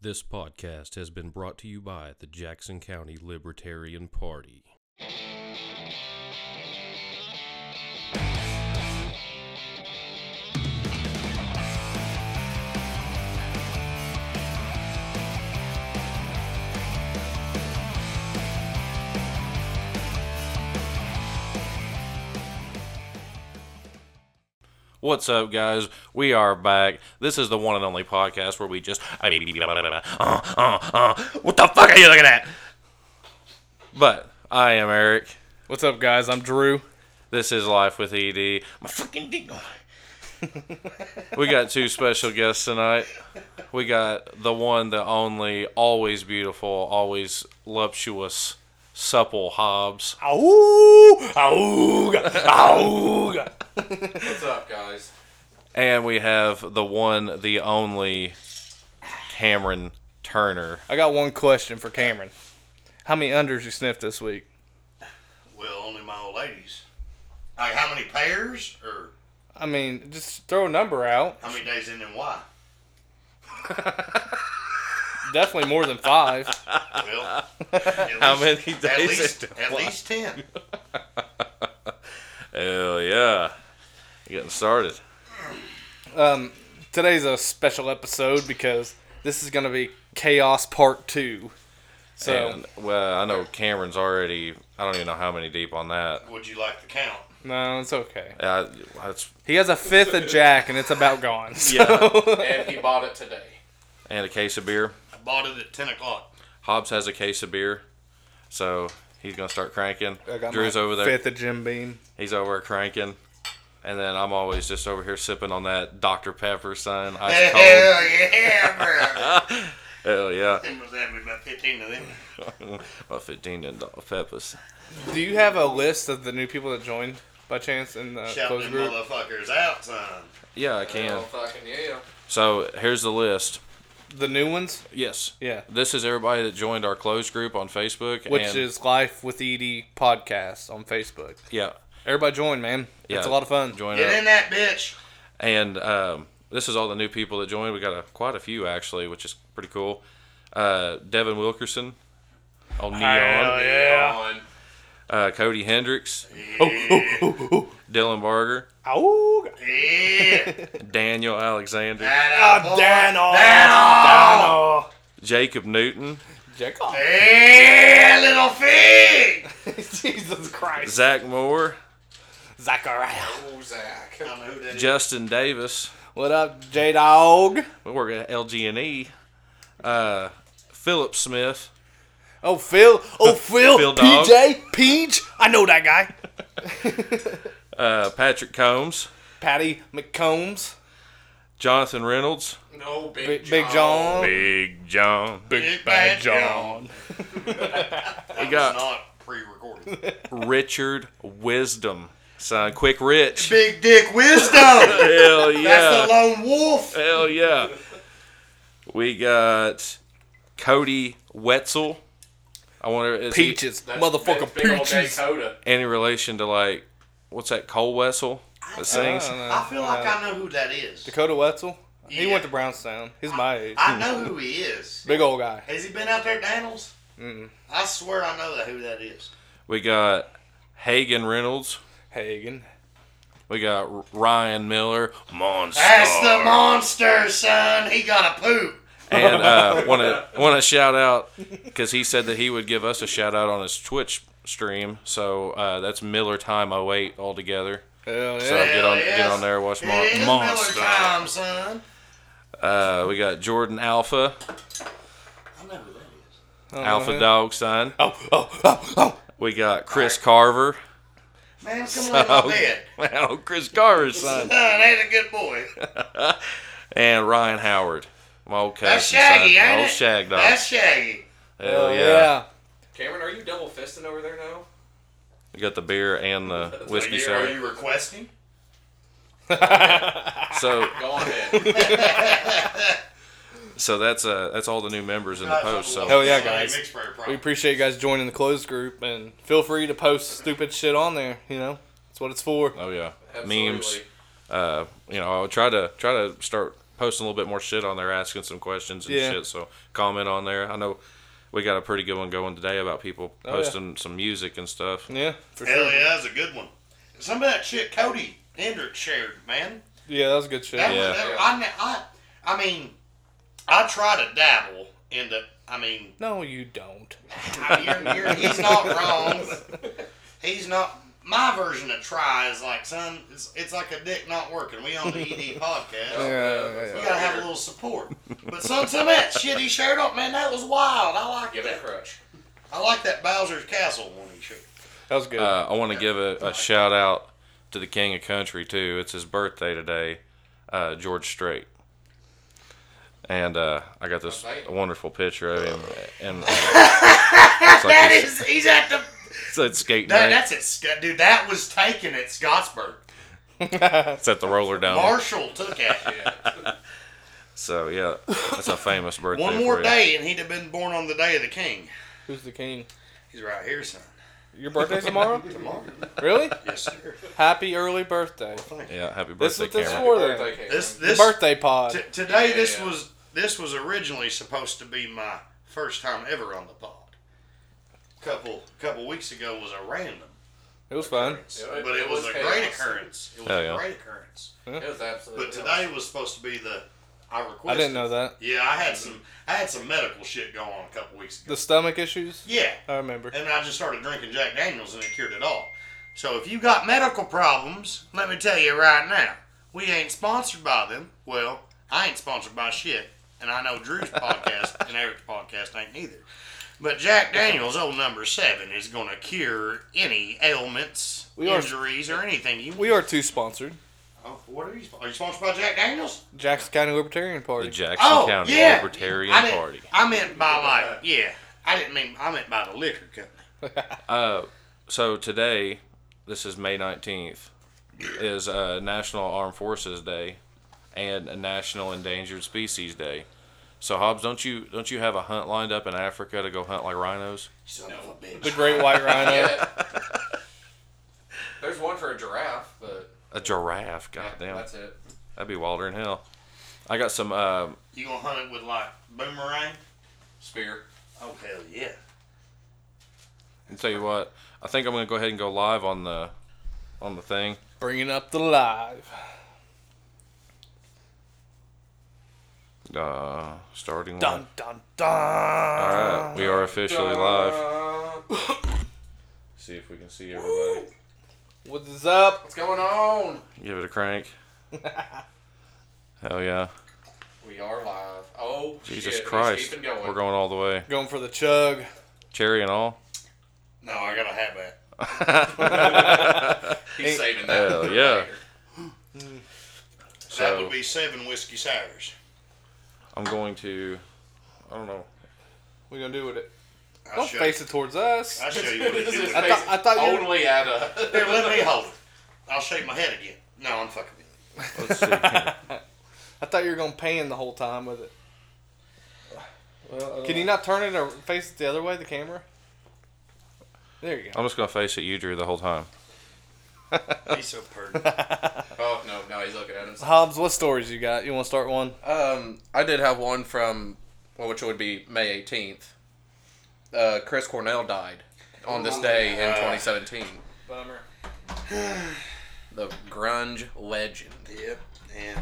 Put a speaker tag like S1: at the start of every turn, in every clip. S1: This podcast has been brought to you by the Jackson County Libertarian Party. What's up, guys? We are back. This is the one and only podcast where we just. Uh, uh, uh, what the fuck are you looking at? But I am Eric.
S2: What's up, guys? I'm Drew.
S1: This is Life with ED. My fucking dick. we got two special guests tonight. We got the one, the only, always beautiful, always voluptuous, supple Hobbs.
S2: Auga, auga, auga.
S3: What's up, guys?
S1: And we have the one, the only Cameron Turner.
S2: I got one question for Cameron. How many unders you sniffed this week?
S3: Well, only my old ladies. Like, how many pairs, or
S2: I mean, just throw a number out.
S3: how many days in and why?
S2: Definitely more than five.
S3: Well, at
S1: How
S3: least-
S1: many
S3: At
S1: days
S3: least,
S1: in and
S3: at
S1: why?
S3: least ten.
S1: Hell yeah. Getting started.
S2: Um, today's a special episode because this is going to be Chaos Part 2. So,
S1: And, well, I know Cameron's already, I don't even know how many deep on that.
S3: Would you like to count?
S2: no, it's okay.
S1: Uh, that's,
S2: He has a fifth of Jack and it's about gone. So.
S4: and he bought it today.
S1: and a case of beer.
S3: I bought it at ten o'clock.
S1: Hobbs has a case of beer. So he's going to start cranking.
S2: I got
S1: Drew's
S2: my
S1: over there.
S2: Fifth of Jim Beam.
S1: He's over there cranking. And then I'm always just over here sipping on that Dr. Pepper, son. Ice cold.
S3: Hell yeah,
S1: Hell yeah.
S3: bro. was having about fifteen of them.
S1: About 15 and Dr. Peppers.
S2: Do you have a list of the new people that joined by chance in the
S3: Shout
S2: closed
S3: them
S2: group?
S3: motherfuckers out, son.
S1: Yeah, I can.
S4: Oh, fucking yeah.
S1: So here's the list.
S2: The new ones?
S1: Yes.
S2: Yeah.
S1: This is everybody that joined our closed group on Facebook.
S2: Which
S1: and-
S2: is Life with ED podcast on Facebook.
S1: yeah,
S2: Everybody join, man.
S1: yeah.
S2: It's a lot of fun.
S1: Join
S3: Get
S1: up.
S3: in that bitch.
S1: And um, this is all the new people that joined. We got a, quite a few actually, which is pretty cool. Uh, Devin Wilkerson, on Neon,
S4: Yeah.
S1: uh, Cody Hendricks, Dylan Barger,
S2: Auga.
S3: Yeah.
S1: Daniel Alexander,
S3: That boy.
S2: Dano.
S3: Dano.
S1: Jacob Newton,
S2: Jack off.
S3: Yeah, little fig.
S2: Jesus Christ.
S1: Zach Moore,
S2: Zachariah.
S4: Oh, Zach.
S3: I don't know who that is.
S1: Justin Davis.
S2: What up, J Dog?
S1: We work at LG&E. E, Uh, Philip Smith.
S2: Oh, Phil. Oh, Phil.
S1: Phil Dog.
S2: PJ. Peach. I know that guy.
S1: uh, Patrick Combs,
S2: Patty McCombs.
S1: Jonathan Reynolds,
S4: No, Big,
S2: Big, Big John.
S1: Big John,
S3: Big Bad John.
S1: we
S3: That
S1: got-
S3: was not pre-recorded.
S1: Richard Wisdom, son, Quick Rich.
S3: Big Dick Wisdom.
S1: Hell
S3: That's the
S1: yeah!
S3: lone wolf.
S1: Hell yeah! We got Cody Wetzel. I wonder is he
S2: Peaches.
S4: That's
S2: Motherfucker
S4: big, big old
S2: Peaches.
S4: Dakota.
S1: any relation to like what's that Cole Wetzel that sings?
S2: I don't know.
S3: I feel like I know who that is.
S2: Dakota Wetzel. He
S3: Yeah.
S2: went to Brownstown. He's my age.
S3: I know who he is.
S2: Big old guy.
S3: Has he been out there at Daniels? I swear I know that who that is.
S1: We got Hagen Reynolds.
S2: Hagen.
S1: We got R- Ryan Miller, Monster,
S3: That's the monster, son. He got a poop.
S1: and uh, want to want to shout out because he said that he would give us a shout out on his Twitch stream. So uh, that's Miller Time 08 altogether.
S2: Hell
S1: So
S2: yeah.
S1: get on
S3: Hell
S1: get
S3: yes.
S1: on there, watch Mon-
S3: It is
S1: Monster.
S3: Miller time, son.
S1: Uh, we got Jordan Alpha,
S3: I know who that is.
S1: Alpha Dog Sign.
S2: Oh, oh, oh, oh.
S1: We got Chris Carver.
S3: Man, come lay in my bed.
S1: Wow, Chris Carver's son.
S3: Son, ain't a good boy.
S1: And Ryan Howard. My old cousin.
S3: That's Shaggy,
S1: son. My
S3: ain't
S1: old
S3: it?
S1: Shag Dog.
S3: That's Shaggy.
S2: Oh,
S1: Hell yeah.
S4: Cameron, are you double fisting over there now?
S1: We got the beer and the
S4: Are
S1: whiskey
S4: you,
S1: sour.
S4: are you requesting?
S1: So
S4: Go on ahead.
S1: so that's uh that's all the new members in the
S3: That's
S1: post.
S3: a
S1: So
S2: Hell yeah,
S3: son,
S2: guys.
S3: mixed bird problem.
S2: We appreciate you guys joining the closed group and feel free to post stupid shit on there. You know, that's what it's for.
S1: oh yeah,
S4: Absolutely.
S1: memes. Uh, you know, I'll try to try to start posting a little bit more shit on there, asking some questions and
S2: Yeah.
S1: shit. So comment on there. I know we got a pretty good one going today about people
S2: Oh, yeah. Mm-hmm.
S1: posting some music and stuff.
S2: Yeah, for
S3: Hell
S2: sure.
S3: yeah, that's a good one. Some of that shit Cody Hendrick shared, man.
S2: Yeah, that was good shit.
S3: That
S1: Yeah.
S3: was, that, I, I, I mean, I try to dabble in the. I mean,
S2: No, you don't.
S3: I mean, you're, you're, he's not wrong. He's not. My version of try is like, son, it's, it's like a dick not working. We on the ED podcast.
S2: Oh, Yeah,
S3: We
S2: yeah.
S3: gotta have a little support. But some some of that shit he shared up, man, that was wild. I like
S4: Give it a
S3: that.
S4: crutch.
S3: I like that Bowser's Castle one he shared.
S2: That was good.
S1: Uh, I want to give a, a shout out to the king of country too. It's his birthday today, uh, George Strait. And uh, I got this
S4: Okay.
S1: wonderful picture of him, and uh, it's like
S3: That
S1: he's-
S3: is, he's at the.
S1: it's at skate
S3: That,
S1: night.
S3: that's it, Scott- dude. That was taken at Scottsburg.
S1: It's at the roller down.
S3: Marshall took it.
S1: So yeah, that's a famous birthday.
S3: One more
S1: for you.
S3: day, and he'd have been born on the day of the king.
S2: Who's the king?
S3: He's right here, son.
S2: Your birthday's tomorrow?
S3: Tomorrow.
S2: really?
S3: Yes, sir.
S2: Happy early birthday.
S1: Yeah, happy
S2: This
S1: birthday,
S2: is this
S1: Cameron.
S2: for
S4: Birthday
S2: the
S4: cake.
S3: This
S2: the
S3: this
S2: birthday pod.
S3: t- today.
S4: Yeah,
S3: this
S4: yeah.
S3: was this was originally supposed to be my first time ever on the pod. Couple couple weeks ago was a random,
S2: It was fun.
S4: Yeah,
S3: but it, was, a great
S4: chaos.
S3: occurrence. It was
S1: Hell yeah.
S3: a great occurrence.
S4: It was absolutely.
S3: But
S4: chaos.
S3: today was supposed to be the I requested.
S2: I didn't know that.
S3: Yeah, I had some I had some medical shit going on a couple weeks ago.
S2: The stomach issues?
S3: yeah,
S2: I remember.
S3: and I just started drinking Jack Daniels and it cured it all. So if you got medical problems, let me tell you right now, we ain't sponsored by them. Well, I ain't sponsored by shit, and I know Drew's podcast and Eric's podcast ain't either. But Jack Daniels, old number seven, is gonna cure any ailments,
S2: We are-
S3: injuries, or anything you.
S2: We are too sponsored.
S3: Oh, what are you? Are you sponsored by Jack Daniels?
S2: Jackson County Libertarian Party.
S1: The Jackson
S3: Oh,
S1: County
S3: yeah.
S1: Libertarian
S3: I didn't-
S1: Party.
S3: I meant by like, yeah. I didn't mean. I meant by the liquor company.
S1: Uh, so today, this is May nineteenth, is uh, National Armed Forces Day, and National Endangered Species Day. So Hobbs, don't you don't you have a hunt lined up in Africa to go hunt like rhinos?
S3: Son of a bitch.
S2: The Great White Rhino.
S4: Yeah. There's one for a giraffe, but
S1: A giraffe,
S4: yeah,
S1: goddamn,
S4: that's it.
S1: that'd be wilder than hell. I got some. um
S3: You gonna hunt it with like boomerang?
S4: Spear.
S3: Oh hell yeah!
S1: I'll tell you what, I think I'm gonna go ahead and go live on the on the thing.
S2: Bringing up the live.
S1: Uh, starting live.
S2: Dun, dun, dun.
S1: All right, we are officially
S4: Uh,
S1: live.
S4: What's
S1: See if we can see everybody.
S2: What is up?
S4: going on?
S1: Give it a crank. Hell yeah.
S4: We are live. Oh,
S1: Jesus
S4: shit.
S1: Christ.
S4: Keep going.
S1: We're going all the way.
S2: Going for the chug.
S1: Cherry and all.
S3: No, I gotta have that.
S4: He's saving that.
S1: Hell
S4: for
S1: yeah.
S4: later.
S3: that
S1: So-
S3: would be seven whiskey sours.
S1: I'm going to. I don't know.
S2: What are you going to do with it?
S3: I'll
S2: Don't
S3: show,
S2: face it towards us.
S3: I'll show you what it
S4: This
S3: is.
S4: is
S3: Here,
S2: I thought- I thought you-
S4: only at a.
S3: let me hold it. I'll shave my head again. No, I'm fucking. with you.
S1: Let's see. here.
S2: I thought you were going to pan the whole time with it. Can you not turn it or face it the other way, the camera? There you go.
S1: I'm just going to face at you, Drew, the whole time.
S3: He's so pert.
S4: Oh no, no, he's looking at himself.
S2: Hobbs, what stories you got? You want to start one?
S5: Um, I did have one from, well, which would be May 18th. Uh, Chris Cornell died on this day in 2017.
S2: Bummer.
S5: The grunge legend.
S3: yep. And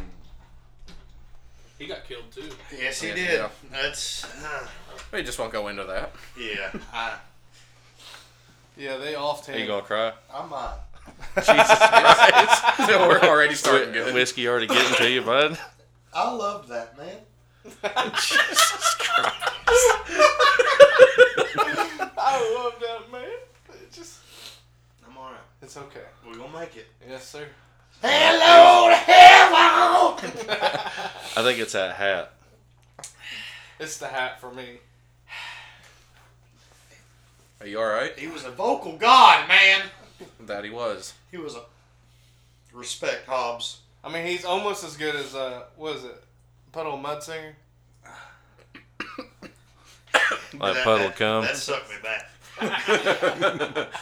S2: He got killed too.
S3: yes, he
S5: Yes,
S3: did.
S5: yeah.
S3: That's uh,
S5: We just won't go into that.
S3: yeah. I
S2: Yeah, they
S1: Are
S2: offhand.
S1: you going to cry?
S3: I might.
S5: So we're already starting
S1: Whi-
S5: good.
S1: Whiskey already getting to you, bud?
S3: I love that man.
S2: I love that man. It just,
S3: I'm alright.
S2: it's okay.
S3: We're gonna make it.
S2: Yes, sir.
S3: Hello, heaven.
S1: I think it's that hat.
S2: It's the hat for me.
S5: Are you alright?
S3: He was a vocal god, man.
S5: That he was.
S3: He was a respect Hobbs.
S2: I mean, he's almost as good as uh, what is it, Puddle Mudsinger?
S1: Like puddle cum.
S3: That sucked me back.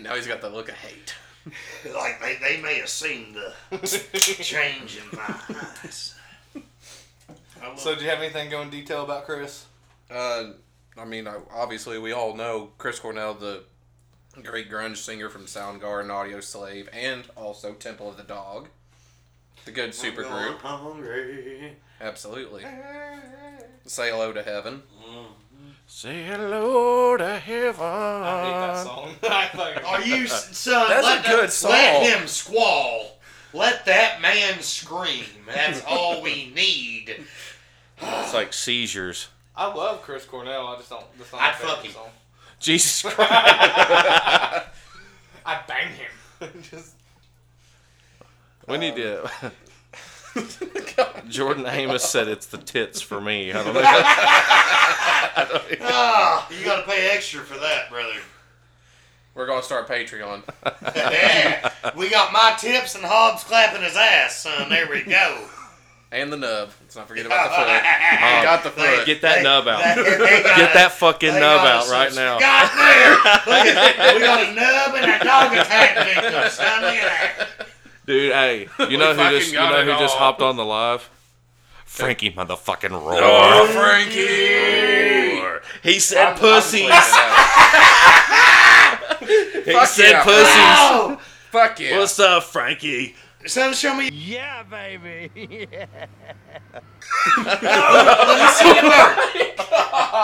S5: Now he's got the look of hate.
S3: Like they, they may have seen the change in my eyes. I love
S2: So, do you have anything go in detail about Chris?
S5: Uh, I mean, I, obviously, we all know Chris Cornell, the great grunge singer from Soundgarden, Audio Slave, and also Temple of the Dog, the good supergroup.
S3: Hungry.
S5: Absolutely. Say hello to heaven.
S1: Say hello to heaven.
S2: I hate that song. I fucking-
S3: Are you s- son?
S5: That's
S3: let
S5: a
S3: the-
S5: good song.
S3: Let him squall. Let that man scream. That's all we need.
S1: It's like seizures.
S2: I love Chris Cornell. I just don't. That's not
S3: I'd
S2: my favorite
S3: fuck him.
S2: song.
S1: Jesus Christ.
S2: I bang him. just
S1: We need to. Jordan Amos said it's the tits for me. I don't know.
S3: Ah, you gotta pay extra for that, brother.
S5: We're going to start Patreon.
S3: Yeah, we got my tips and Hobbs clapping his ass, son. There we go.
S5: and the nub. Let's not forget about the foot. Uh, I got the foot.
S1: Um, Get that
S3: They-
S1: nub out.
S3: they- they got
S1: Get
S3: a-
S1: that fucking
S3: they
S1: nub
S3: got
S1: out
S3: us
S1: right
S3: some-
S1: now.
S3: God damn! Look at that. We got a nub and a dog attack victim, son. Look at that.
S1: Dude, hey, you know who
S5: fucking
S1: just you
S5: got
S1: know
S5: it
S1: who just
S5: all.
S1: hopped on the live? Frankie motherfucking roar.
S5: Oh, Frankie!
S1: He said pussy.
S5: I'm bleeping it out.
S1: he said
S5: yeah,
S1: pussy.
S3: Oh!
S5: Fuck yeah.
S1: What's up, Frankie?
S3: Son, show me.
S6: Yeah, baby.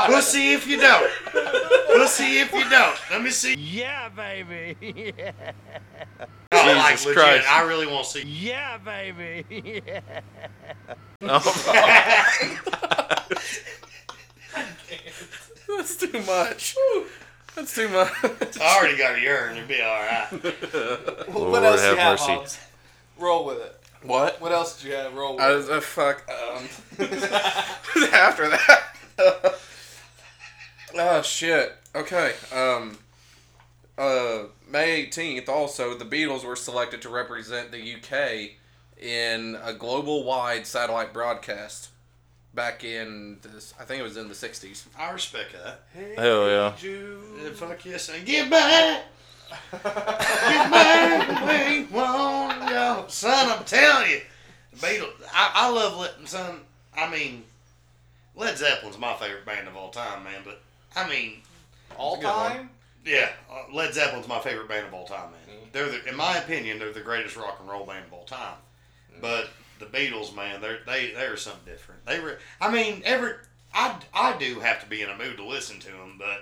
S3: We'll see if you don't. We'll see if you don't. Let me see.
S6: Yeah, baby.
S3: No, Oh, like,
S1: Jesus
S3: legit,
S1: Christ.
S3: I really want to see.
S6: Yeah, baby.
S5: That's too much. That's too much.
S3: I already got a urine. It'll be all right.
S2: well,
S1: Lord
S2: what else do you
S1: have
S2: have,
S1: mercy.
S2: Hobbs? Roll with it.
S5: What?
S2: What else do you have? Roll with
S5: I
S2: it.
S5: was, uh, fuck. Um, after that. oh shit. Okay. Um. Uh, May 18th. Also, the Beatles were selected to represent the UK in a global-wide satellite broadcast. Back in this, I think it was in the 60s.
S3: I respect that.
S1: Hell yeah.
S3: Yeah, fuck yes, and get back. get back, we want you. Son, I'm telling you. The Beatles, I, I love letting son, I mean, Led Zeppelin's my favorite band of all time, man, but I mean,
S2: All
S5: That's a good one.
S2: time?
S3: yeah, uh, Led Zeppelin's my favorite band of all time, man. They're the, in my opinion, they're the greatest rock and roll band of all time. But the Beatles, man, they're they they're something different. They were, I mean, every I, I do have to be in a mood to listen to them, but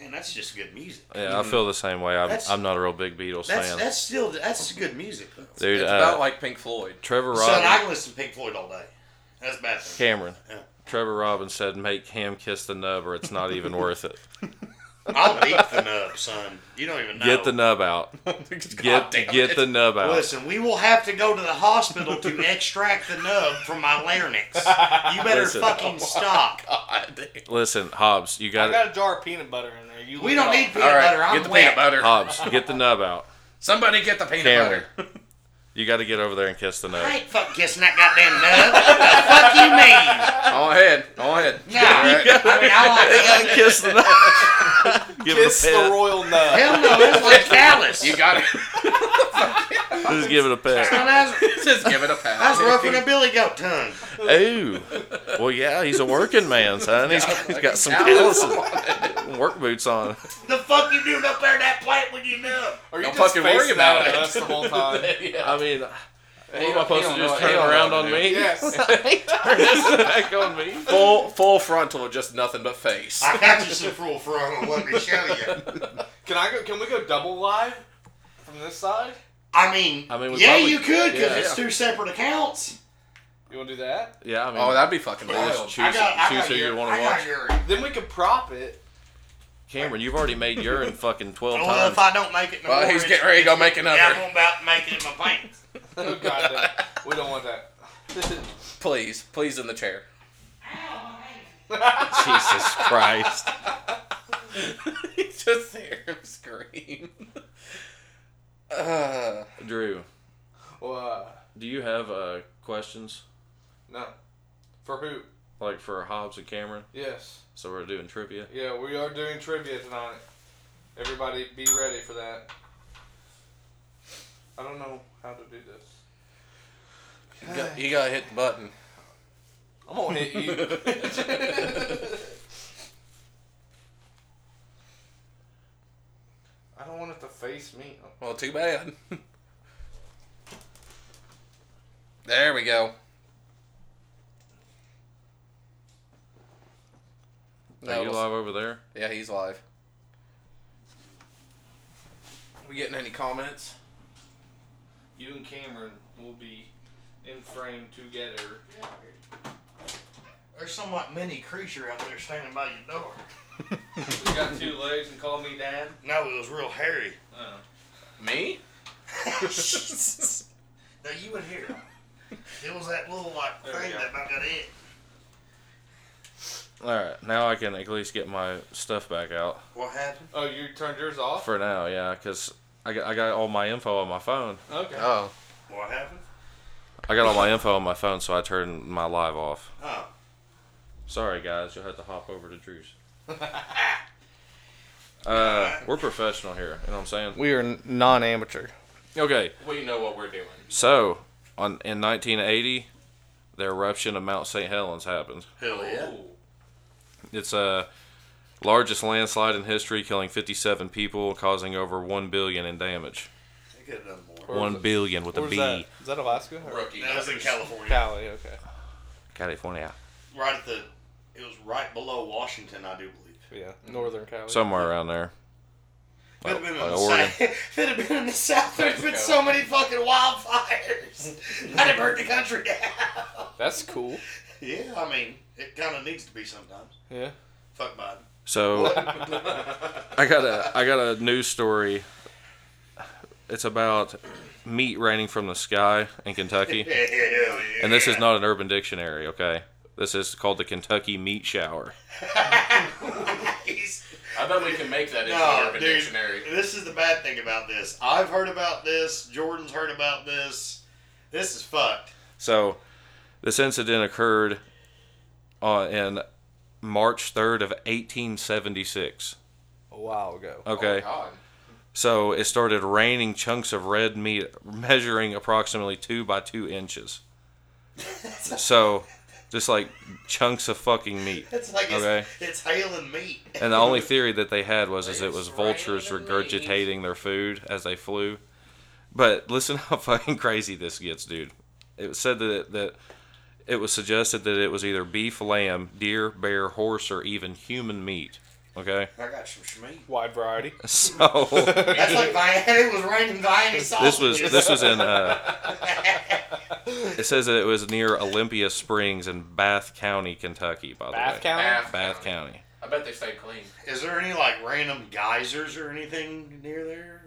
S3: man, that's just good music.
S1: Yeah, I feel the same way. I'm,
S3: That's-
S1: I'm not a real big Beatles
S3: That's
S1: fan.
S3: that's still that's good music. Though.
S1: Dude,
S5: It's
S1: uh,
S5: about like Pink Floyd.
S1: Trevor
S3: Son, I
S1: Robbins,
S3: can listen to Pink Floyd all day. That's a bad thing.
S1: Cameron,
S3: Yeah.
S1: Trevor Robbins said, make him kiss the nub or it's not even worth it.
S3: I'll beat the nub, son. You don't even know.
S1: Get the nub out. Get, get the nub out.
S3: Listen, we will have to go to the hospital to extract the nub from my larynx. You better
S1: Listen.
S5: Oh,
S3: fucking stop.
S1: Listen, Hobbs, you
S2: I
S1: got it.
S2: got a jar of peanut butter in there. You
S3: We
S2: lick
S3: don't
S2: it
S3: need
S2: off.
S3: peanut
S5: All right,
S3: butter. I'm
S5: get the
S3: wet.
S5: peanut butter.
S1: Hobbs, get the nub out.
S5: Somebody get the peanut
S1: Cameron,
S5: butter.
S1: you got to get over there and kiss the nub.
S3: I ain't fucking kissing that goddamn nub. the fuck you mean?
S5: Go ahead. Go ahead.
S3: No, I mean I like the other-
S1: kiss the nub. Give
S2: Kiss
S1: it a
S2: the
S1: pet.
S2: royal nut.
S3: Hell no, it's like callous.
S5: You got it.
S1: Just give it a
S3: Son,
S1: pet.
S3: that's,
S5: Just give it a pass.
S3: that's rougher than a billy goat tongue.
S1: Ooh. Well, yeah, he's a working man, son. He's, he's got some
S5: Calluses.
S1: calluses, work boots on.
S3: The fuck you doing up there in that plant when you know?
S2: Are you
S5: Don't
S2: just
S5: fucking worry
S2: facing
S5: about
S2: out at
S5: it.
S2: us the whole time?
S1: I mean, what am I
S5: don't-
S1: supposed
S5: he
S1: to
S5: don't
S1: just
S5: know-
S1: turn
S5: he don't know
S1: around
S5: what
S1: on
S5: to
S1: me?
S2: yes.
S1: Turn this back on me?
S5: Full full frontal, just nothing but face.
S3: I got you some full frontal. Let me show you.
S2: Can I go? Can we go double live from this side?
S3: I mean,
S1: I mean, we
S3: yeah,
S1: probably-
S3: you could because
S1: yeah.
S3: it's two separate accounts.
S2: You want to do that?
S1: Yeah, I mean,
S5: oh, that'd be fucking
S1: just
S5: wild.
S1: choose,
S3: I got, I
S1: choose
S3: got
S1: who
S3: your,
S1: you want
S3: I
S1: to
S3: got
S1: watch.
S3: your-
S2: Then we could prop it.
S1: Cameron, you've already made urine fucking 12
S3: Well, if
S1: times.
S3: I don't make it, in the
S5: Well,
S3: morning,
S5: he's getting ready to go make
S3: Yeah,
S5: another.
S3: I'm about to make it in my pants.
S2: Oh god, no. we don't want that.
S5: Please, please in the chair.
S1: Jesus Christ.
S5: He's just there scream. Uh,
S1: Drew,
S2: Well, uh,
S1: do you have uh, questions?
S2: no. For who?
S1: Like for Hobbs and Cameron?
S2: Yes.
S1: So we're doing trivia.
S2: Yeah, we are doing trivia tonight. Everybody, be ready for that. I don't know how to do this.
S5: you, got, you gotta hit the button.
S4: I'm gonna hit you. I don't want it to face me.
S5: Well, too bad. there we go.
S1: Are
S5: That
S1: you
S5: was-
S1: live over there?
S5: yeah, he's live. We getting any comments?
S4: You and Cameron will be in frame together.
S3: There's some like mini creature out there standing by your door.
S4: You got two legs and call me dad.
S3: No, it was real hairy.
S4: Uh,
S5: Me?
S3: now you would hear. It was that little like
S4: There we
S3: thing
S4: go.
S3: that about got it.
S1: All right, now I can at least get my stuff back out.
S3: What happened?
S4: oh, you turned yours off.
S1: For now, yeah, because I got, I got all my info on my phone.
S4: Okay.
S5: Oh.
S3: What happened?
S1: I got all my info on my phone, so I turned my live off.
S3: Oh,
S1: Sorry, guys, you'll have to hop over to Drew's. Uh, we're professional here, you know what I'm saying?
S2: We are non amateur.
S1: Okay,
S4: We know what we're doing.
S1: so on in 1980, the eruption of Mount St. Helens happened.
S3: hell yeah.
S1: It's a largest landslide in history, killing 57 people, causing over one billion in damage.
S3: They could have done more.
S2: Where's
S1: One
S2: it-
S1: billion with a
S2: Where's
S1: B.
S2: that? Is that Alaska? Or
S5: Rookie.
S3: That was in California.
S2: Cali, okay.
S1: California,
S3: right at the, it was right below Washington, I do believe.
S2: Yeah, northern Cali.
S1: somewhere around there.
S3: If it had been, in
S1: Like
S3: the
S1: Oregon.
S3: south, if it had been in the south, there's been so many fucking wildfires. I'd have burned the country down.
S2: That's cool.
S3: Yeah, I mean, it kind of needs to be sometimes.
S2: Yeah.
S3: Fuck Biden.
S1: So I got a I got a news story. It's about meat raining from the sky in Kentucky.
S3: Hell yeah.
S1: And this is not an urban dictionary, okay? This is called the Kentucky meat shower.
S3: He's-
S5: I bet we can make that into
S3: No,
S5: an Urban
S3: dude.
S5: Dictionary.
S3: This is the bad thing about this. I've heard about this. Jordan's heard about this. This is fucked.
S1: So this incident occurred uh, in March 3rd of 1876.
S2: A while ago.
S1: Okay.
S5: God.
S1: So it started raining chunks of red meat measuring approximately two by two inches. so just like chunks of fucking meat.
S3: It's like
S1: Okay.
S3: it's, it's hailing meat.
S1: And the only theory that they had was is it was
S4: It's
S1: vultures
S4: raining
S1: regurgitating their food as they flew. But listen how fucking crazy this gets, dude. It was said that it, that it was suggested that it was either beef, lamb, deer, bear, horse, or even human meat. Okay,
S3: I got some shmeat.
S2: Wide variety.
S1: so
S3: That's like Vian- it was raining Vianney
S1: this
S3: sausages.
S1: was this was in. Uh, it says that it was near Olympia Springs in Bath County, Kentucky. By the way,
S2: Bath County?
S5: Bath,
S1: Bath
S5: County.
S1: County.
S5: I bet they stay clean.
S3: Is there any like random geysers or anything near there?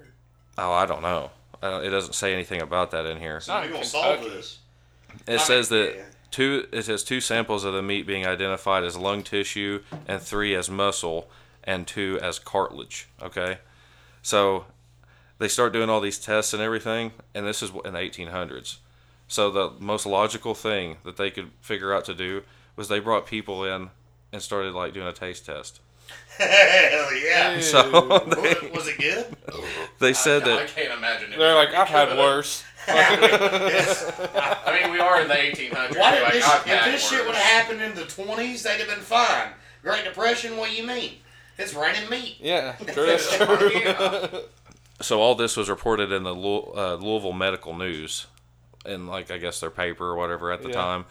S1: Oh, I don't know. I don't, it doesn't say anything about that in here.
S3: So
S2: Not
S3: we
S2: in
S3: gonna solve
S2: Kentucky.
S3: this.
S1: It
S3: mean,
S1: says that
S3: yeah.
S1: two. It says two samples of the meat being identified as lung tissue, and three as muscle, and two as cartilage. Okay, so they start doing all these tests and everything, and this is in the 1800s. So the most logical thing that they could figure out to do was they brought people in and started like doing a taste test.
S3: Hell yeah.
S1: So
S3: Was it- was it good?
S1: they said
S5: I
S1: that
S5: can't imagine it.
S2: They're like, I've had worse.
S5: I mean, we are in the 1800s.
S3: Why
S5: like,
S3: did this,
S5: I've
S3: if
S5: had
S3: this shit
S5: worse.
S3: would have happened in the twenties, they'd have been fine. Great Depression, what do you mean? It's raining meat.
S2: Yeah, true. That's true.
S1: so all this was reported in the Louis- uh, Louisville Medical News, in like I guess their paper or whatever at the
S2: Yeah.
S1: time.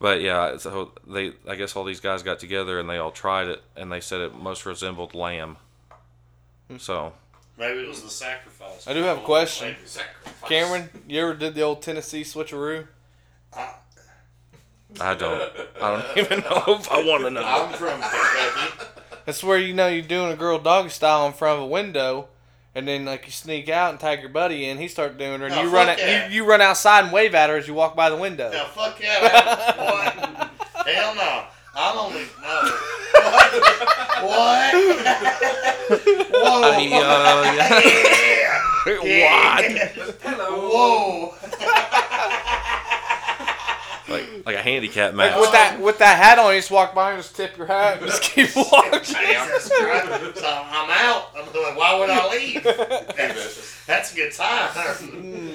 S1: But yeah, so they I guess all these guys got together and they all tried it and they said it most resembled lamb. So
S3: Maybe it was the sacrifice.
S2: I do have a question.
S5: Sacrifice.
S2: Cameron, you ever did the old Tennessee switcheroo?
S1: I don't I don't even know if I want to know.
S3: I'm from Kentucky.
S2: That's where you know you're doing a girl dog style in front of a window, and then like you sneak out and tag your buddy in. He starts doing her, and
S3: Oh,
S2: you
S3: fuck
S2: run out,
S3: yeah.
S2: you, you run outside and wave at her as you walk by the window.
S3: Now fuck yeah, boy. Hell no. I'm only no. What? Whoa.
S1: I mean, uh, yeah. What?
S3: yeah. Whoa.
S1: like like a handicap match.
S2: Like with that with that hat on, you just walk by and just tip your hat and just keep walking.
S3: Jesus Christ. So I'm out. I'm like, why would I leave? That's, that's a good
S4: Hmm.
S3: time.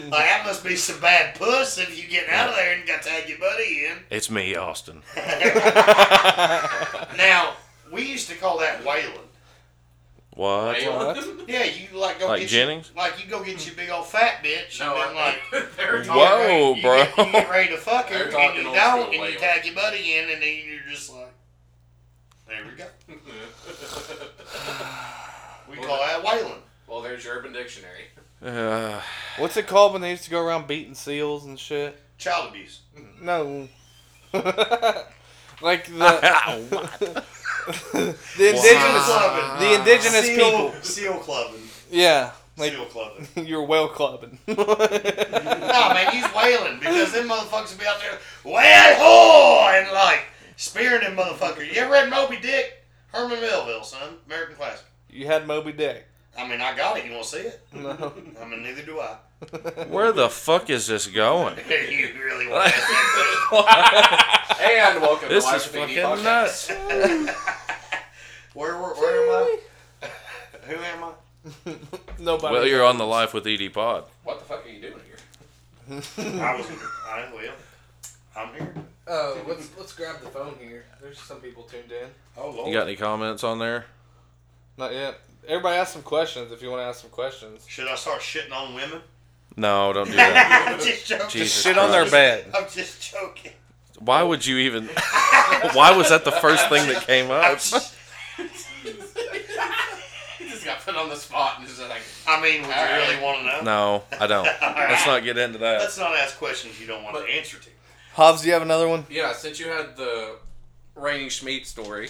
S3: like, that must be some bad puss if you get out of there and got to have your buddy in.
S1: It's me, Austin.
S3: Now, we used to call that whaling.
S1: What?
S3: Yeah, you like go
S1: Like
S3: get
S1: Jennings?
S3: Your, like you go get your big old fat bitch
S4: No,
S3: and then
S4: I
S3: like
S4: they're talking.
S1: Whoa,
S2: Oh,
S3: you
S1: bro.
S3: Get, you get ready to fuck her
S5: They're
S3: and
S5: talking
S3: you
S5: old
S3: don't
S5: school
S3: and you
S5: whaling.
S3: tag your buddy in and then you're just like, there we go. we call that whaling.
S5: Well, there's your Urban Dictionary.
S1: Uh,
S2: What's it called when they used to go around beating seals and shit?
S3: Child abuse.
S2: No. like the the indigenous
S3: Wow.
S2: the indigenous
S3: Ah. seal,
S2: people.
S3: Seal clubbing.
S2: Yeah. Like
S3: seal clubbing.
S2: you're whale clubbing.
S3: no, man, he's wailing because them motherfuckers will be out there, whale ho! And like, spearing them motherfucker. You ever read Moby Dick? Herman Melville, son. American classic.
S2: you had Moby Dick.
S3: I mean, I got it. You want to see it?
S2: No.
S3: I mean, neither do I.
S1: where the fuck is this going?
S3: you really want to see it.
S5: And welcome
S1: This
S5: to Life
S1: is
S5: with ED
S1: fucking
S5: podcast.
S1: nuts.
S3: Where, where, where am I? Who am I?
S2: Nobody.
S1: Well, you're on the Life with ED pod.
S5: What the fuck are you doing here?
S3: I was. I will. I'm here.
S4: Uh, let's let's grab the phone here. There's some people tuned in.
S3: Oh, Lord.
S1: You got any comments on there?
S2: Not yet. Everybody ask some questions if you want to ask some questions.
S3: Should I start shitting on women?
S1: No, don't do that.
S3: I'm just joking.
S1: Jesus
S2: Shit on their
S1: Christ.
S2: bed.
S3: I'm just joking.
S1: Why would you even? Why was that the first thing that came
S3: I'm
S1: up?
S3: just-
S5: He just got put on the spot and just like,
S3: I mean, would you
S5: All
S3: really
S5: right.
S3: want to know?
S1: No, I don't. Let's not get into that.
S3: Let's not ask questions you don't want to answer to.
S2: Hobbs, do you have another one?
S5: yeah, since you had the Rainy Schmeat story,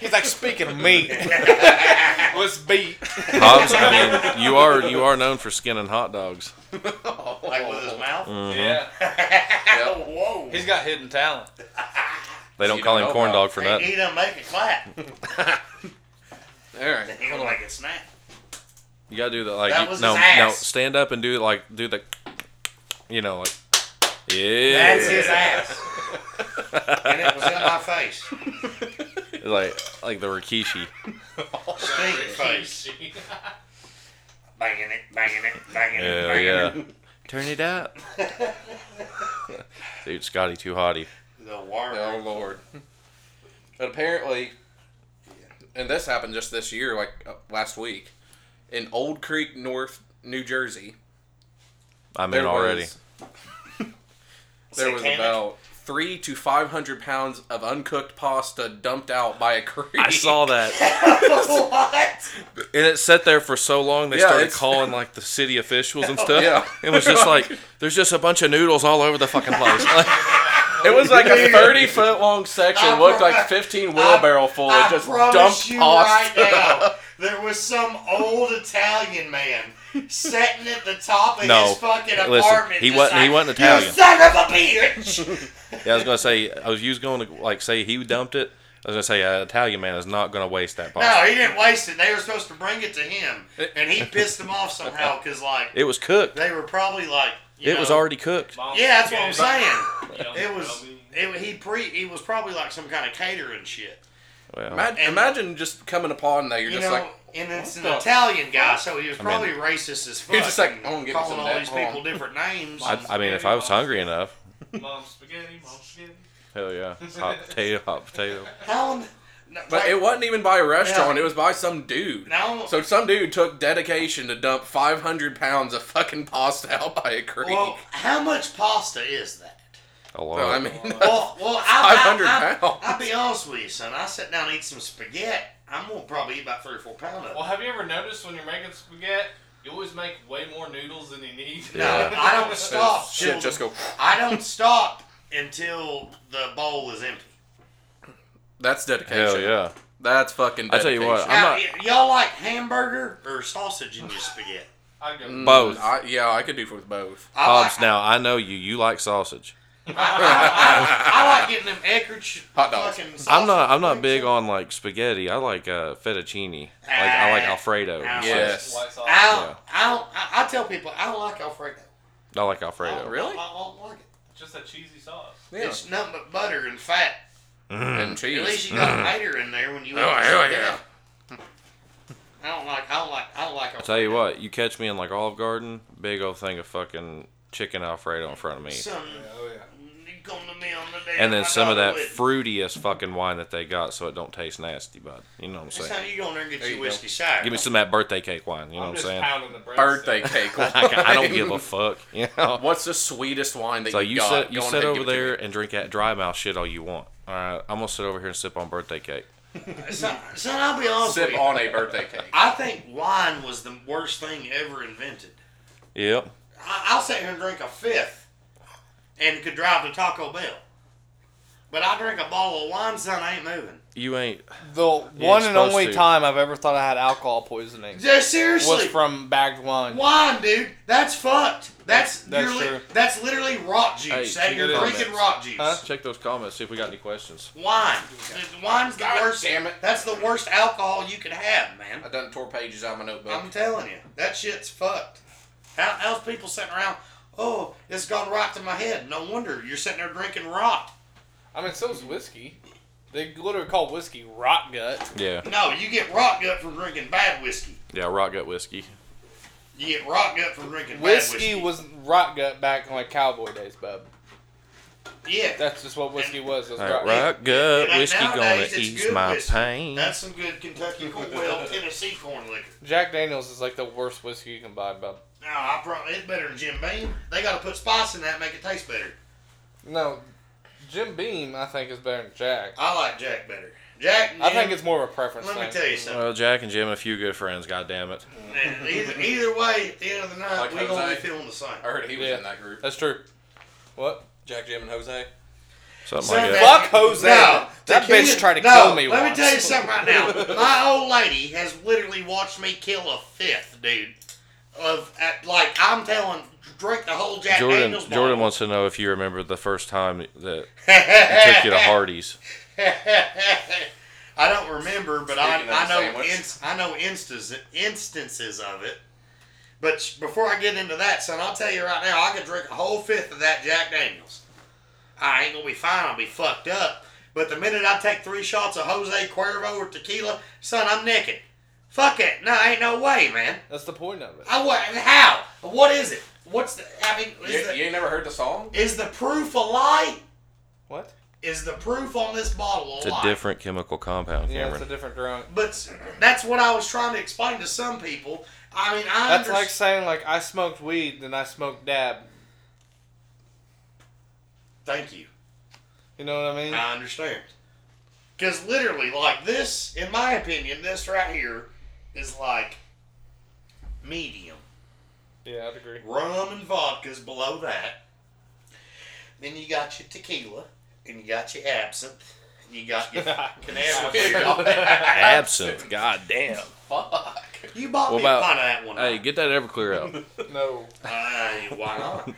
S2: He's like speaking of meat. Let's beat.
S1: Uh-huh. Hobbs, I mean, you are you are known for skinning hot dogs.
S3: Like with his mouth?
S1: Mm.
S2: Yeah.
S5: yeah,
S3: Oh, Whoa.
S2: He's got hidden talent.
S1: They don't
S5: You
S1: call
S5: don't
S1: him
S5: know
S1: corn
S5: about-
S1: dog for
S3: He-
S1: nothing.
S3: He done make it clap.
S5: all right.
S3: He done make it snap.
S1: You gotta do that. Like
S3: That
S1: you-
S3: was
S1: no,
S3: his ass.
S1: no, stand up and do like do the, you know, like yeah,
S3: That's his ass. and it was in my face.
S1: like like the Rikishi.
S3: Stink face. Banging it, banging it, banging it,
S1: Hell
S3: banging
S1: yeah,
S3: it.
S1: turn it up. Dude, Scotty too hotty.
S3: The war.
S5: Oh Lord. But apparently, and this happened just this year, like uh, last week, in Old Creek, North New Jersey.
S1: I'm in already.
S5: Was, there was
S3: Satanic?
S5: about three to five hundred pounds of uncooked pasta dumped out by a creek.
S1: I saw that,
S3: what?
S1: and it sat there for so long. They
S5: Yeah,
S1: started
S5: it's-
S1: calling like the city officials and stuff.
S5: Yeah.
S1: it was just like there's just a bunch of noodles all over the fucking place.
S5: It was like a thirty foot long section,
S3: I
S5: looked
S3: pro-
S5: like fifteen wheelbarrow full
S3: I
S5: of just
S3: promise
S5: dumped
S3: you
S5: pasta.
S3: right now, there was some old Italian man sitting at the top of
S1: no,
S3: his fucking apartment.
S1: listen, he
S3: just
S1: wasn't. He
S3: like,
S1: wasn't Italian.
S3: You son of a bitch!
S1: Yeah, I was gonna say. I was used going to like say he dumped it. I was gonna say an Italian man is not gonna waste that pasta.
S3: no, he didn't waste it. They were supposed to bring it to him, and he pissed them off somehow because, like,
S1: It was cooked.
S3: they were probably like, you
S1: It was
S3: know,
S1: already cooked.
S3: Yeah, that's what I'm saying. It was it, he pre he was probably like some kind of catering shit.
S1: Well,
S5: Ima-
S3: And-
S5: Imagine just coming upon that. You're
S3: You
S5: just
S3: know,
S5: like,
S3: and it's an
S5: the
S3: Italian guy, so he was probably racist as fuck.
S5: He's just like,
S3: and
S5: "I wanna get me
S3: calling
S5: some of
S3: all
S5: that
S3: these
S5: wrong."
S3: people different names.
S1: I, I mean, if I was hungry enough,
S4: Mom spaghetti, mom spaghetti.
S1: hell yeah, hot potato, hot potato.
S3: How? in- No,
S5: but
S3: like,
S5: it wasn't even by a restaurant.
S3: Yeah.
S5: It was by some dude.
S3: now,
S5: So some dude took dedication to dump 500 pounds of fucking pasta out by a creek.
S3: well, how much pasta is that?
S1: A lot.
S5: so, I mean,
S3: Well, well, I,
S5: 500
S3: I, I,
S5: pounds.
S3: I'll be honest with you, son. I sit down and eat some spaghetti. I'm gonna probably eat about three or four pounds of it.
S4: Well, have you ever noticed when you're making spaghetti, you always make way more noodles than you need?
S3: No,
S1: Yeah.
S3: I don't stop. till-
S5: shit, just go.
S3: I don't stop until the bowl is empty.
S5: That's dedication.
S1: hell yeah.
S5: That's fucking.
S1: I
S5: Dedication.
S1: tell you what,
S3: Now,
S1: I'm
S3: y- y'all like hamburger or sausage in your spaghetti?
S4: I go.
S5: Mm,
S1: Both.
S5: I, yeah, I could do with both.
S3: I
S1: Hobbs.
S3: like,
S1: Now I know you. You like sausage.
S3: I like getting them Eckridge
S5: Hot dogs.
S3: fucking sausage
S1: I'm not. I'm not
S3: things.
S1: big on like spaghetti. I like uh, fettuccine. Like I like Alfredo.
S3: Ah.
S1: Yeah.
S5: Yes.
S4: White sauce.
S3: I don't,
S1: Yeah.
S3: I don't. I I tell people I don't like Alfredo.
S1: I like
S3: I
S1: Alfredo.
S3: don't-
S5: Oh, Really?
S3: I, don't like it.
S4: Just that cheesy sauce.
S5: Yeah.
S3: It's nothing but butter and fat.
S5: And cheese.
S3: At least you
S1: Mm.
S3: got mater in there when you.
S5: Oh,
S3: open
S5: hell
S3: it
S5: yeah.
S3: up. I don't like. I don't like. I don't like.
S1: I tell you what, you catch me in like Olive Garden, big old thing of fucking chicken Alfredo in front of me.
S3: Some.
S2: Oh yeah.
S3: You come to me on the day
S1: And then
S3: my
S1: some of that
S3: daughter with-
S1: fruitiest fucking wine that they got so it don't taste nasty, bud. You know what I'm
S3: That's
S1: saying?
S3: how you go in there and get
S5: There
S3: your
S5: you go.
S3: whiskey sour.
S1: Give me some of that birthday cake wine. You know
S4: I'm
S1: what I'm
S4: just
S1: saying?
S4: pounding the bread.
S5: Birthday cake.
S1: I, ca- I don't
S5: wine.
S1: give a fuck. You know?
S5: What's the sweetest wine that
S1: So
S5: you,
S1: you
S5: got?
S1: sit, you
S5: Oh Go on
S1: sit
S5: ahead,
S1: over
S5: give it to
S1: there
S5: me.
S1: and drink that dry mouth shit all you want. All right, I'm gonna sit over here and sip on birthday cake.
S3: Son, son, I'll be honest with
S5: Sip
S3: you.
S5: on a birthday cake.
S3: I think wine was the worst thing ever invented.
S1: Yep.
S3: I, I'll sit here and drink a fifth, and could drive to Taco Bell. But I drink a bottle of wine, son. I ain't moving.
S1: You ain't.
S2: The
S1: you're
S2: one and
S1: supposed
S2: only
S1: to.
S2: time I've ever thought I had alcohol poisoning
S3: Yeah, seriously.
S2: was from bagged wine.
S3: Wine, dude, that's fucked. That's
S2: That's
S3: that's,
S2: true.
S3: that's literally rot
S1: Hey,
S3: juice.
S1: check
S3: that you're
S1: it out.
S3: drinking rot juice.
S2: Huh?
S1: Check those comments. See if we got any questions.
S3: Wine. The- the wine's the
S5: God
S3: worst.
S5: damn it.
S3: That's the worst alcohol you can have, man.
S5: I done tore pages out of my notebook.
S3: I'm telling you, that shit's fucked. How how's people sitting around? Oh, it's gone right to my head. No wonder you're sitting there drinking rot.
S2: I mean, so is whiskey. They literally call whiskey rot gut.
S1: Yeah.
S3: No, you get rot gut from drinking bad whiskey.
S1: Yeah. Rock gut whiskey.
S3: You get rot gut from drinking
S2: Whiskey
S3: bad whiskey.
S2: was rot gut back in like cowboy days, bub.
S3: yeah.
S2: That's just what whiskey was. was
S1: All right,
S2: rot
S1: rock gut
S3: But
S1: whiskey gonna
S3: nowadays, it's
S1: ease
S3: good
S1: my
S3: whiskey.
S1: pain.
S3: That's some good Kentucky corn, well Tennessee corn liquor.
S2: Jack Daniels is like the worst whiskey you can buy, bub.
S3: No, I probably it's better than Jim Beam. They got to put spice in that, and make it taste better.
S2: No, Jim Beam I think is better than Jack.
S3: I like Jack better. Jack.
S2: I think it's more of a preference
S3: Let
S2: thing.
S3: me tell you something.
S1: Well, Jack and Jim, a few good friends. God damn it.
S3: Man, either, either way, at the end of the night,
S5: Like
S3: we're gonna be
S5: Jose.
S3: feeling the same.
S5: I heard he was
S2: Yeah.
S5: in that group.
S2: That's true. What?
S5: Jack, Jim, and Jose.
S1: Something
S3: Son,
S1: like that.
S2: Fuck Jose. That
S3: tequila-
S2: bitch tried to
S3: no,
S2: kill me
S3: Let
S2: once.
S3: me tell you something right now. My old lady has literally watched me kill a fifth, dude. Of at, like I'm telling, drink the whole Jack
S1: Jordan.
S3: Daniels. bottle.
S1: Jordan wants to know if you remember the first time that he took
S3: took
S1: you to Hardee's.
S3: I don't remember, but I,
S5: Speaking of
S3: I know
S5: sandwich.
S3: inst- I know instas, instances of it. But sh- before I get into that, son, I'll tell you right now, I could drink a whole fifth of that Jack Daniels. I ain't gonna be fine. I'll be fucked up. But the minute I take three shots of Jose Cuervo or tequila, son, I'm naked. Fuck it. No, ain't no way, man.
S2: That's the point of it.
S3: I what? How? What is it? What's the? I mean,
S5: You,
S3: is, the,
S5: you ain't never heard the song?
S3: is the proof a lie?
S2: What?
S3: Is the proof on this bottle a
S1: It's a
S3: lie?
S1: different chemical compound,
S2: Yeah, it's a
S1: Cameron.
S2: different drunk.
S3: But s- that's what I was trying to explain to some people. I mean, I
S2: That's
S3: understand.
S2: like saying like I smoked weed and I smoked dab.
S3: Thank you.
S2: You know what I mean?
S3: I understand. Because literally, like this, in my opinion, this right here is like medium.
S2: Yeah, I'd agree.
S3: Rum and vodka's below that. Then you got your tequila, and you got your absinthe, and you got your cannabis.
S1: Absinthe. God damn.
S5: Fuck.
S3: you bought
S1: What
S3: me a
S1: about-
S3: pint of that one.
S1: Hey,
S3: night.
S1: get that Everclear out.
S2: No,
S3: Hey, why not?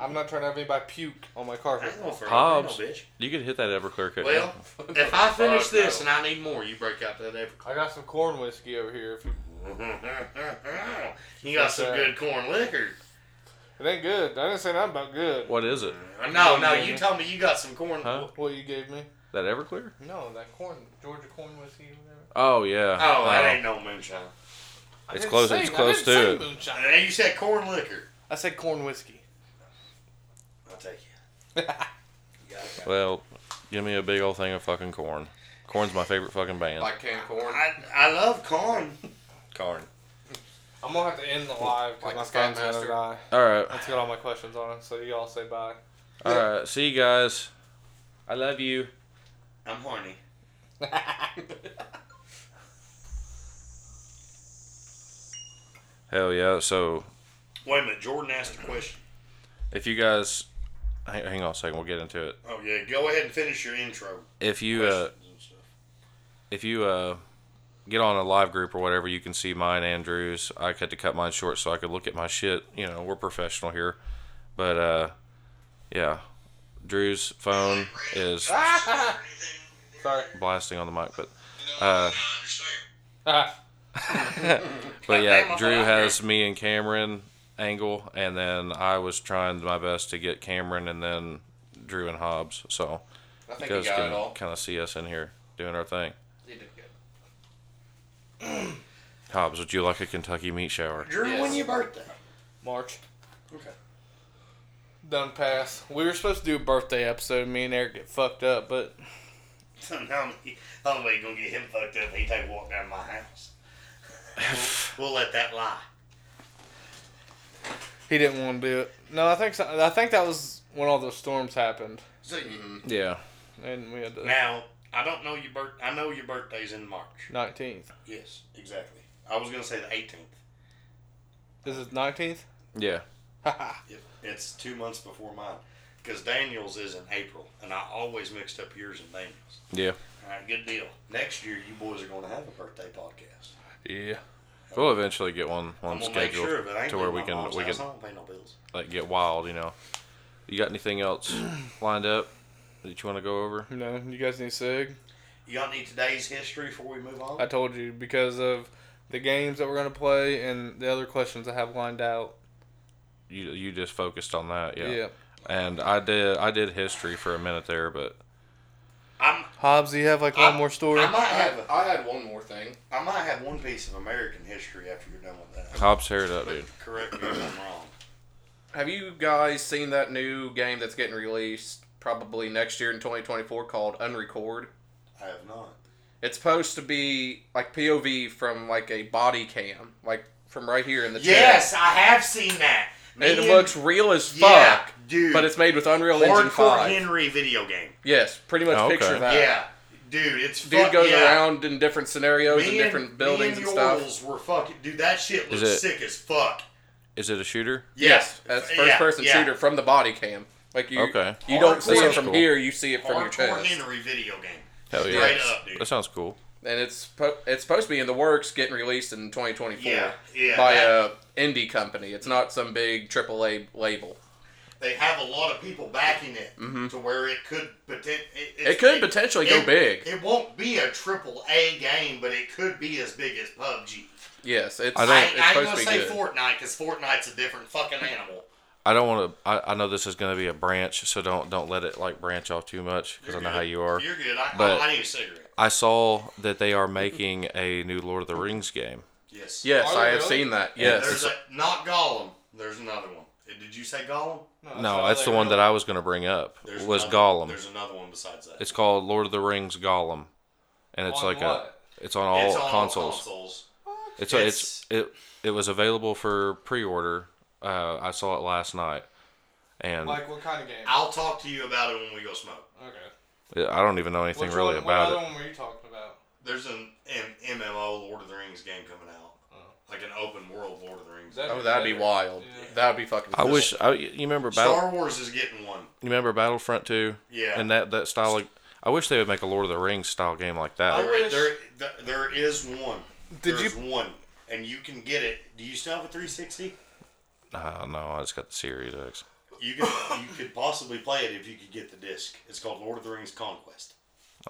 S2: I'm not trying to have anybody puke on my
S3: I
S2: carpet.
S3: ain't gonna throw up,
S1: Hobbs.
S3: no, bitch.
S1: You could hit that Everclear. couldn't you?
S3: Well, if I finish
S5: Fuck
S3: this
S5: no.
S3: and I need more, you break out that apricot.
S2: I got some corn whiskey over here. If you,
S3: you got some
S2: Yes, sir.
S3: good corn liquor.
S2: it ain't good. I didn't say nothing about good.
S1: what is it?
S3: No, no, you told me you got some corn. Oh,
S1: Huh?
S2: What you gave me?
S1: That Everclear?
S2: No, that corn, Georgia corn whiskey, or whatever.
S1: Oh yeah.
S3: Oh, that ain't no moonshine.
S2: I
S1: It's
S2: didn't
S1: close-
S2: say-
S1: it's
S2: I
S1: close
S2: didn't say
S1: to it.
S2: moonshine.
S3: And you said corn liquor.
S2: I said corn whiskey.
S3: I'll take you.
S1: Well, give me a big old thing of fucking corn. Corn's my favorite fucking band.
S5: Like canned corn.
S3: I, I love corn.
S1: corn.
S2: I'm gonna have to end the live because
S5: Like
S2: my
S5: the
S2: phone's
S5: Skymaster.
S2: gonna die.
S1: All right.
S2: Let's get all my questions on it. So you all say bye.
S1: All right. See you guys. I love you.
S3: I'm horny.
S1: Hell yeah. So
S3: Wait a minute, Jordan asked a question.
S1: if you guys, hang, hang on a second. We'll get into it.
S3: Oh yeah, go ahead and finish your intro.
S1: If you uh, if you uh, get on a live group or whatever, you can see mine, Andrews. I had to cut mine short so I could look at my shit. You know, we're professional here. But uh, yeah, Drew's phone is
S2: Sorry.
S1: blasting on the mic, but uh,
S2: Ah,
S1: but
S3: Goddamn, I
S1: yeah,
S3: thought
S1: Drew
S3: I
S1: has me and Cameron angle, and then I was trying my best to get Cameron and then Drew and Hobbs. So
S5: I
S1: you
S5: think you
S1: guys
S5: got it
S1: can
S5: all.
S1: kind of see us in here doing our thing.
S5: You did good.
S1: Hobbs, would you like a Kentucky meat shower?
S3: Drew,
S5: Yes.
S3: when your birthday?
S2: March.
S5: Okay.
S2: Done pass. We were supposed to do a birthday episode. Me and Eric get fucked up, but
S3: Not only, not only you gonna get him fucked up, he take a walk down to my house. We'll, we'll let that lie.
S2: he didn't want to do it. No, I think so, I think that was when all those storms happened,
S3: So you-
S1: Yeah.
S2: and we had the
S3: now I don't know your birth. I know your birthday's in March.
S2: nineteenth.
S3: Yes, exactly. I was gonna say the 18th.
S2: Is it nineteenth?
S1: Yeah.
S3: Yep. It's two months before mine, because Daniel's is in April, and I always mixed up yours and Daniel's.
S1: Yeah.
S3: All right, good deal. Next year, you boys are gonna have a birthday podcast.
S2: Yeah.
S1: We'll eventually get one one
S3: I'm gonna make
S1: scheduled
S3: sure of it. I ain't
S1: to where
S3: leaving
S1: we
S3: my
S1: can
S3: mom's
S1: we
S3: house.
S1: can
S3: I don't pay no bills.
S1: like get wild. You know. You got anything else lined up that you want to go over?
S2: No, you guys need sig.
S3: Y'all need today's history before we move on.
S2: I told you because of the games that we're gonna play and the other questions I have lined out.
S1: You you just focused on that.
S2: Yeah.
S1: Yeah. And I did I did history for a minute there, but
S3: I'm,
S2: Hobbs, do you have like one
S3: I-
S2: more story?
S3: I might
S5: I
S3: have.
S5: had,
S3: A,
S5: I had one more thing.
S3: I might have one piece of American history after you're done with that.
S1: Hobbs tear it up, dude.
S3: Correct me if I'm wrong.
S5: Have you guys seen that new game that's getting released probably next year in 2024 called Unrecord?
S3: I have not.
S5: It's supposed to be like POV from like a body cam, like from right here in the chair.
S3: Yes, I have seen that.
S5: It
S3: Me and
S5: looks real as fuck,
S3: Yeah, dude.
S5: but it's made with Unreal Engine
S3: hardcore
S5: 5.
S3: Henry video game.
S5: Yes, pretty much
S1: Oh, okay.
S5: picture that.
S3: yeah, dude, it's
S5: Uh, Dude
S3: fuck,
S5: goes
S3: yeah.
S5: around in different scenarios and
S3: Me and-
S5: different buildings
S3: me and
S5: and, stuff.
S3: yours Were fucking dude. That shit
S1: Is
S3: looks
S1: it-
S3: sick as fuck.
S1: Is it a shooter?
S5: Yes, that's
S3: Yeah,
S5: first person
S3: yeah.
S5: shooter from the body cam. Like you,
S1: Okay.
S5: you don't see it
S1: Hardcore.
S5: from here, you see it from your
S3: Hardcore
S5: chest.
S3: Henry video game.
S1: Hell yeah.
S3: Straight up, dude.
S1: That sounds cool.
S5: and it's po- it's supposed to be in the works, getting released in 2024
S3: Yeah, yeah,
S5: by uh,
S3: that-
S5: a indie company. It's not some big AAA label.
S3: They have a lot of people backing it
S1: Mm-hmm.
S3: to where it could poten- it, it's-
S5: It could potentially go
S3: it-
S5: big.
S3: It won't be a triple A game, but it could be as big as PUBG.
S5: Yes, it's,
S1: I
S3: I,
S5: it's
S3: I ain't
S5: supposed
S3: gonna
S5: to be
S3: say
S5: good.
S3: Fortnite because Fortnite's a different fucking animal.
S1: I don't want to. I, I know this is going to be a branch, so don't don't let it like branch off too much because I know how you are.
S3: You're good. I,
S1: But-
S3: I, I need a cigarette.
S1: I saw that they are making a new Lord of the Rings game.
S3: Yes.
S5: Yes,
S2: Are
S5: I
S2: they
S5: have
S2: really?
S5: seen that.
S3: There's
S5: Yes,
S3: a, not Gollum. There's another one. Eh, Did you say Gollum?
S1: No, that's the one that I was going to bring up.
S3: There's
S1: was
S3: another,
S1: Gollum.
S3: There's another one besides that.
S1: It's called Lord of the Rings Gollum, and it's
S2: On
S1: like
S2: what?
S1: a. It's on all
S3: It's on all
S1: consoles.
S3: consoles.
S1: It's, a- it's it it was available for pre-order. Uh, I saw it last night, and
S2: Like what kind of game?
S3: I'll talk to you about it when we go smoke.
S2: Okay.
S1: I don't even know anything
S2: Which
S1: really
S2: one-
S1: about
S2: what
S1: it.
S2: other one were you talking about?
S3: There's an, an MMO Lord of the Rings game coming out, like an open world Lord of the Rings.
S5: oh, that'd be wild. That'd be fucking.
S1: I
S5: cool.
S1: wish I, you remember Battle,
S3: Star Wars is getting one.
S1: you remember Battlefront Two,
S3: Yeah.
S1: and that that style. Of, I wish they would make a Lord of the Rings style game like that.
S2: I
S3: There,
S2: wish-
S3: there, th- there is one.
S2: Did
S3: There's one, and you can get it. Do you still have a 360?
S1: Uh, no, I just got the Series X.
S3: You could you could possibly play it if you could get the disc. It's called Lord of the Rings Conquest.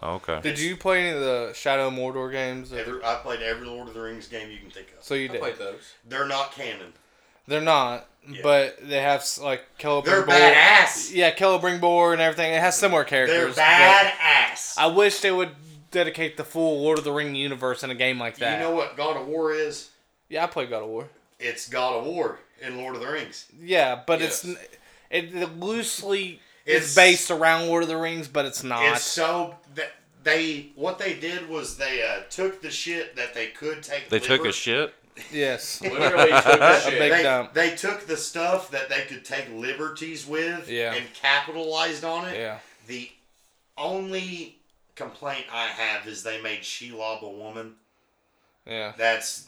S1: Oh, okay.
S2: Did you play any of the Shadow of Mordor games?
S3: Every, I played every Lord of the Rings game you can think of.
S2: so you
S5: I
S2: did.
S5: played those.
S3: They're not canon.
S2: They're not, but they have s- like Celebrimbor.
S3: They're badass.
S2: Yeah, Celebrimbor and everything. It has similar
S3: They're
S2: characters. but
S3: badass.
S2: I wish they would dedicate the full Lord of the Ring universe in a game like that.
S3: You know what God of War is?
S2: yeah, I play God of War.
S3: It's God of War in Lord of the Rings.
S2: Yeah, but it's
S5: Yes.
S2: n- it, it loosely
S3: It's-
S2: is based around Lord of the Rings, but it's not.
S3: It's so that they what they did was they uh, took the shit that they could take.
S1: They took
S3: liber-
S1: a shit.
S2: yes.
S5: Literally took a
S2: A
S5: shit.
S2: big-
S3: They,
S2: dump.
S3: they took the stuff that they could take liberties with
S2: Yeah.
S3: and capitalized on it.
S2: Yeah.
S3: The only complaint I have is they made Shelob a woman.
S2: Yeah.
S3: That's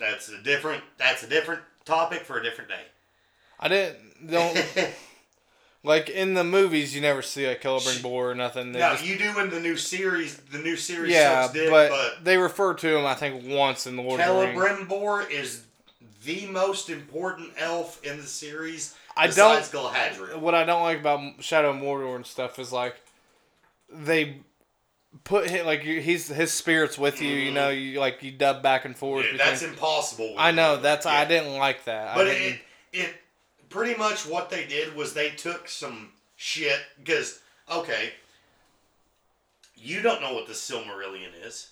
S3: that's a different that's a different topic for a different day.
S2: I didn't don't like in the movies you never see a Celebrimbor or nothing. They
S3: now
S2: just-
S3: you do in the new series the new series
S2: yeah,
S3: sucks dick,
S2: but,
S3: but
S2: they refer to him I think once in the Lord of the Rings.
S3: Celebrimbor is the most important elf in the series.
S2: I
S3: besides
S2: don't-
S3: Galhadriel.
S2: What I don't like about Shadow of Mordor and stuff is like they put him like you, he's his spirits with you. You know, you like you dub back and forth.
S3: Mm-hmm. Yeah,
S2: between,
S3: that's impossible. with
S2: I know
S3: him.
S2: that's I
S3: Yeah.
S2: didn't like that.
S3: But
S2: I
S3: it,
S2: didn't,
S3: it pretty much what they did was they took some shit because okay, you don't know what the Silmarillion is.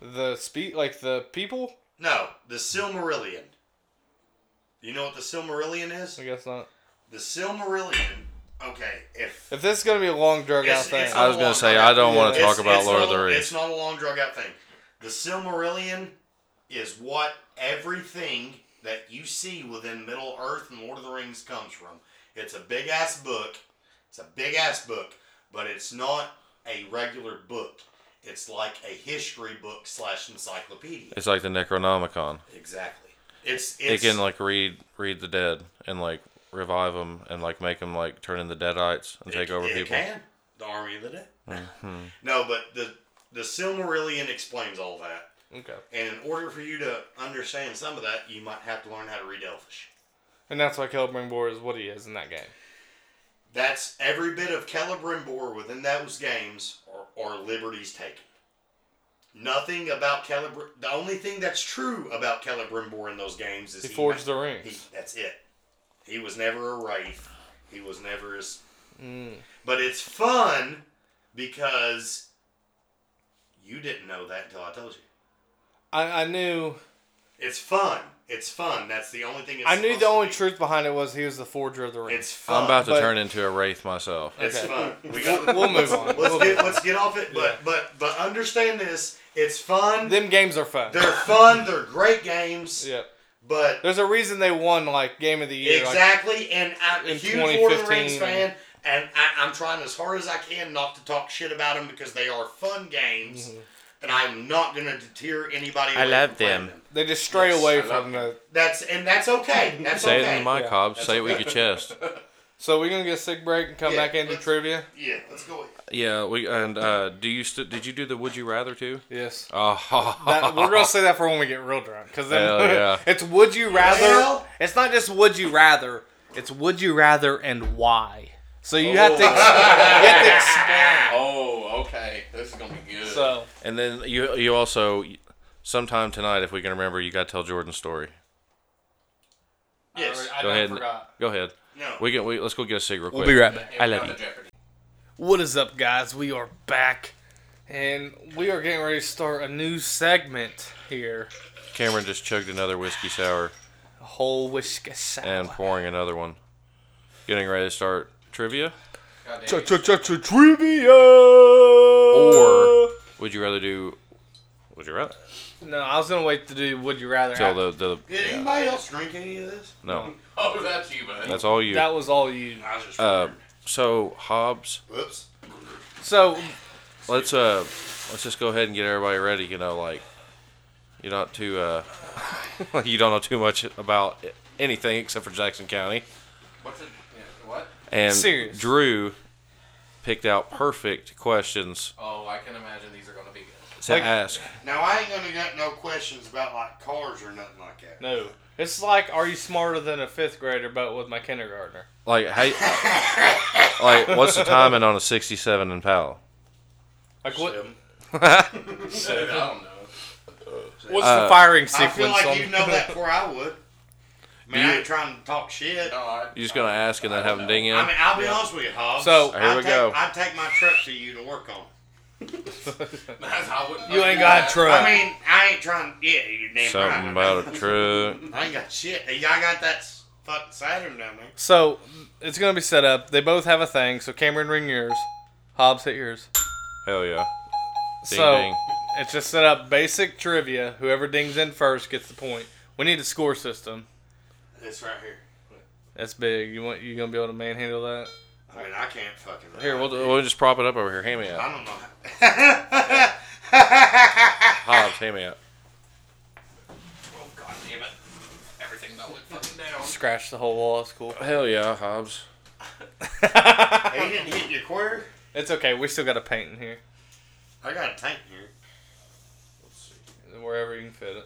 S2: the speak like the people.
S3: No, the Silmarillion. You know what the Silmarillion is?
S2: I guess not.
S3: The Silmarillion. Okay, if
S2: If this is gonna be a long drug out
S3: It's-
S2: thing,
S3: it's
S1: I was gonna say I don't want to
S2: Yeah.
S1: talk about
S3: it's
S1: Lord
S3: not,
S1: of the Rings.
S3: It's not a long drug out thing. The Silmarillion is what everything that you see within Middle Earth and Lord of the Rings comes from. It's a big ass book. It's a big ass book, but it's not a regular book. It's like a history book slash encyclopedia.
S1: It's like the Necronomicon.
S3: Exactly. It's
S1: It
S3: it's
S1: can like read read the dead and like revive them and like make them like turn into deadites and take
S3: It-
S1: over
S3: it
S1: people.
S3: Can. The army of the dead.
S2: Mm-hmm.
S3: no, but the the Silmarillion explains all that.
S2: okay.
S3: And in order for you to understand some of that, you might have to learn how to read Elvish.
S2: And that's why Celebrimbor is what he is in that game.
S3: That's every bit of Celebrimbor within those games or, or liberties taken. Nothing about Celebr. The only thing that's true about Celebrimbor in those games is
S2: He forged the
S3: He,
S2: rings.
S3: that's it. He was never a wraith. He was never as.
S2: Mm.
S3: But it's fun because you didn't know that until I told you.
S2: I, I knew
S3: It's fun. It's fun. That's the only thing. It's
S2: I knew
S3: supposed
S2: the
S3: to
S2: only
S3: be.
S2: truth behind it was he was the forger of the rings.
S3: It's fun.
S1: I'm about to
S2: But-
S1: turn into a wraith myself.
S3: It's
S2: Okay.
S3: fun. We got,
S2: We'll move on.
S3: let's get let's get off it. But but but understand this. It's fun.
S2: Them games are fun.
S3: They're fun. They're great games.
S2: Yeah.
S3: But
S2: There's a reason they won like game of the year. like,
S3: exactly, and I'm a
S2: In
S3: huge Lord of the Rings
S2: 2015.
S3: fan, and I, I'm trying as hard as I can not to talk shit about them because they are fun games,
S2: Mm-hmm.
S3: and I'm not gonna deter anybody.
S1: I
S3: away
S1: love
S3: from playing
S1: them.
S2: they just stray
S3: Yes,
S2: away
S3: I love
S2: from the.
S3: That's and that's okay. That's
S1: Say it
S3: okay.
S1: in the mic,
S2: Yeah.
S1: Hobbs. Say it with your chest.
S2: So we're gonna get a sick break and come
S3: Yeah,
S2: back into
S3: let's-
S2: trivia.
S3: Yeah, let's go.
S1: Yeah, we and uh, do you st- did you do the Would You Rather too?
S2: Yes.
S1: Oh,
S2: That, we're gonna say that for when we get real drunk, because then
S1: Hell yeah.
S2: it's would you rather.
S3: Well-
S2: it's not just would you rather. It's would you rather and why. So you have
S3: Oh.
S2: to. Ex- you have to explain.
S5: Oh, okay. This is gonna be good.
S2: So
S1: and then you you also sometime tonight, if we can remember, you got to tell Jordan's story.
S3: Yes.
S1: Go ahead. and- Go ahead.
S3: No.
S1: We can. We, let's go get a cig real quick.
S2: we'll be right back.
S1: I love you.
S2: What is up, guys? We are back, and we are getting ready to start a new segment here.
S1: Cameron just chugged another whiskey sour
S2: A whole whisker salad.
S1: and pouring another one. Getting ready to start trivia.
S2: Trivia.
S1: Or would you rather do? Would you rather?
S2: No, I was gonna wait to do. Would you rather?
S1: Tell
S2: have-
S1: the the
S3: Did anybody else drink any of this?
S1: no.
S5: Oh, that's you, buddy.
S1: That's all you.
S2: that was all you.
S3: I was just.
S1: Uh, so Hobbs,
S3: Whoops.
S2: So
S1: let's uh, let's just go ahead and get everybody ready. You know, like you're not too uh, like you don't know too much about anything except for Jackson County.
S5: What's it? What?
S1: And
S2: Serious.
S1: Drew picked out perfect questions
S5: Oh, I can imagine these are gonna be good.
S1: to
S2: Like-
S1: ask.
S3: Now I ain't gonna get no questions about like cars or nothing like that.
S2: no, it's like, are you smarter than a fifth grader? But with my kindergartner.
S1: Like how? like what's the timing on a 67 in Powell?
S2: Like what?
S5: I don't know.
S2: What's
S1: Uh,
S2: the firing
S3: I
S2: sequence?
S3: feel like
S2: on-
S3: you know that before I would. Man,
S1: Do
S3: I
S1: you-
S3: ain't trying to talk shit.
S5: No, I,
S1: You're just gonna ask and then have them ding in.
S3: I mean, I'll be honest with you, Hobbs.
S2: So-
S1: Here
S3: I
S1: we
S3: take,
S1: go.
S3: I take my truck to you to work on.
S5: I wouldn't
S2: You ain't got a truck.
S3: I mean, I ain't trying. Yeah, you're damn
S1: Something
S3: right.
S1: about a truck.
S3: I ain't got shit. Y'all got that s- fucking Saturn down there.
S2: so it's gonna be set up. They both have a thing. So Cameron, ring yours. Hobbs, hit yours.
S1: Hell yeah. Ding
S2: so
S1: ding.
S2: it's just set up basic trivia. Whoever dings in first gets the point. We need a score system.
S3: It's right here.
S2: That's big. You want you gonna be able to manhandle that?
S3: I mean, I can't fucking.
S1: Here, we'll, we'll just prop it up over here. Hand me out.
S3: I don't know. How.
S1: Hobbs, hand me out.
S5: Oh god damn it! Everything that went fucking down.
S2: Scratch the whole wall. It's cool.
S1: Hell yeah, Hobbs.
S3: hey, you didn't hit your quarter.
S2: It's okay. We still got a paint in here.
S3: I got a tank here.
S2: Wherever you can fit it.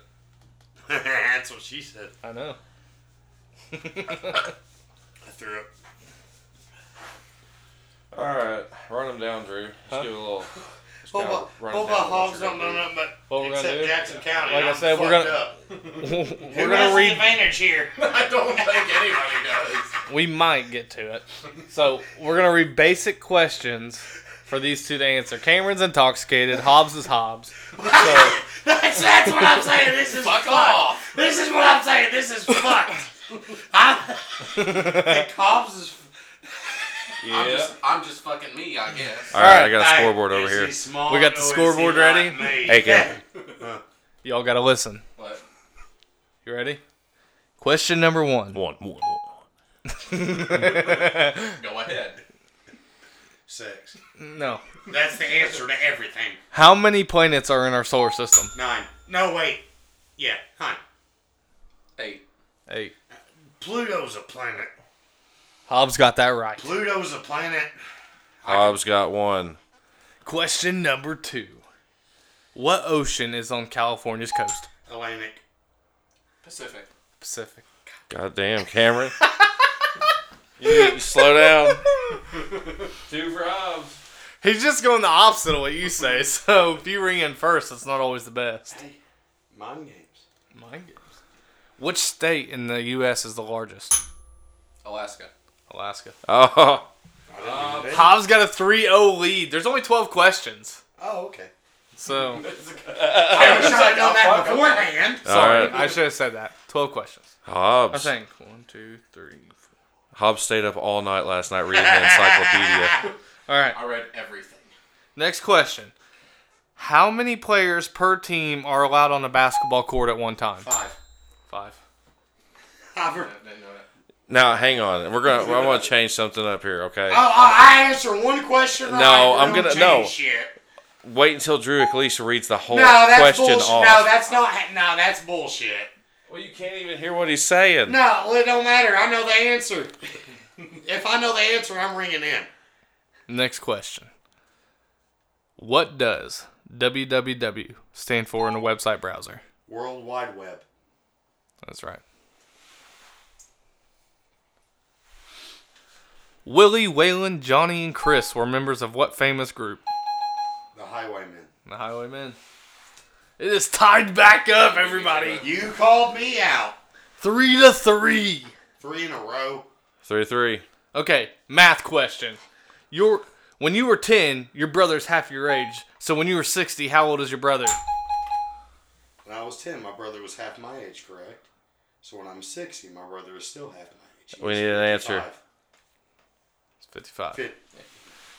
S3: That's what she said.
S2: I know.
S3: I threw up.
S1: All right, run them down, Drew. Just give it a little. Just
S5: gotta
S3: Football,
S5: run
S3: football
S5: it down what
S3: hogs
S5: you're
S3: don't
S5: gonna
S3: know
S5: do.
S3: nothing but
S2: What we're gonna
S3: except
S2: do?
S3: Jackson County.
S2: Like I
S3: I'm
S2: said, we're
S3: fucked
S2: gonna-
S3: up.
S2: We're
S3: Who has
S2: gonna
S3: the
S2: read.
S3: advantage here.
S5: I don't think anybody does.
S2: We might get to it. So we're gonna read basic questions for these two to answer. Cameron's intoxicated. Hobbs is Hobbs. So
S3: That's, that's what I'm saying. This is
S5: Fuck
S3: fucked.
S5: off.
S3: This is what I'm saying. This is fucked. I, the cops is.
S5: I'm just, I'm just fucking me, I guess.
S1: All right, I got a
S3: Hey,
S1: scoreboard over
S3: is
S1: here.
S3: he small
S2: We got the
S3: or is he
S2: scoreboard
S3: like
S2: ready?
S3: me?
S1: Hey, Cam.
S2: y'all gotta listen.
S5: But
S2: You ready? Question number one.
S1: One, one, one.
S5: go ahead.
S3: Six.
S2: No.
S3: That's the answer to everything.
S2: How many planets are in our solar system?
S3: Nine. No, wait. Yeah, nine.
S5: Eight.
S2: Eight.
S3: Pluto's a planet.
S2: Hobbs got that right.
S3: Pluto's a planet.
S1: Hobbs got one.
S2: Question number two. What ocean is on California's coast?
S3: Atlantic.
S5: Pacific.
S2: Pacific.
S1: God damn, Cameron. you, you slow down.
S5: Two for Hobbs.
S2: He's just going the opposite of what you say, so if you ring in first, it's not always the best.
S3: Hey, mind games.
S2: Mind games. Which state in the U.S. is the largest?
S5: Alaska.
S2: Alaska.
S1: Oh,
S2: Hobbs got a 3 0 lead. There's only 12 questions.
S3: Oh, okay.
S2: So,
S3: I wish I had
S5: oh,
S3: done that beforehand.
S2: sorry.
S1: right.
S2: I should have said that. 12 questions. I
S1: Hobbs.
S2: think. One, two, three, four.
S1: Hobbs stayed up all night last night reading the encyclopedia.
S2: All right.
S5: I read everything.
S2: Next question. How many players per team are allowed on a basketball court at one time?
S5: Five.
S2: Five.
S3: Hover.
S5: I didn't know that.
S1: Now, hang on. We're gonna. I'm gonna change something up here. Okay.
S3: Oh, I I answer one question. Right,
S1: No,
S3: we
S1: I'm
S3: don't
S1: gonna-
S3: change
S1: no.
S3: Shit.
S1: Wait until Drew at least reads the whole
S3: No, that's
S1: question
S3: bullshit.
S1: off.
S3: No, that's not. No, that's bullshit.
S1: well, you can't even hear what he's saying.
S3: No, well, it don't matter. I know the answer. if I know the answer, I'm ringing in.
S2: Next question. What does www stand for in a website browser?
S3: World Wide Web.
S2: That's right. Willie, Waylon, Johnny, and Chris were members of what famous group?
S3: The Highwaymen.
S2: The Highwaymen. It is tied back up, everybody.
S3: You called me out
S2: Three to three.
S3: three in a row.
S1: Three, three.
S2: Okay, math question. Your when you were ten, your brother's half your age. So when you were sixty, how old is your brother?
S3: When I was ten, my brother was half my age, correct? So when I'm sixty, my brother is still half my age. He
S1: We
S3: was
S1: need an answer.
S3: 55.
S2: It's fifty-five.
S3: Fit-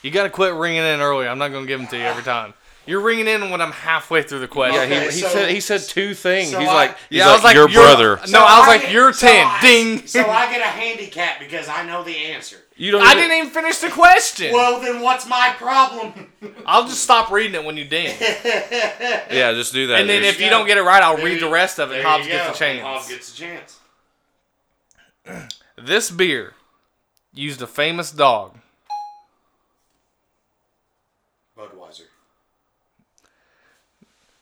S2: You gotta quit ringing in early. I'm not gonna give them to you every time. You're ringing in when I'm halfway through the question.
S1: Yeah,
S3: Okay,
S1: he, he
S3: so-
S1: said he said two things.
S3: so
S1: he's
S3: I-
S1: like, he's
S2: Yeah,
S1: like, your
S2: you're-
S1: brother.
S2: No, I was like,
S3: get-
S2: you're
S3: so
S2: ten.
S3: I-
S2: Ding.
S3: So I get a handicap because I know the answer.
S1: You don't.
S2: I
S1: even-
S2: didn't even finish the question.
S3: Well, then what's my problem?
S2: I'll just stop reading it when you ding.
S1: Yeah, just do that.
S2: And then
S1: There's-
S2: if you don't get it right, I'll read the
S3: you-
S2: rest of
S3: There
S2: it. and Hobbs
S3: you
S2: gets a
S3: go. Hobbs
S2: chance.
S3: gets a chance.
S2: This beer used a famous dog.
S3: Budweiser.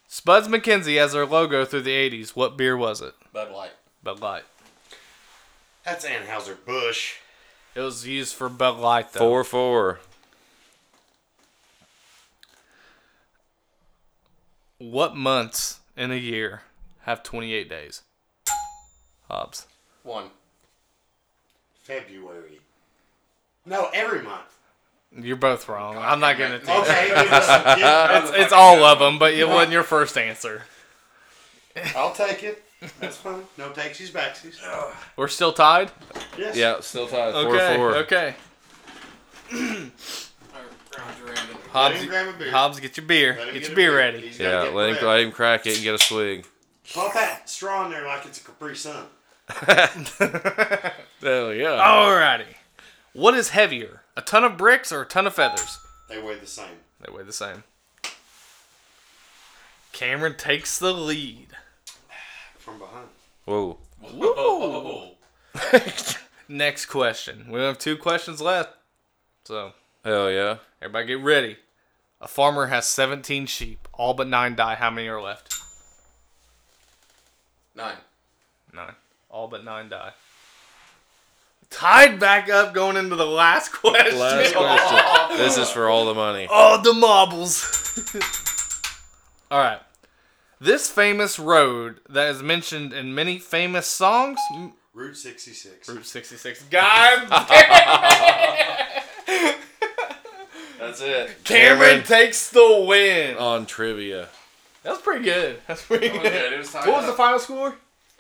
S2: Spuds McKenzie as their logo through the 80s. What beer was it?
S5: Bud Light.
S2: Bud Light.
S3: That's Anheuser Busch.
S2: It was used for Bud Light, though.
S1: Four four.
S2: What months in a year have 28 days? Hobbs.
S5: One.
S3: February. No, every month.
S2: You're both wrong. I'm not going to tell you.
S3: Okay. give us a- give-
S2: It's, it's all of them, but it wasn't your first answer.
S3: I'll take it. That's fine. No takesies, backsies.
S2: We're still tied?
S3: Yes.
S1: Yeah, still tied. Four
S2: Okay.
S1: four.
S2: Okay.
S3: Let
S2: Hobbs,
S3: him grab a beer.
S2: Hobbs, get your beer.
S3: Let him
S2: Get
S3: a
S2: your beer
S3: beer.
S2: ready.
S3: He's
S1: Yeah,
S3: gotta get
S1: let him
S3: ready.
S1: let him crack it and get a swig.
S3: Pump that straw in there like it's a Capri Sun.
S1: Hell yeah.
S2: Alrighty. What is heavier, a ton of bricks or a ton of feathers?
S3: They weigh the same.
S2: They weigh the same. Cameron takes the lead.
S3: From behind.
S1: Whoa.
S5: Oh, Whoa.
S2: Next question. We have two questions left. So,
S1: Hell yeah.
S2: everybody get ready. A farmer has 17 sheep. All but nine die. How many are left?
S5: Nine.
S2: Nine. All but nine die. Tied back up going into the last question.
S5: Oh,
S1: Last question. This is for all the money.
S2: All the marbles. All right. This famous road that is mentioned in many famous songs. M-
S3: Route 66.
S2: Route 66. God damn
S1: That's it.
S2: Cameron takes the win.
S1: on trivia.
S2: That was pretty good. That's pretty good.
S5: good. It was tied
S2: What was the
S5: up.
S2: final score?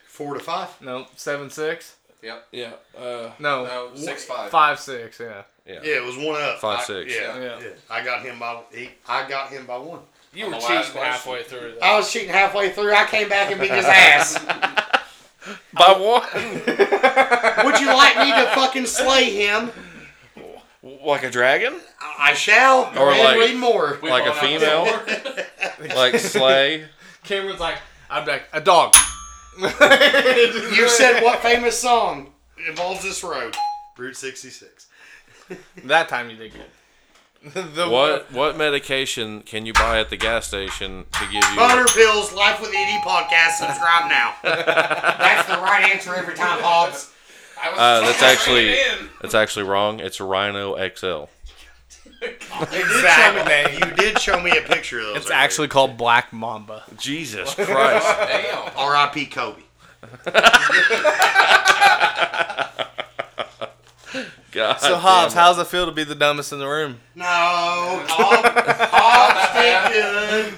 S3: Four to five.
S2: No, seven six.
S5: Yep.
S1: Yeah. Uh,
S2: No,
S5: No, six, five.
S2: Five six. Yeah.
S3: Yeah, it was one up.
S1: five
S5: I-
S1: six.
S3: Yeah,
S2: Yeah.
S3: yeah, I got him by. He, I got him by one.
S2: You
S5: On were the last cheating question. halfway
S2: through. That.
S3: I was cheating halfway through. I came back and beat his ass.
S1: By one,
S3: Would you like me to fucking slay him?
S1: like a dragon,
S3: I I shall.
S1: Or
S3: Or and
S1: like-
S3: read more.
S1: like a female, like Slay.
S2: Cameron's like, I'm back. A dog.
S3: You said what famous song involves this road? Route 66.
S2: that time you did good. the
S1: What what medication can you buy at the gas station to give you?
S3: Butter pills. Life
S4: E
S3: with Edie podcast. Subscribe now. That's the right answer every time, Hobbs.
S1: Uh, that's actually that's actually wrong. It's Rhino XL.
S3: You did, show
S2: Exactly.
S3: me, you did show me a picture of those.
S2: It's actually called Black Mamba.
S1: Jesus Christ!
S5: Damn.
S3: R.I.P. Kobe.
S1: God
S2: So Hobbs, how's it feel to be the dumbest in the room?
S3: No, Hobbs, Hobbs did good.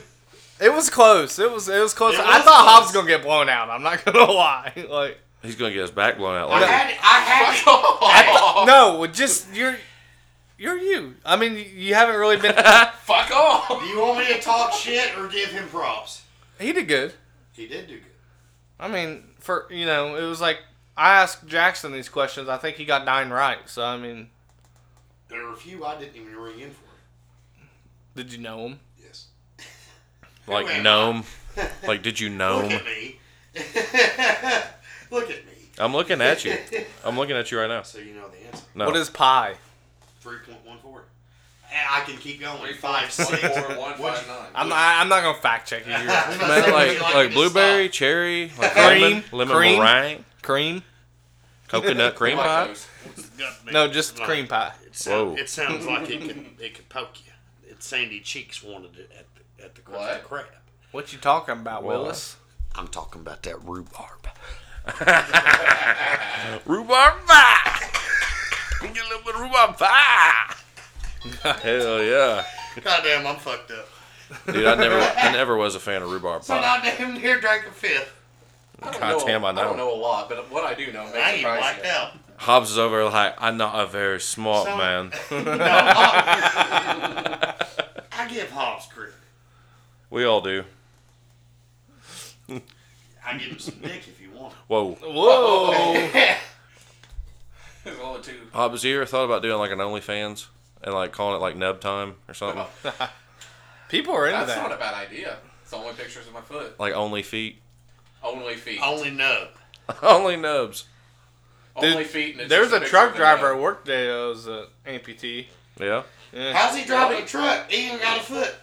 S2: It was close. It was it was close.
S3: It
S2: I
S3: was
S2: thought
S3: close.
S2: Hobbs was gonna get blown out. I'm not gonna lie. Like
S1: he's gonna get his back blown out
S3: I
S1: later.
S3: had, I had,
S2: no, just you're you're you. I mean, you haven't really been.
S5: Fuck off.
S3: Do you want me to talk shit or give him props?
S2: he did good.
S3: He did do good.
S2: I mean, for you know, it was like I asked Jackson these questions. I think he got nine right. So I mean,
S3: There were a few I didn't even ring in for.
S2: did you know him?
S3: Yes.
S1: Like gnome. Like did you
S3: Look
S1: gnome?
S3: at me. Look at me.
S1: I'm looking at you. I'm looking at you right now.
S3: So you know the answer.
S1: No.
S2: What is pi?
S3: 3.14. And I can keep going.
S5: Three, five,
S3: Five, six.
S5: four, one,
S3: What-
S5: five, nine.
S2: I'm not, I'm not gonna fact check you. You're-
S3: I'm not
S1: Man,
S3: saying
S1: like
S3: you
S1: like
S3: it,
S1: blueberry, cherry, like
S2: Cream,
S1: lemon, lemon
S2: cream.
S1: meringue,
S2: cream?
S1: coconut cream
S5: Like
S1: pie.
S5: those.
S3: just stop.
S2: No, just cream pie.
S3: It, sound-
S1: Whoa.
S3: it sounds like it could, it could poke you. It's Sandy Cheeks wanted it at the, at the Crusty
S5: What?
S3: Crab.
S2: What you talking about, Willis?
S3: I'm talking about that rhubarb.
S1: Rhubarb pie. Get a little bit of rhubarb pie. Hell yeah,
S3: Goddamn, I'm fucked up.
S1: dude! I never, I never was a fan of rhubarb
S3: So
S1: pie.
S3: I damn near drank a fifth.
S5: I don't
S1: God
S5: know-
S1: damn, I
S5: I
S1: know.
S5: don't know a lot, but what I do know
S3: I
S5: makes me
S3: ain't blacked
S5: crazy.
S3: out.
S1: Hobbs is over like, I'm not a very smart
S3: So-
S1: man.
S3: No, Hobbs- I give Hobbs credit.
S1: We all do.
S3: I give him some dick if you want.
S1: Whoa,
S2: Whoa!
S5: It's only two.
S1: Hobbs, you ever thought about doing like an OnlyFans and like calling it like Nub Time or something?
S5: Uh-huh.
S2: People are into
S5: That's not
S2: that.
S5: a bad idea. It's only pictures of my foot.
S1: Like Only Feet,
S5: Only feet.
S2: Oh.
S3: Only nub.
S1: Only Nubs.
S5: only feet. And it's
S2: There's
S5: just
S2: a
S5: picture
S2: truck
S5: of a
S2: driver at
S5: nail.
S2: work today that was an amputee.
S1: Yeah.
S3: How's he driving a truck? He ain't got a foot.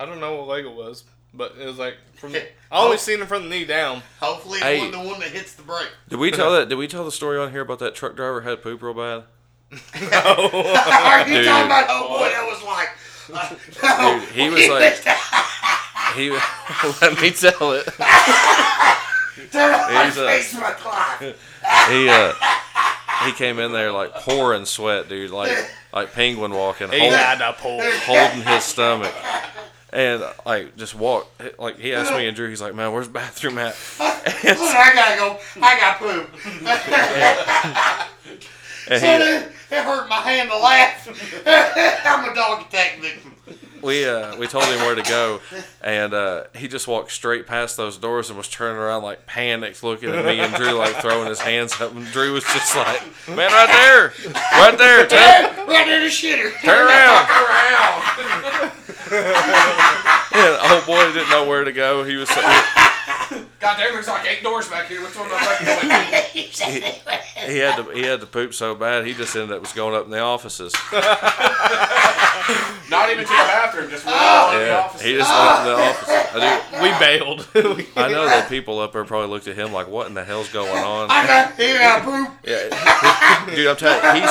S2: I don't know what leg it was, but it was like from. I always seen him from the knee down.
S3: Hopefully,
S1: Hey.
S3: it's one, the one that hits the brake.
S1: Did we tell that? Did we tell the story on here about that truck driver had poop real bad?
S3: Are you
S1: Dude.
S3: talking about oh boy that was like? Uh, no.
S1: Dude, he was like, he. let me tell it.
S3: Turn on my
S1: he's a-
S3: face my clock.
S1: He uh, he came in there like pouring sweat, dude, like like penguin walking.
S2: He
S1: holding-
S2: had a pull.
S1: holding his stomach. And like just walk like he asked me and Drew, he's like, Man, where's the bathroom at?
S3: Look, I gotta go. I got poop.
S1: And
S3: so
S1: he,
S3: then, it hurt my hand to laugh. I'm a dog attack victim.
S1: we uh we told him where to go and uh he just walked straight past those doors and was turning around like panicked looking at me and Drew like throwing his hands up and Drew was just like, Man, right there, right there, turn,
S3: Right in the shitter.
S1: turn around.
S5: Around.
S1: And old boy didn't know where to go. He was so,
S5: God damn, there's like eight doors back here. Which one am I fucking going?
S1: he had to he had to poop so bad he just ended up was going up in the offices.
S5: Not even to the bathroom, just went
S3: Oh.
S5: all in the
S1: Yeah,
S5: office.
S1: he just went up in the offices. I, do,
S2: We bailed.
S1: I know that people up there probably looked at him like, "What in the hell's going on?"
S3: I got here, I poop.
S1: Yeah, dude, I'm telling you,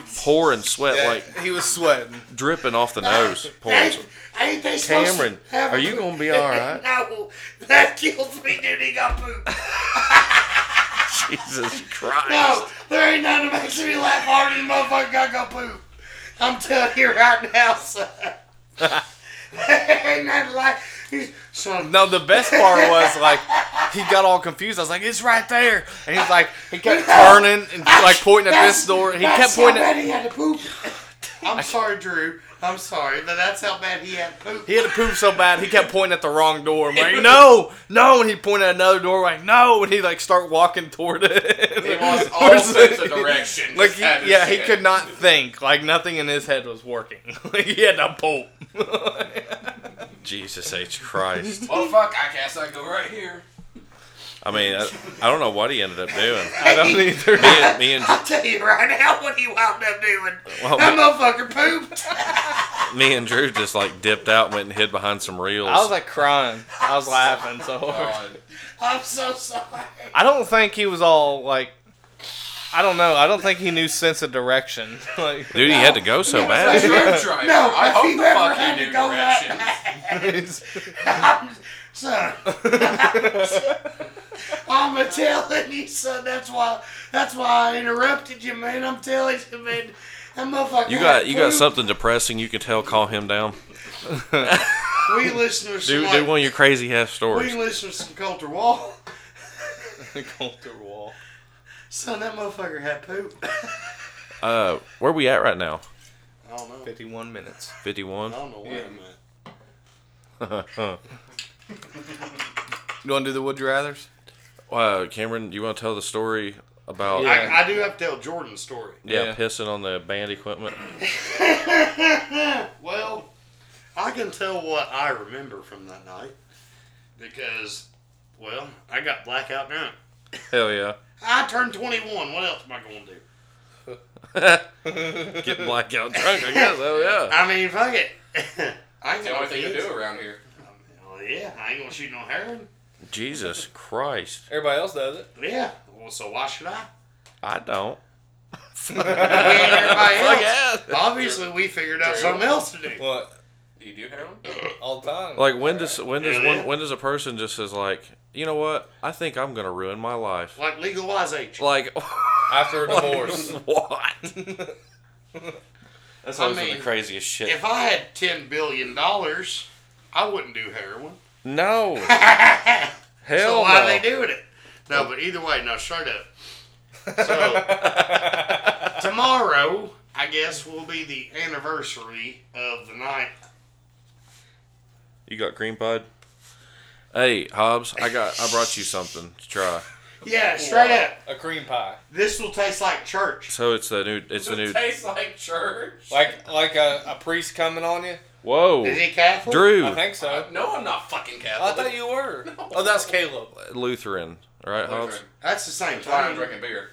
S1: he's he's pouring sweat like
S2: he was sweating.
S1: dripping off the nose. Pouring.
S3: Ain't,
S1: sweat.
S3: ain't they supposed to
S1: Cameron,
S3: have
S1: are
S3: a
S1: you
S3: poop?
S1: gonna be all right?
S3: No, that kills me, dude. He got poop.
S1: Jesus Christ!
S3: No, there ain't nothing that makes me laugh harder than motherfucker gotta go poop. I'm telling you right now, son. there ain't nothing like. Son,
S2: No, the best part was like he got all confused. I was like, "It's right there," and he's like, he kept turning and like pointing at this door. He
S3: that's how
S2: kept pointing. At,
S3: bad he had to poop. I'm sorry, Drew. I'm sorry, but that's how bad he had to poop.
S2: he had to poop so bad. He kept pointing at the wrong door. I'm like, "No, no!" And he pointed at another door. Like, "No!" And he like start walking toward it.
S5: He lost all sense of direction.
S2: Like,
S5: Just
S2: he,
S5: had his
S2: yeah, he
S5: head.
S2: could not think. Like, nothing in his head was working. Like, he had to poop.
S1: Jesus H Christ!
S5: Well, fuck, I guess I go right here.
S1: I mean, I, I don't know what he ended up doing.
S2: I don't either.
S1: Me and, me and
S3: I'll tell you right now what he wound up doing.
S1: Well,
S3: that motherfucker pooped.
S1: me and Drew just like dipped out, and went and hid behind some reels.
S2: I was like crying. I was laughing so hard.
S5: God.
S3: I'm so sorry.
S2: I don't think he was all like. I don't know. I don't think he knew sense of direction. Like,
S1: Dude, he had to go so
S5: That's
S1: bad.
S5: your driver.
S3: No,
S5: I
S3: if
S5: hope
S3: he
S5: the
S3: ever
S5: fuck
S3: had
S5: you
S3: to go
S5: do
S3: that
S5: directions.
S2: it's-
S3: I'm, son, I'm a telling you, son. That's why. That's why I interrupted you, man. I'm telling you, man. That motherfucker.
S1: You got you got
S3: some.
S1: something depressing you can tell. Call him down.
S3: We listeners.
S1: Do
S3: some,
S1: do
S3: like-
S1: one of your crazy half
S3: We
S1: stories.
S3: listeners some Coulter Wall.
S2: Coulter wall.
S3: Son, that motherfucker had poop.
S1: Uh, where we at right now?
S3: I don't know.
S2: Fifty-one minutes.
S1: Fifty one.
S3: I don't know where I'm at.
S1: Uh,
S2: You want to do the would you rather's?
S1: Uh, Cameron, you want to tell the story about
S2: Yeah.
S1: yeah,
S3: I, I do have to tell Jordan's story.
S2: Yeah.
S1: pissing on the band equipment?
S3: Well, I can tell what I remember from that night because, well, I got blackout drunk.
S1: Hell yeah.
S3: I turned 21. What else am I going to do?
S1: Get blackout drunk, I guess. Hell yeah.
S3: I mean, fuck it. I ain't
S5: That's the
S3: got
S5: only
S3: no
S5: thing to
S3: kids.
S5: do around here.
S3: Well, yeah, I ain't gonna shoot no heroin.
S1: Jesus Christ.
S2: Everybody else does it.
S3: Yeah. Well, so why should I?
S1: I don't.
S3: We ain't everybody
S1: Fuck
S3: else.
S1: yeah.
S3: Obviously, we figured out something else to do.
S2: What?
S5: Do you do heroin?
S2: All the time.
S1: Like when does when does
S3: Yeah,
S1: one
S3: yeah.
S1: when does a person just is like, you know what? I think I'm gonna ruin my life.
S3: Like legalize H.
S1: Like
S2: After a divorce.
S1: what? That's
S3: I
S1: always been
S3: mean,
S1: the craziest shit.
S3: If I had ten billion dollars, I wouldn't do heroin.
S1: no.
S3: So
S1: Hell
S3: why
S1: no.
S3: they doing it? No, but either way, no, straight up. So tomorrow, I guess, will be the anniversary of the night.
S1: You got cream pod? Hey, Hobbs, I got I brought you something to try.
S3: Yeah, straight up.
S2: a cream pie.
S3: This will taste like church.
S1: So it's the new it's the new
S5: tastes like church.
S2: Like like a, a priest coming on you.
S1: Whoa.
S3: Is he Catholic?
S2: I
S1: Drew
S2: think so.
S5: No, I'm not fucking
S2: I
S5: Catholic.
S2: thought you were. Oh, that's Caleb.
S1: Lutheran. All right, Hobbs.
S3: That's the same
S5: That's why I'm
S3: time.
S5: drinking beer.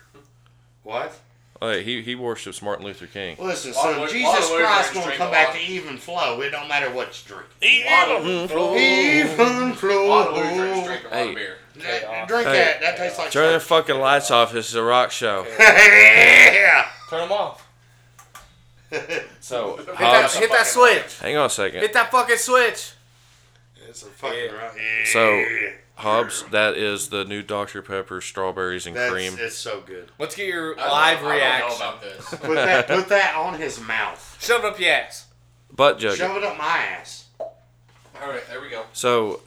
S3: What?
S1: Hey, he he worships Martin Luther King.
S3: Listen,
S5: All
S3: son,
S5: the- all
S3: Jesus
S5: the way
S3: Christ
S5: we're
S3: gonna
S5: gonna
S3: come
S5: drink
S3: back
S5: a
S3: to even flow. It don't matter what you drink.
S5: Even
S2: Oh,
S3: Even flow.
S5: Drink a lot
S1: Hey.
S5: of beer.
S3: That- Drink
S1: Hey.
S3: that. That tastes like
S1: Turn the
S3: church.
S1: fucking lights off. This is a rock show.
S3: yeah.
S2: Turn him off.
S1: So,
S2: Hit that,
S1: Hobbs,
S2: hit that switch.
S1: hang on a second.
S2: Hit that fucking switch.
S3: It's a fucking
S2: Yeah.
S3: right.
S1: So,
S3: Yeah.
S1: Hobbs, that is the new Dr. Pepper strawberries and
S3: That's,
S1: cream.
S3: It's so good.
S2: Let's get your
S5: I don't-
S2: live
S5: I
S2: reaction.
S5: don't know about this.
S3: Put that, put that on his mouth.
S2: Shove it up your ass.
S1: Butt jug.
S3: Shove it up my ass.
S5: All right, there we go.
S1: So,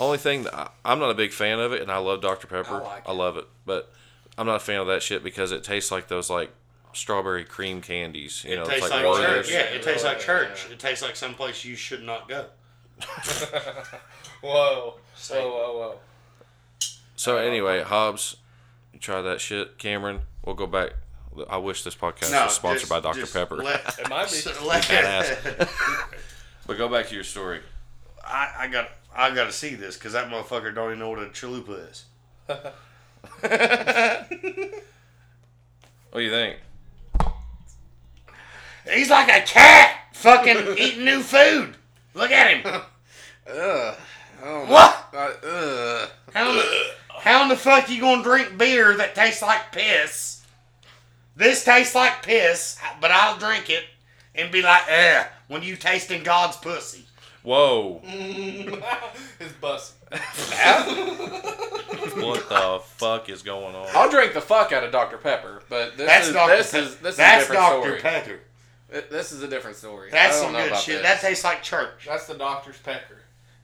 S1: only thing that I, I'm not a big fan of it, and I love Dr. Pepper.
S5: I like
S1: love it, but I'm not a fan of that shit because it tastes like those like strawberry cream candies. You know, it's
S3: It tastes
S1: like,
S3: like,
S1: Oreos.
S3: church. Yeah, it tastes like church. It tastes like someplace you should not go.
S2: Whoa. Whoa,
S3: Satan.
S2: whoa, whoa.
S1: So anyway, Hobbs, you try that shit, Cameron. We'll go back. I wish this podcast was sponsored
S3: just-
S1: by Dr.
S3: just
S1: Pepper.
S3: Let,
S2: It might be.
S3: let-
S1: Badass. but go back to your story.
S3: I, I got I got to see this because that motherfucker don't even know what a chalupa is.
S1: What do you think?
S4: He's like a cat fucking eating new food. Look at him.
S5: Ugh. Oh, my-
S4: What?
S5: I, ugh.
S4: How, how in the fuck you gonna drink beer that tastes like piss? This tastes like piss, but I'll drink it and be like, eh, when you tasting God's pussy.
S1: Whoa.
S2: It's bust.
S1: what the fuck is going on?
S5: I'll drink the fuck out of Dr Pepper, but this
S4: That's
S5: is
S4: Dr.
S5: this
S4: Pe-
S5: is this
S4: That's
S5: is a different
S4: Dr.
S5: story.
S4: Pepper.
S5: Th- This is a different story.
S4: That's
S5: I don't
S4: some
S5: know
S4: good
S5: about
S4: shit.
S5: This.
S4: That tastes like church.
S2: That's the doctor's pecker.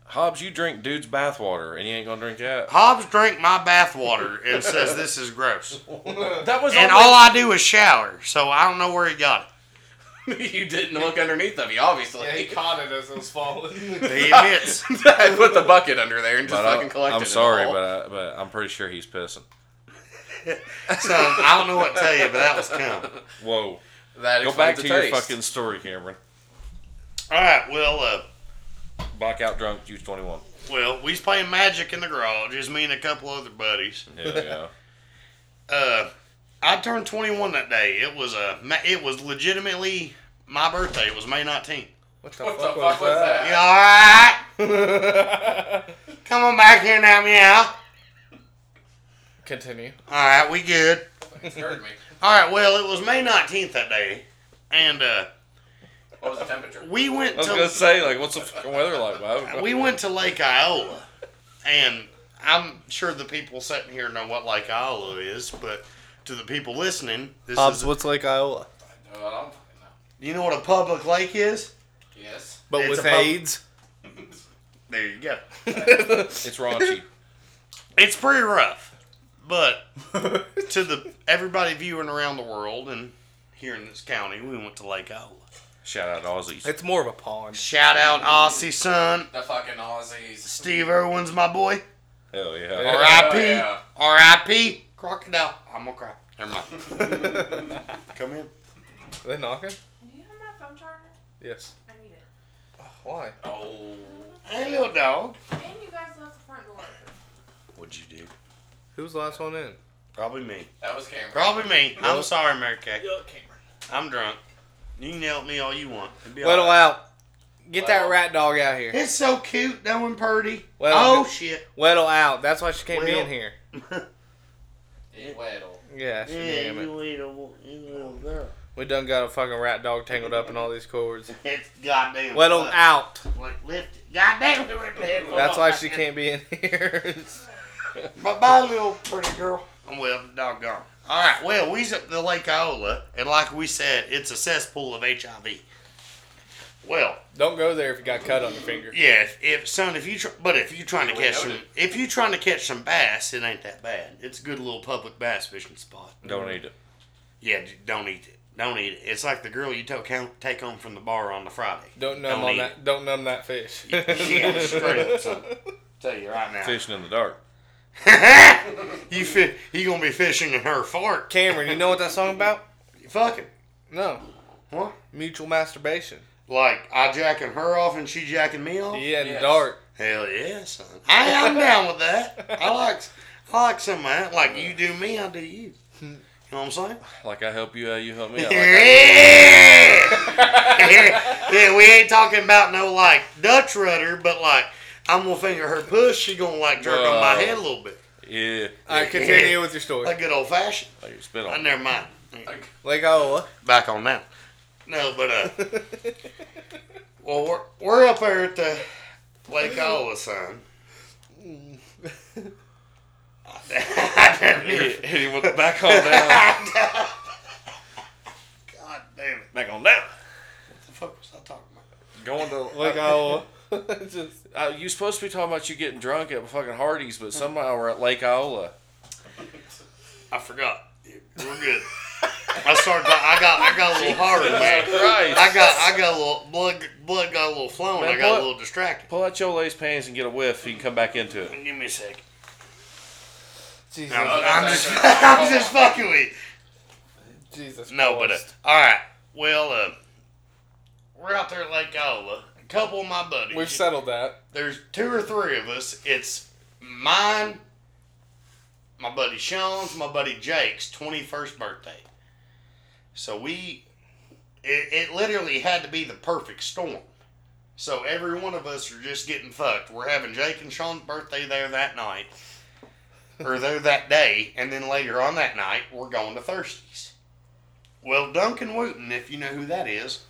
S1: Hobbs, you drink dude's bathwater and you ain't gonna drink that.
S4: Hobbs drank my bathwater and says this is gross.
S5: That was
S4: And
S5: on
S4: all I do is shower, so I don't know where he got it.
S5: the- you didn't look underneath of you, obviously.
S2: Yeah, he caught it as it was falling.
S4: He admits.
S5: I put the bucket under there and just
S1: But I,
S5: fucking collected
S1: I'm
S5: it
S1: sorry,
S5: all.
S1: but I, but I'm pretty sure he's pissing.
S4: so I don't know what to tell you, but that was cum.
S1: Whoa.
S5: that
S1: Go
S5: explains
S1: back
S5: the
S1: to your
S5: taste.
S1: fucking story, Cameron.
S4: All right, well, uh,
S1: Blackout drunk, juice 21.
S4: well, we was playing magic in the garage. It was me and a couple other buddies.
S1: Hell yeah.
S4: uh, I turned 21 that day. It was a ma- it was legitimately my birthday. It was May 19th.
S2: What the
S5: What the
S2: fuck was
S5: fuck was
S2: that?
S4: You all right? Come on back here now, meow.
S2: Continue.
S4: All right, we good.
S5: It's hurt me.
S4: All right, well, it was May 19th that day, and uh,
S5: What was the temperature? Uh,
S4: we went
S1: I was
S4: to
S1: gonna say, like, what's the fucking weather like, Bob?
S4: we went to Lake Iola, and I'm sure the people sitting here know what Lake Iola is, but to the people listening, this
S2: Hobbs,
S4: is
S2: what's Lake Iola?
S5: No, I don't fucking know.
S4: you know what a public lake is?
S5: Yes.
S2: But
S4: It's a
S2: with
S4: pub-
S2: AIDS?
S4: There you go.
S1: It's raunchy.
S4: It's pretty rough, but to the everybody viewing around the world and here in this county, we went to Lake Iowa.
S1: Shout out Aussies.
S2: It's more of a pond.
S4: Shout out Aussie son,
S5: The fucking Aussies.
S4: Steve Irwin's my boy.
S1: Hell
S2: Yeah.
S1: yeah.
S4: R.I.P.
S5: Oh, yeah.
S4: R.I.P. Crocodile. I'm gonna cry. Never mind. Come in.
S2: Are they knocking?
S7: Do you have my phone charger?
S2: Yes.
S7: I need it.
S2: Why?
S5: Oh.
S4: Hey, little dog.
S7: And you guys left the front door open.
S1: What'd you do?
S2: Who was the last one in?
S4: Probably me.
S5: That was Cameron.
S4: Probably me. I'm sorry, Mary Kay. I'm drunk. You can yell at me all you want. It'd be
S2: Let
S4: all
S2: him
S4: right.
S2: out. Get that
S5: Well.
S2: rat dog out here.
S4: It's so cute, though, and purdy.
S2: Well,
S4: oh, shit.
S2: Weddle out. That's why she can't be
S4: Well.
S2: in here.
S5: It waddled.
S2: Yeah, she damn it.
S4: little, you little girl.
S2: We done got a fucking rat dog tangled up in all these cords.
S4: It's goddamn.
S2: Weddle
S4: fucked.
S2: out.
S4: Like lift it. God damn it, rip the headphones
S2: That's
S4: off.
S2: why she can't be in here.
S4: Bye bye, little pretty girl. Well, doggone. All right, well, we's at the Lake Iola, and like we said, it's a cesspool of HIV. Well,
S2: Don't go there if you got cut on your finger.
S4: yeah, if, if son, if you tr- but if you trying to
S5: We
S4: catch
S5: know
S4: some,
S5: that.
S4: if you trying to catch some bass, it ain't that bad. It's a good little public bass fishing spot.
S1: Don't eat it.
S4: Yeah, d- don't eat it. Don't eat it. It's like the girl you took home, take home from the bar on the Friday.
S2: Don't numb
S4: eat
S2: on that. Don't numb that fish.
S4: it. Yeah, straight up, son. Tell you right now.
S1: Fishing in the dark.
S4: you fi- you gonna be fishing in her fart?
S2: Cameron, you know what that song about?
S4: Fucking
S2: No,
S4: what?
S2: mutual masturbation.
S4: Like I jacking her off and she jacking me off?
S2: Yeah, in the
S5: Yes.
S2: dark.
S4: Hell yeah, son. I am down with that. I like I like some of that. Like you do me, I do you. You know what I'm saying?
S1: Like I help you out, you help me out. Like I-
S4: yeah. yeah, we ain't talking about no like Dutch rudder, but like I'm gonna finger her puss. She gonna like jerk on my
S1: Whoa.
S4: head a little bit,
S1: yeah.
S2: All right, continue with your story.
S4: like good old fashioned.
S1: Like you spit
S4: I
S1: on. it.
S4: never mind.
S2: Lake Iowa.
S4: Back on that. No, but uh, well we're we're up there at the Lake Iowa sign.
S1: Hit him with the back on down.
S4: God damn it!
S1: Back on down.
S4: What the fuck was I talking about?
S1: Going to
S2: Lake Iowa. Just-
S1: Uh, you supposed to be talking about you getting drunk at fucking Hardee's, but somehow we're at Lake Iola.
S4: I forgot. We're good. I started. To, I got. I got a little hard, man. I got. I got a little blood. Blood got a little flowing.
S1: Man,
S4: I got
S1: what?
S4: a little distracted.
S1: Pull out your lace pants and get a whiff. You can come back into it.
S4: Give me a sec.
S2: Jesus.
S4: I'm, I'm just. I'm just fucking with you.
S2: Jesus.
S4: No, but uh,
S2: Christ.
S4: all right. Well, uh, we're out there at Lake
S3: oh,
S4: Iowa. A couple of my buddies.
S2: we've settled that.
S4: there's two or three of us. It's mine, my buddy Sean's, my buddy Jake's 21st birthday.
S3: So we, it, it literally had to be the perfect storm. So every one of us are just getting fucked. We're having Jake and Sean's birthday there that night, or there that day, and then later on that night we're going to Thirsty's. Well, Duncan Wooten, if you know who that is,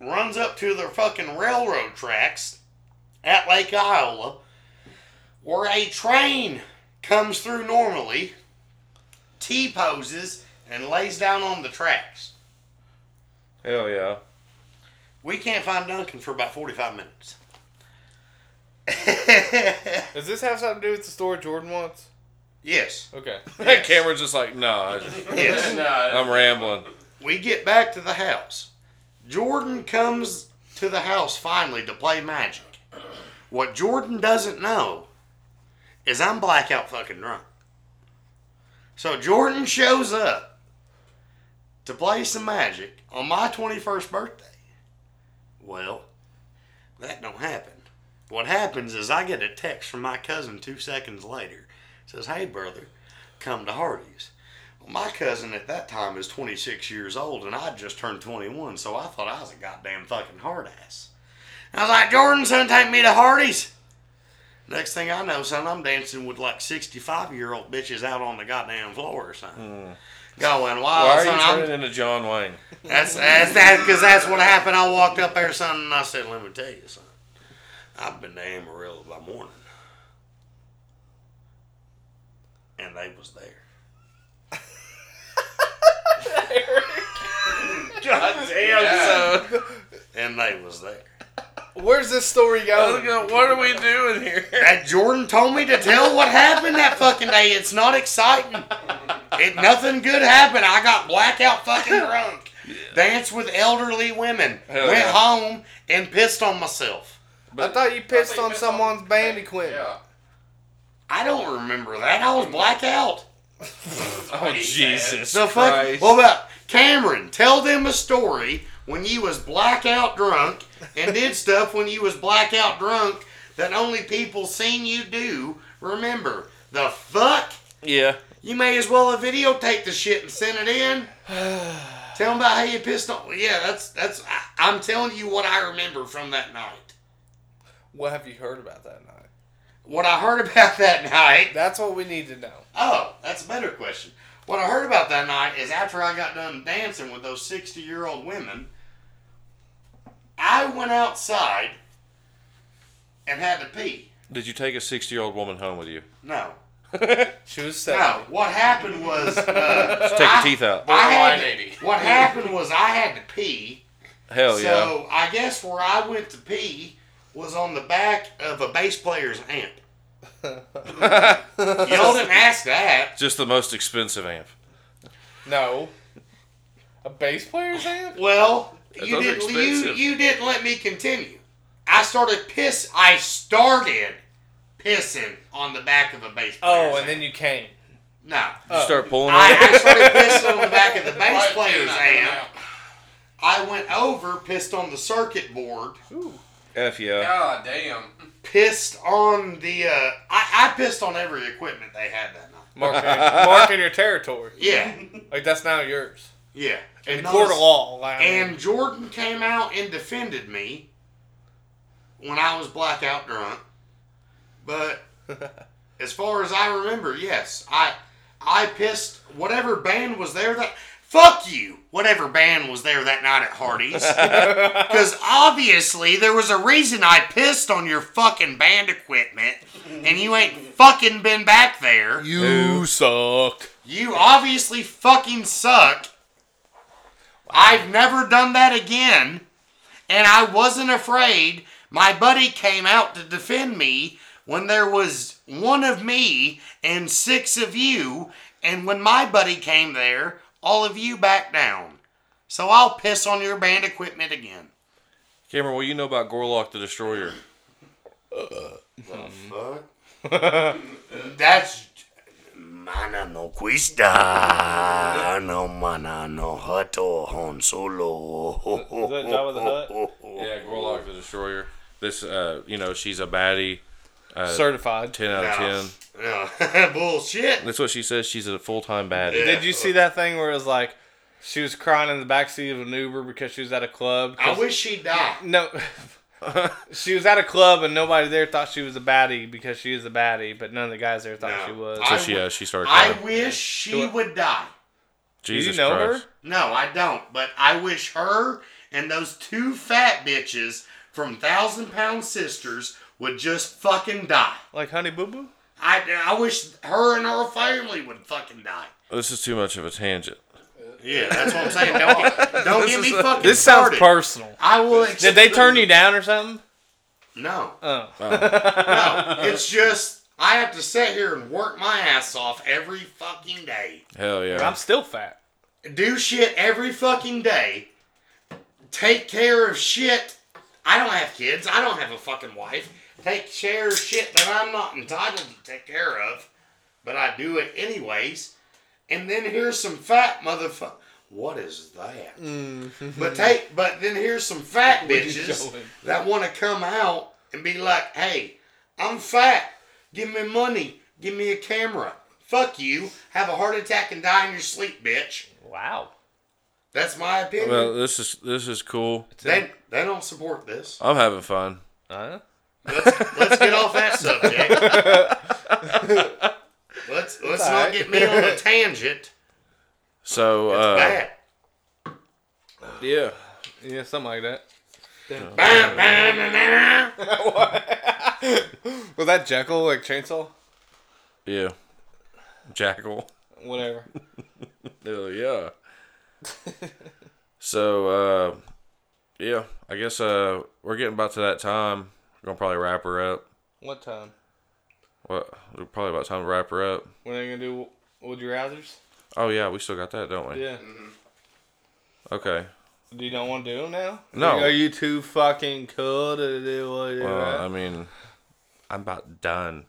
S3: runs up to the fucking railroad tracks at Lake Iowa, where a train comes through normally, T poses, and lays down on the tracks.
S1: Hell yeah.
S3: We can't find Duncan for about 45 minutes.
S2: Does this have something to do with the story Jordan wants?
S3: yes.
S2: Okay.
S3: Yes.
S1: Cameron's just like, nah,
S3: Yes.
S1: I'm rambling.
S3: We get back to the house. Jordan comes to the house finally to play magic. What Jordan doesn't know is I'm blackout fucking drunk. So Jordan shows up to play some magic on my 21st birthday. Well, that don't happen. What happens is I get a text from my cousin two seconds later. Says, hey, brother, come to Hardy's. My cousin at that time is 26 years old, and I just turned 21, so I thought I was a goddamn fucking hard ass. I was like, Jordan, son, take me to Hardy's. Next thing I know, son, I'm dancing with like 65 year old bitches out on the goddamn floor or something. Going wild.
S1: Why are
S3: son,
S1: you
S3: I'm-
S1: turning into John Wayne?
S3: that's that's that because that's what happened. I walked up there, son, and I said, "Let me tell you something. I've been to Amarillo by morning, and they was there." God damn, And they was there.
S2: Where's this story going?
S5: What are we doing here?
S3: That Jordan told me to tell what happened that fucking day. It's not exciting. It nothing good happened. I got blackout fucking drunk. Danced with elderly women.
S5: Hell
S3: went
S5: yeah.
S3: home and pissed on myself.
S2: I thought you pissed
S4: you
S2: on
S4: pissed on-
S2: someone's bandiquit.
S5: Yeah.
S3: I don't remember that. I was blackout.
S1: Oh, Jesus.
S3: The fuck?
S1: Christ.
S3: Hold up. Cameron, tell them a story when you was blackout drunk and did stuff when you was blackout drunk that only people seen you do remember. The fuck?
S1: Yeah.
S3: You may as well have videotaped the shit and sent it in. tell them about how you pissed on. Yeah, that's that's. I, I'm telling you what I remember from that night.
S2: What have you heard about that night?
S3: What I heard about that night
S2: That's what we need to know.
S3: Oh, that's a better question. What I heard about that night is after I got done dancing with those 60 year old women, I went outside and had to pee.
S1: Did you take a 60 year old woman home with you?
S3: No.
S2: She was seven.
S3: No. What happened was. Uh,
S1: Take your
S3: I-
S1: teeth out.
S3: I had
S5: Borderline
S3: to,
S5: eighty.
S3: what happened was I had to pee.
S1: Hell Oh, yeah.
S3: So I guess where I went to pee was on the back of a bass player's amp. Y'all didn't ask that.
S1: Just the most expensive amp.
S2: No. A bass player's hand?
S3: Well,
S1: those
S3: you
S1: are
S3: didn't you,
S1: expensive.
S3: you didn't let me continue. I started piss. I started pissing on the back of a bass player.
S2: Oh, and then you came. Oh.
S3: no,
S1: You start pulling on
S3: I,
S1: it.
S3: I started pissing on the back of the bass
S5: Why-
S3: player's
S5: not going
S3: amp. I went over, pissed on the circuit board,
S1: F yeah.
S5: God damn.
S3: pissed on the. Uh, I, I pissed on every equipment they had that night.
S2: Marking, marking your territory.
S3: Yeah,
S2: Like, that's now yours.
S3: yeah.
S2: In
S3: And
S2: court of
S3: those-
S2: law. Like,
S3: And Jordan came out and defended me when I was blackout drunk. But as far as I remember, yes, I I pissed whatever band was there that fuck you, whatever band was there that night at Hardy's. Cuz obviously there was a reason I pissed on your fucking band equipment and you ain't fucking been back there. You,
S2: you sucked.
S3: obviously fucking suck. I've never done that again. And I wasn't afraid. My buddy came out to defend me when there was one of me and six of you. And when my buddy came there, all of you backed down. So I'll piss on your band equipment again.
S1: Cameron, what do you know about Gorlock the Destroyer?
S3: That's. Mana no cuesta, no mana no hato hon solo. Is
S2: that Jabba the Hutt?
S1: Yeah, Gorlock the Destroyer. This, uh, you know, she's a baddie.
S2: Certified.
S1: Ten out of
S3: No.
S1: ten.
S4: Yeah. Bullshit.
S1: That's what she says. She's a full time baddie.
S4: Yeah.
S2: Did you see that thing where it was like she was crying in the backseat of an Uber because she was at a club? 'cause-
S4: I wish she'd die.
S2: No. she was at a club and nobody there thought she was a baddie because she is a baddie, but none of the guys there thought
S4: No.
S2: she was.
S1: So
S4: I
S1: she,
S4: w-
S1: yeah, she started
S4: I
S1: crying.
S4: wish she would die.
S2: Do
S1: Jesus
S2: you know
S1: Christ.
S2: her?
S4: No, I don't. But I wish her and those two fat bitches from Thousand Pound Sisters would just fucking die.
S2: Like Honey Boo Boo?
S4: I, I wish her and her family would fucking die.
S1: This is too much of a tangent.
S4: Yeah, that's what I'm saying. Don't get, don't get me fucking
S2: This sounds
S4: started.
S2: personal.
S4: I will. Accept
S2: Did they turn you down or something?
S4: No,
S2: Oh.
S4: no. It's just I have to sit here and work my ass off every fucking day.
S1: Hell yeah.
S2: I'm still fat.
S4: do shit every fucking day, take care of shit. I don't have kids. I don't have a fucking wife. Take care of shit that I'm not entitled to take care of, but I do it anyways. And then here's some fat motherfucker. What is that? but take. But then here's some fat bitches
S2: showing?
S4: that want to come out and be like, "Hey, I'm fat. Give me money. Give me a camera. Fuck you. Have a heart attack and die in your sleep, bitch."
S2: Wow.
S4: That's my opinion.
S1: Well, this is this is cool.
S4: they, they don't support this.
S1: I'm having fun.
S2: Huh?
S4: Let's, let's get off that subject. let's let's not
S2: alright.
S4: get me on a tangent.
S1: So uh,
S4: Bad.
S1: yeah,
S2: Yeah, something like that.
S4: Bah, bah, nah, nah, nah.
S2: Was that Jekyll, like Chainsaw?
S1: yeah, jackal.
S2: Whatever.
S1: Hell yeah. so uh, yeah, I guess uh, we're getting about to that time. We're gonna probably wrap her up.
S2: what time?
S1: What? We're probably about time to wrap her up.
S2: When are you going to do Would You Rathers?
S1: Oh yeah, we still got that, don't we?
S2: Yeah.
S1: Okay.
S2: Do you don't want to do them now?
S1: No.
S2: Are you too fucking cool to do Would You
S1: Well, I
S2: Rathers?
S1: mean, I'm about done.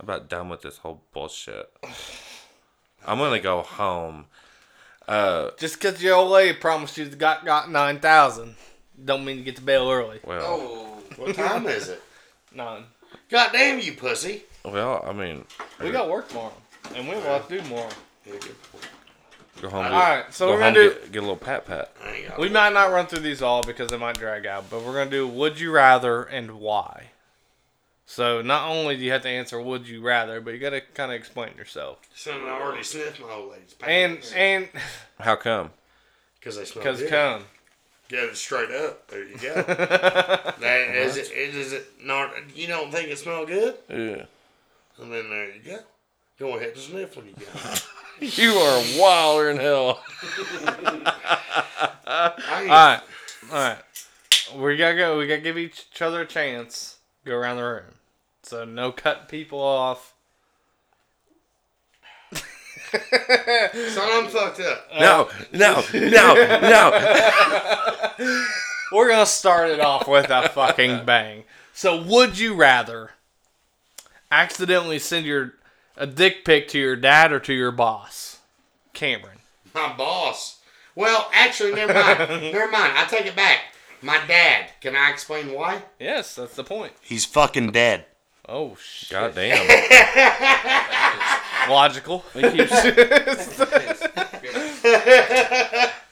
S1: I'm about done with this whole bullshit. I'm gonna go home. Uh,
S2: Just because your old lady promised you got, got 9,000 don't mean you get to bail early.
S1: well,
S8: Oh,
S4: What time is it?
S2: None.
S4: God damn you, pussy.
S1: well, I mean,
S2: Oh. We got work tomorrow. And we have a lot to do tomorrow.
S1: go home.
S2: All right, so
S1: go
S2: we're
S1: home,
S2: going to do.
S1: get, get a little pat pat.
S4: Hang on.
S2: We might not run through these all because they might drag out, but we're going to do Would You Rather and Why. So not only do you have to answer Would You Rather, but you got to kind of explain yourself.
S4: Son, I already sniffed my old lady's
S2: And,
S4: pants.
S2: and,
S1: How come?
S4: because they smell
S2: because
S4: good.
S2: come.
S4: Get it straight up. There you go. that is it. it- Is it not? You don't think it smell good?
S1: Yeah.
S4: And then there you go. Go ahead and sniff when you go.
S1: You are wilder than hell.
S4: I
S2: All
S4: ain't
S2: right, all right. We gotta go. We gotta give each other a chance. Go around the room. So no cut people off.
S4: Son, I'm fucked up.
S1: No, no, no, no.
S2: We're gonna start it off with a fucking bang. So would you rather accidentally send your a dick pic to your dad or to your boss, Cameron?
S4: My boss. Well, actually, never mind. never mind. I take it back. My dad. Can I explain why?
S2: Yes, that's the point.
S4: He's fucking dead.
S2: Oh shit.
S1: God damn.
S2: Logical.
S1: He keeps-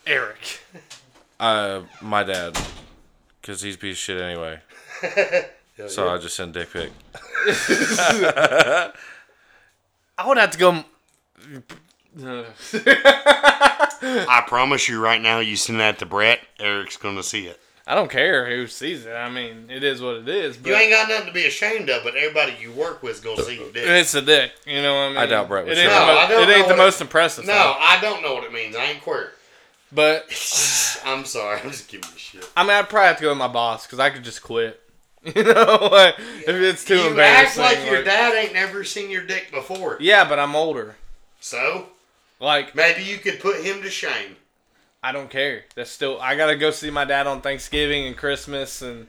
S2: Eric.
S1: uh, my dad, because he's a piece of shit anyway. So I just send dick pic.
S2: I would have to go. uh,
S4: I promise you right now, you send that to Brett, Eric's going to see it.
S2: I don't care who sees it. I mean, it is what it is. But
S4: You ain't got nothing to be ashamed of, but everybody you work with is going to see you dick.
S2: It's a dick. You know what I mean?
S1: I doubt Brett would
S2: It ain't
S1: say
S2: the,
S4: that. No,
S2: mo-
S4: I don't
S2: it ain't
S4: know
S2: the
S4: what it-
S2: most impressive.
S4: No,
S2: thing.
S4: I don't know what it means. I ain't queer.
S2: But
S4: I'm sorry. I'm just giving you shit.
S2: I mean, I'd probably have to go with my boss because I could just quit. You know, like, if it's too
S4: you act
S2: embarrassing.
S4: like, your
S2: like-
S4: dad ain't never seen your dick before.
S2: Yeah, but I'm older.
S4: So
S2: Like,
S4: maybe you could put him to shame.
S2: I don't care. That's still. I gotta go see my dad on Thanksgiving and Christmas and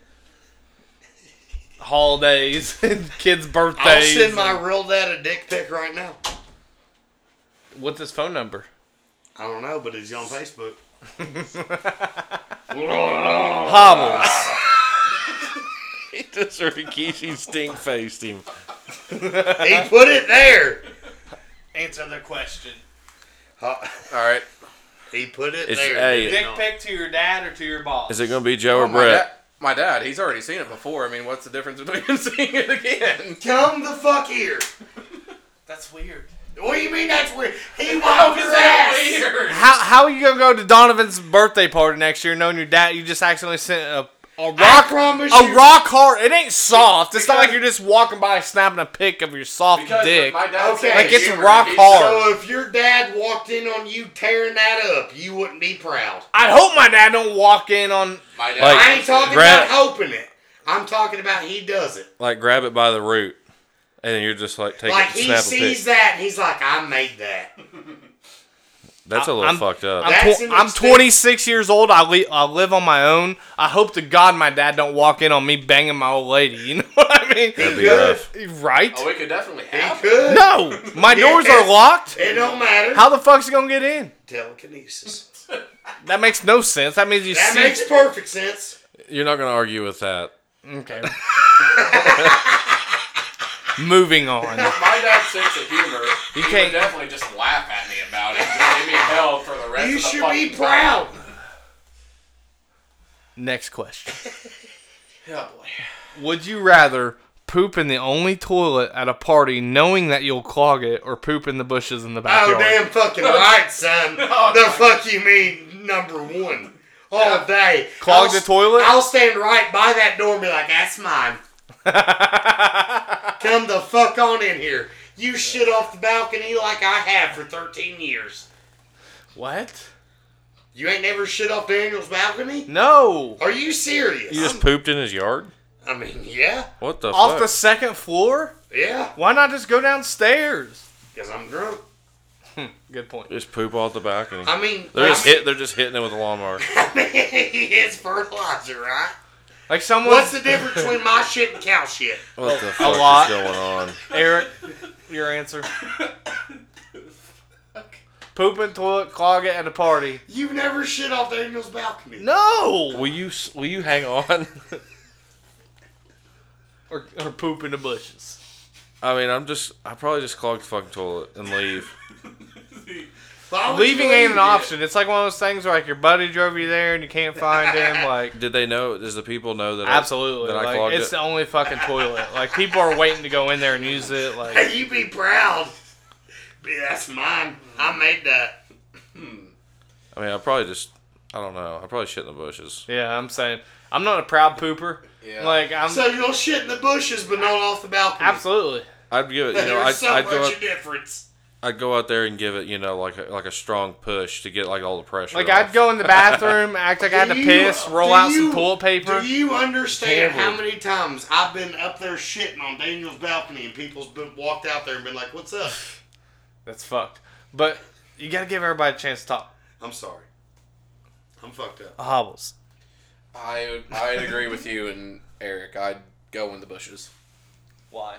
S2: holidays and kids' birthdays.
S4: I'll send my
S2: and-
S4: real dad a dick pic right now.
S2: What's his phone number?
S4: I don't know, but he's on Facebook.
S2: Hobbles.
S1: He just Rikishi stink faced him.
S3: He put it there.
S4: Answer the question.
S3: Huh,
S5: All right.
S3: He put it
S1: It's-
S3: there.
S1: hey.
S3: did he
S2: Dick
S3: not?
S2: pic to your dad or to your boss?
S1: Is it going to be Joe or
S5: Well, my,
S1: Brett?
S5: dad, my dad, he's already seen it before. I mean, what's the difference between seeing it again?
S3: Come the fuck here.
S4: That's weird.
S3: What do you mean that's weird? He wiped your ass.
S2: How how are you gonna go to Donovan's birthday party next year knowing your dad you just accidentally sent a a
S3: I
S2: rock
S3: promise
S2: a
S3: you.
S2: rock hard? It ain't soft. It's not
S5: Because-
S2: like you're just walking by snapping a pic of your soft
S5: Because
S2: dick.
S5: my dad's
S3: Okay.
S5: a
S3: Like, it's
S5: gamer.
S2: rock
S5: He's-
S2: hard.
S3: So if your dad walked in on you tearing that up, you wouldn't be proud.
S2: I hope my dad don't walk in on.
S5: My dad.
S1: Like-
S3: I ain't talking
S1: Brad-
S3: about hoping it. I'm talking about he does it.
S1: Like, grab it by the root, and you're just like, take it,
S3: Like
S1: and
S3: he
S1: snap a
S3: sees
S1: pic.
S3: that, and he's like, "I made that."
S1: That's a little
S2: I'm-
S1: fucked up.
S2: I'm,
S3: That's
S2: tw-
S3: an
S2: I'm
S3: extent-
S2: 26 years old. I, li- I live on my own. I hope to God my dad don't walk in on me banging my old lady. You know what I mean?
S1: That'd be
S3: good.
S1: rough.
S2: Right?
S5: oh, we could definitely
S3: He
S5: have it.
S3: could.
S2: No, my doors are locked.
S3: It don't matter.
S2: How the fuck's he gonna get in?
S3: Telekinesis.
S2: That makes no sense. That means you
S3: That
S2: see.
S3: makes perfect sense.
S1: You're not going to argue with that.
S2: Okay. Moving on.
S5: My dad's sense of humor. He,
S2: can't-
S5: would definitely just laugh at me about it. Just give me hell for the rest
S3: You
S5: of the
S3: should
S5: fucking
S3: be proud.
S2: Next question.
S5: time. Oh, boy.
S2: Would you rather poop in the only toilet at a party knowing that you'll clog it or poop in the bushes in the
S3: Oh
S2: backyard?
S3: damn fucking right, son. the fuck you mean number one all day?
S2: Clog
S3: I'll
S2: the
S3: s-
S2: toilet?
S3: I'll stand right by that door and be like, "That's mine." Come the fuck on in here. You shit off the balcony like I have for thirteen years.
S2: What?
S3: You ain't never shit off Daniel's balcony?
S2: No.
S3: Are you serious?
S1: You just pooped in his yard?
S3: I mean, yeah,
S1: What the
S2: Off the
S1: fuck?
S2: second floor?
S3: yeah,
S2: Why not just go downstairs?
S3: because I'm drunk.
S2: Good point.
S1: just poop off the balcony.
S3: I mean,
S1: They're just
S3: I mean,
S1: hit. They're just hitting it with a lawnmower.
S3: it's fertilizer, right?
S2: Like someone,
S3: What's the difference between my shit and cow shit?
S1: What the fuck
S2: lot.
S1: is going on?
S2: Eric, your answer. Poop in toilet, clog it at a party.
S3: You never shit off Daniel's balcony.
S2: No.
S1: Will you s- will you hang on?
S2: Or, or poop in the bushes.
S1: I mean, I'm just I probably just clog the fucking toilet and leave.
S3: Why would
S2: Leaving
S3: you
S2: ain't an
S3: leave?
S2: option. It's like one of those things where like your buddy drove you there and you can't find him. Like
S1: Did they know? Does the people know that?
S2: absolutely,
S1: I, that I
S2: like
S1: clogged
S2: it's
S1: it?
S2: the only fucking toilet. Like people are waiting to go in there and use it. Like
S3: Hey, you be proud. Be- That's mine. I made that.
S1: I mean, I probably just I don't know. I probably shit in the bushes.
S2: yeah, I'm saying I'm not a proud pooper.
S5: Yeah.
S2: Like I'm
S3: So you'll shit in the bushes, but not off the balcony.
S2: absolutely.
S1: I'd give it. You know,
S3: There's
S1: I'd,
S3: so
S1: I'd
S3: much
S1: go out,
S3: a difference.
S1: I'd go out there and give it. You know, like a, like a strong push to get like all the pressure.
S2: Like
S1: off.
S2: I'd go in the bathroom, act like I had to
S3: Do you-
S2: piss, roll
S3: do
S2: out some
S3: you-
S2: toilet paper.
S3: Do you understand
S1: Terrible.
S3: how many times I've been up there shitting on Daniel's balcony and people's been walked out there and been like, "What's up?"
S2: That's fucked. But you gotta give everybody a chance to talk.
S3: I'm sorry. I'm fucked up.
S2: Hobbles.
S5: I I'd agree with you and Eric. I'd go in the bushes
S2: Why?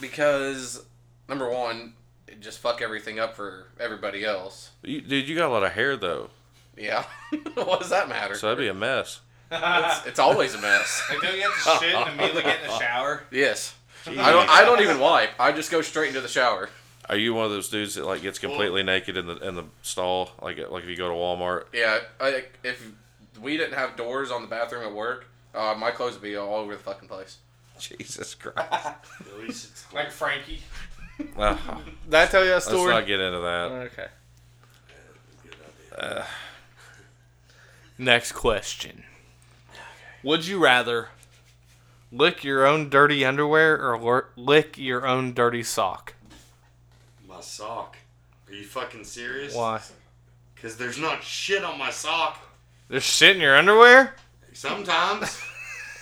S5: because number one, it just fuck everything up for everybody else.
S1: You- dude, you got a lot of hair though,
S5: Yeah. what does that matter?
S1: so that'd be a mess.
S5: it's, it's always a mess.
S2: Like don't you have to shit and immediately get in the shower?
S5: yes. I don't. I don't even wipe. I just go straight into the shower.
S1: Are you one of those dudes that like gets completely naked in the in the stall? Like like if you go to Walmart,
S5: Yeah. I, if we didn't have doors on the bathroom at work, uh, my clothes would be all over the fucking place.
S1: Jesus Christ.
S3: At least it's
S2: Like Frankie.
S1: Ah,
S2: Did I tell you a
S1: let's
S2: story?
S1: not get into that.
S2: Okay. Uh, Next question. Would you rather lick your own dirty underwear or lur- lick your own dirty sock?
S3: my sock. Are you fucking serious?
S2: Why?
S3: Because there's not shit on my sock.
S2: There's shit in your underwear?
S3: Sometimes.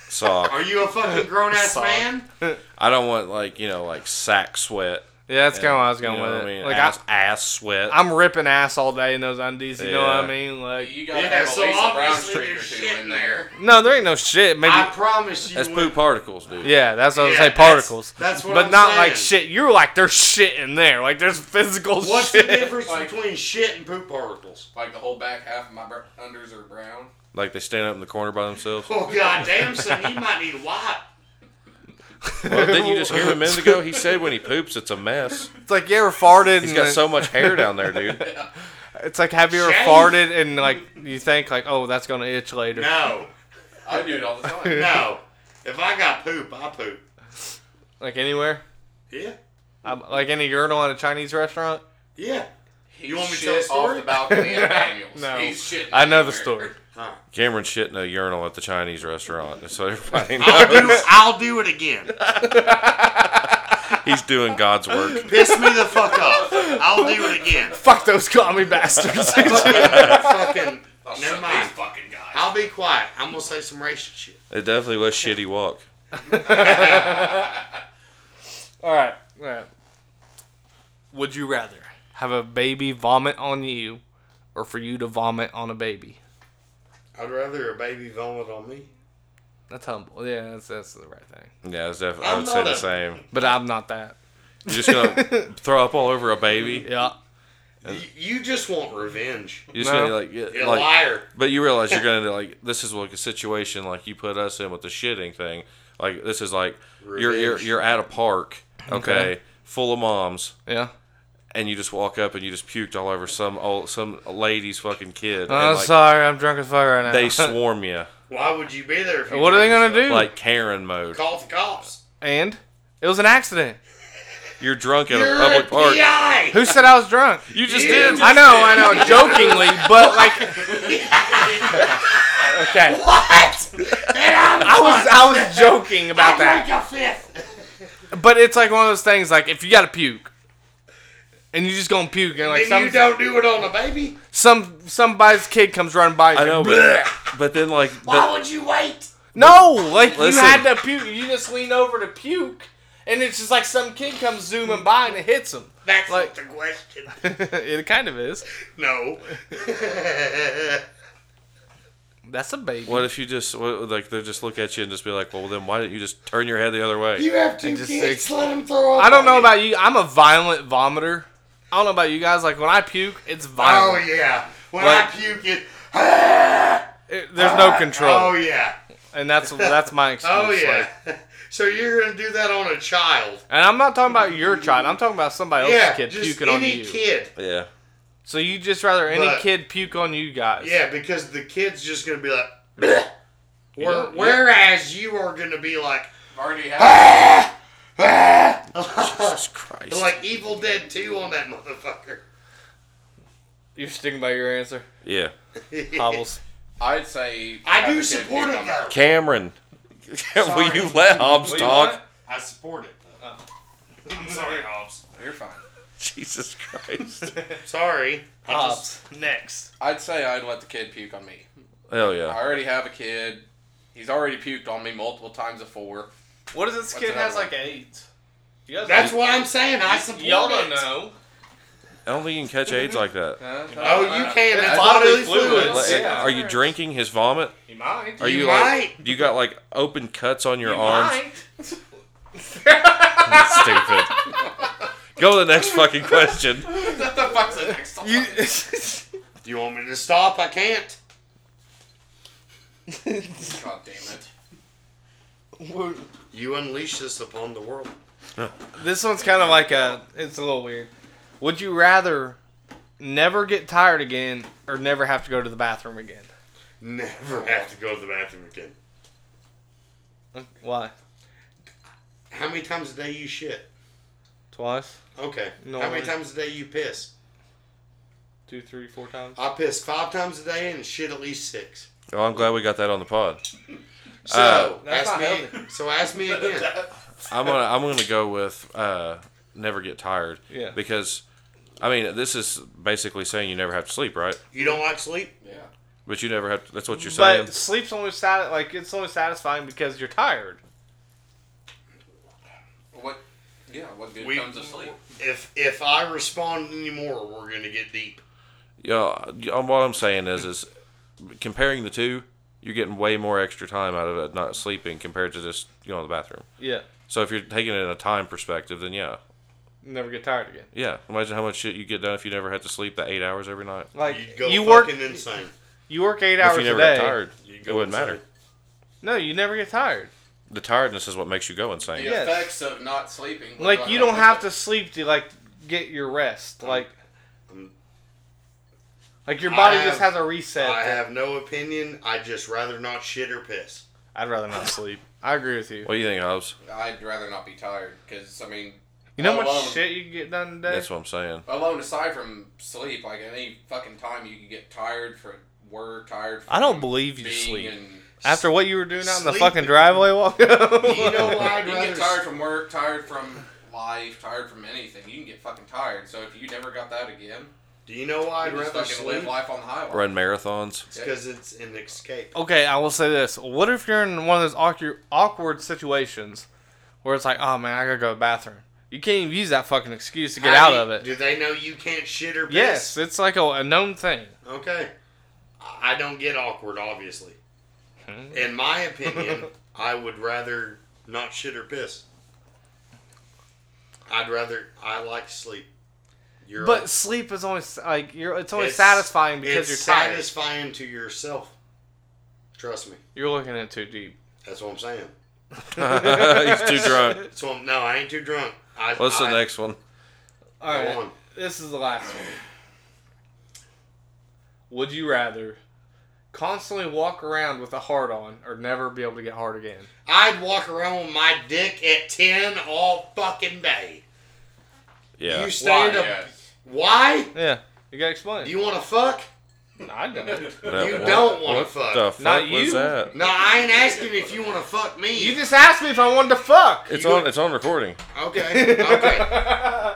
S1: Sock.
S3: Are you a fucking grown ass
S2: Sock.
S3: man?
S1: I don't want like you know like sack sweat.
S2: Yeah, that's kind of what I was
S1: You
S2: going
S1: know
S2: with
S1: what
S2: it.
S1: I mean?
S2: Like
S1: ass,
S2: I,
S1: ass sweat.
S2: I'm ripping ass all day in those undies. You know what I
S1: Yeah.
S2: mean? Like,
S5: You gotta
S3: Yeah,
S5: have
S3: so
S5: a Lisa Brown
S3: obviously
S5: streak or
S3: there's
S5: two
S3: shit
S5: in
S3: in
S5: there.
S2: no, there ain't no shit. Maybe.
S3: I promise you.
S1: That's
S3: when-
S1: poop particles, dude.
S2: yeah, that's what I was
S3: Yeah,
S2: saying.
S3: that's-
S2: Particles.
S3: that's what
S2: But
S3: I'm
S2: not like
S3: saying.
S2: shit. You're like there's shit in there. Like there's physical
S3: What's the
S2: shit.
S3: difference
S5: Like-
S3: between shit and poop particles?
S5: Like the whole back half of my br- unders are brown.
S1: Like they stand up in the corner by themselves.
S3: Oh goddamn, son, you might need a wipe.
S1: Well, didn't you just hear him a minute ago? He said when he poops, it's a mess.
S2: It's like you ever farted.
S1: He's
S2: and
S1: got
S2: then-
S1: so much hair down there, dude.
S2: It's like have you ever
S3: Shame.
S2: farted and like you think like oh that's gonna itch later.
S3: No,
S5: I do it all the time.
S3: no. If I got poop, I poop.
S2: Like anywhere,
S3: Yeah,
S2: Um, like any urinal at a Chinese restaurant.
S3: yeah. You want me to
S5: Shit
S3: tell a
S5: off
S3: story?
S5: the balcony at Daniels.
S2: No.
S5: He's shitting
S2: I know the
S5: everywhere.
S2: story.
S1: Cameron's shitting a urinal at the Chinese restaurant, so everybody
S3: I'll
S1: knows
S3: do, I'll do it again.
S1: he's doing God's work.
S3: Piss me the fuck off. I'll do it again.
S2: Fuck those commie bastards.
S3: fucking,
S5: I'll
S3: never
S5: shut
S3: mind.
S5: these fucking guys.
S3: I'll be quiet. I'm gonna say some racist shit.
S1: It definitely was shitty walk.
S2: All right. All right. Would you rather have a baby vomit on you or for you to vomit on a baby?
S3: I'd rather a baby vomit on me.
S2: That's humble. Yeah, that's, that's the right thing.
S1: Yeah, it's def- I
S3: I'm
S1: would say
S3: not
S1: the
S3: a-
S1: same.
S2: But I'm not that.
S1: You're just gonna throw up all over a baby.
S2: Yeah.
S3: You, you just want revenge.
S1: You're just
S2: No.
S1: gonna like, get-
S3: You're a
S1: like,
S3: liar.
S1: but you realize you're gonna like this is like a situation like you put us in with the shitting thing. Like this is like you're you're,
S3: Revenge.
S1: you're at a park, okay, full of moms,
S2: Yeah.
S1: and you just walk up and you just puked all over some old some lady's fucking kid.
S2: I'm
S1: and, like,
S2: sorry. I'm drunk as fuck right now.
S1: They swarm you
S3: Why would you be there? If you
S2: what are they
S3: did
S2: gonna
S3: this
S2: do?
S1: like Karen mode.
S3: stuff? Call the cops.
S2: and it was an accident.
S1: You're drunk at
S3: You're
S1: a public
S3: a
S1: park.
S3: PI.
S2: Who said I was drunk?
S1: You just
S3: You're
S1: did.
S2: I know, I know, jokingly, but like, okay,
S3: What? And I'm
S2: I was I was joking about
S3: I
S2: that.
S3: drink a fifth.
S2: But it's like one of those things. Like if you gotta puke, and you're just gonna puke, and like
S3: and you
S2: some
S3: don't do it on a baby.
S2: some somebody's kid comes running by.
S1: I
S2: and
S1: know,
S2: like,
S1: but, but then like
S3: Why
S1: the,
S3: would you wait?
S2: No, like
S1: Listen.
S2: you had to puke. You just lean over to puke, and it's just like some kid comes zooming by and it hits him.
S3: That's
S2: Like-
S3: not the question.
S2: it kind of is.
S3: No.
S2: That's a baby.
S1: what if you just what, like they just look at you and just be like, well then why didn't you just turn your head the other way?
S3: you have two
S2: just
S3: kids.
S2: ex-
S3: let them throw up.
S2: I don't
S3: on
S2: know
S3: you.
S2: about you. I'm a violent vomiter. I don't know about you guys. Like when I puke, it's
S3: Oh
S2: violent.
S3: yeah. When
S2: Like-
S3: I puke it.
S2: It- there's no control,
S3: Oh yeah.
S2: and that's that's my excuse.
S3: Oh yeah.
S2: like-
S3: so you're gonna do that on a child?
S2: and I'm not talking about your child. I'm talking about somebody else's
S3: yeah.
S2: kid
S3: Just
S2: puking on
S3: any
S2: you.
S3: kid.
S1: yeah.
S2: So you just rather any
S3: But-
S2: kid puke on you guys?
S3: Yeah, because the kid's just gonna be like. "Bleh." Where,
S2: Yeah.
S3: whereas you are gonna be like,
S5: Already had
S1: Jesus Christ.
S3: like Evil Dead Two on that motherfucker.
S2: You're sticking by your answer,
S1: Yeah.
S2: Hobbles.
S5: I'd say
S3: I
S5: have
S3: do
S5: a kid
S3: support
S5: puke
S3: it
S5: on me.
S3: though.
S1: Cameron, will you let Hobbs
S2: Will you
S1: talk?
S2: what?
S3: I support it. I'm sorry, Hobbs.
S5: You're fine.
S1: Jesus Christ.
S3: Sorry, I
S2: Hobbs.
S3: just- Next.
S5: I'd say I'd let the kid puke on me.
S1: Hell
S5: I
S1: yeah.
S5: already have a kid. He's already puked on me multiple times before.
S2: What if this
S5: What's another one?
S2: AIDS? You guys
S3: That's what I'm saying. I support it.
S2: know.
S1: I don't think you can catch AIDS like that.
S5: Huh?
S3: Oh, you
S2: Uh,
S3: can. That's bodily
S2: bodily fluids.
S3: fluids.
S1: Like,
S2: Yeah.
S1: Are you drinking his vomit?
S2: You might.
S1: Are you,
S3: You
S1: like
S3: might.
S1: you got like open cuts on your arms? Stupid. Go to the next fucking question.
S5: What the fuck's the next one?
S3: Do you want me to stop? I can't.
S5: God damn it.
S3: You unleash this upon the world.
S2: This one's kind of like a. It's a little weird. Would you rather never get tired again or never have to go to the bathroom again?
S3: Never have to go to the bathroom again.
S2: Why?
S3: How many times a day you shit?
S2: Twice,
S3: Okay. How
S2: Normally.
S3: many times a day you piss?
S2: two, three, four times.
S3: I piss five times a day and shit at least six.
S1: Well, Oh, I'm glad we got that on the pod.
S2: Uh,
S3: So
S2: That's
S3: ask
S2: not
S3: me.
S2: healthy.
S3: So ask me again.
S1: I'm gonna I'm gonna go with uh, never get tired.
S2: Yeah.
S1: Because I mean, this is basically saying you never have to sleep, right?
S3: You don't like sleep?
S5: Yeah.
S1: But you never have. To, that's what you're saying.
S2: But sleep's only sat like it's only satisfying because you're tired.
S5: What? Yeah. What good
S3: We-
S5: comes of sleep?
S3: If if I respond anymore, we're gonna get deep.
S1: Yeah, yeah, what I'm saying is, is comparing the two, you're getting way more extra time out of it not sleeping compared to just going to the bathroom.
S2: Yeah.
S1: So if you're taking it in a time perspective, then yeah,
S2: Never get tired again.
S1: yeah. Imagine how much shit you get done if you never had to sleep the eight hours every night.
S3: You'd
S2: Like
S3: go
S2: you work,
S3: fucking insane.
S2: you work eight
S1: If
S2: hours
S1: you
S2: a
S1: never
S2: day.
S1: got tired,
S3: You'd
S1: it
S3: go
S1: wouldn't
S3: insane.
S1: matter.
S2: No, you never get tired.
S1: The tiredness is what makes you go insane.
S5: The
S2: Yes.
S5: effects of not sleeping.
S2: Like you don't have to sleep to like get your rest.
S3: Mm.
S2: Like like your body
S3: I
S2: just
S3: have-
S2: has a reset.
S3: I have no opinion. I'd just rather not shit or piss.
S2: I'd rather not sleep. I agree with you.
S1: What do you think, Hobbs?
S5: I'd rather not be tired because I mean,
S2: You know
S5: I
S2: how much
S5: love-
S2: shit you can get done today?
S1: That's what I'm saying.
S5: alone aside from sleep, like any fucking time you can get tired for work, tired. From
S2: I don't believe you
S5: being
S2: sleep.
S5: in-
S2: After what you were doing out in the
S3: Sleep.
S2: fucking driveway walk
S3: You know why
S5: you
S3: I'd
S5: can get
S3: rather
S5: tired from work, tired from life, tired from anything. You can get fucking tired. So if you never got that again,
S3: Do you know why I'd
S5: you just
S3: rather
S5: fucking
S3: sleep?
S5: live life on the highway.
S1: Run marathons.
S3: It's because it's an escape.
S2: Okay, I will say this. What if you're in one of those awkward, awkward situations where it's like, oh man, I gotta go to the bathroom? You can't even use that fucking excuse to get
S3: How
S2: out
S3: do-
S2: of it.
S3: Do they know you can't shit or piss?
S2: Yes, it's like a, a known thing.
S3: Okay. I I don't get awkward, obviously.
S2: Hmm.
S3: In my opinion, I would rather not shit or piss. I'd rather I like sleep. You're
S2: But
S3: right.
S2: sleep is only s- like you're. Oh, It's only
S3: It's-
S2: satisfying
S3: it's
S2: because you're tired.
S3: satisfying to yourself. Trust me.
S2: you're looking in too deep.
S3: That's what I'm saying.
S1: He's too drunk.
S3: That's what I'm, no, I ain't too drunk. I,
S1: What's the
S3: I-
S1: next one?
S2: All
S3: Go
S2: right,
S3: on.
S2: this is the last one. Would you rather constantly walk around with a heart on, or never be able to get hard again?
S3: I'd walk around with my dick at ten all fucking day.
S1: Yeah.
S3: You stand
S5: Why?
S3: up.
S5: Yeah.
S3: Why?
S2: Yeah, you gotta explain.
S3: You want to fuck?
S2: I don't.
S1: That-
S3: you
S1: what-
S3: don't wanna
S1: what
S3: fuck.
S1: The fuck
S2: Not
S1: was
S2: you.
S1: that?
S3: No, I ain't asking if you want to fuck me.
S2: You just asked me if I wanted to fuck.
S1: It's on. It's on recording.
S3: Okay. Okay.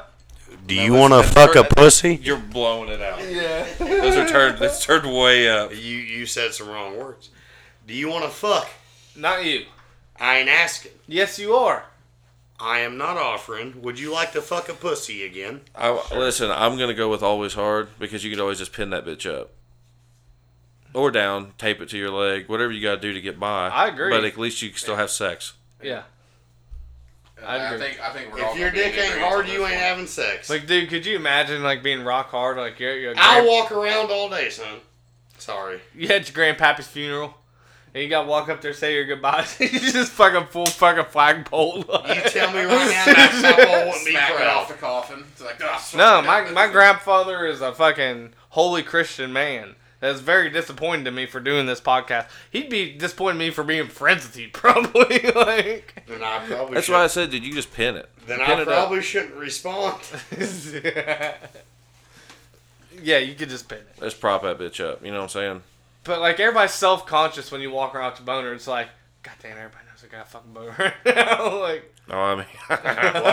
S1: Do you want to fuck
S5: a
S1: pussy? You're blowing it out.
S2: Yeah.
S1: Those are turned. It's turned way up.
S3: you you said some wrong words. Do you want to fuck?
S2: Not you.
S3: I ain't asking.
S2: Yes, you are.
S3: I am not offering. Would you like to fuck a pussy again?
S1: I, Listen, I'm gonna go with always hard because you can always just pin that bitch up or down, tape it to your leg, whatever you gotta do to get by.
S2: I agree.
S1: But at least you can still have sex.
S2: Yeah. I'd
S5: I
S2: agree.
S5: think I think we're all
S3: If your
S5: gonna be in
S3: dick ain't
S5: agreement on
S3: hard,
S5: this
S3: you ain't
S5: one.
S3: having sex.
S2: Like, dude, could you imagine like being rock hard? Like you're, you're
S3: I'll walk around all day, son. Sorry.
S2: you had your grandpappy's funeral, and you got to walk up there say your goodbyes. you just fucking full fucking flagpole.
S3: You tell me right now, that's how I wouldn't be
S5: Smack it off
S3: proud.
S5: the coffin. It's like, "Ah, son
S2: no,
S5: of a
S2: my
S5: bitch."
S2: my grandfather is a fucking holy Christian man. That's very disappointed to me for doing this podcast. He'd be disappointed in me for being friends with you, probably. like,
S3: Then I probably
S1: That's
S3: should,
S1: why I said, did you just pin it?
S3: Then
S1: Pin
S3: I
S1: it
S3: probably shouldn't respond.
S2: yeah, you could just pin it.
S1: up. Let's prop that bitch up. You know what I'm saying?
S2: But like everybody's self conscious when you walk around with your boner. It's like, God damn, everybody knows I got a fucking boner. right now." like,
S1: No, I mean,
S3: Why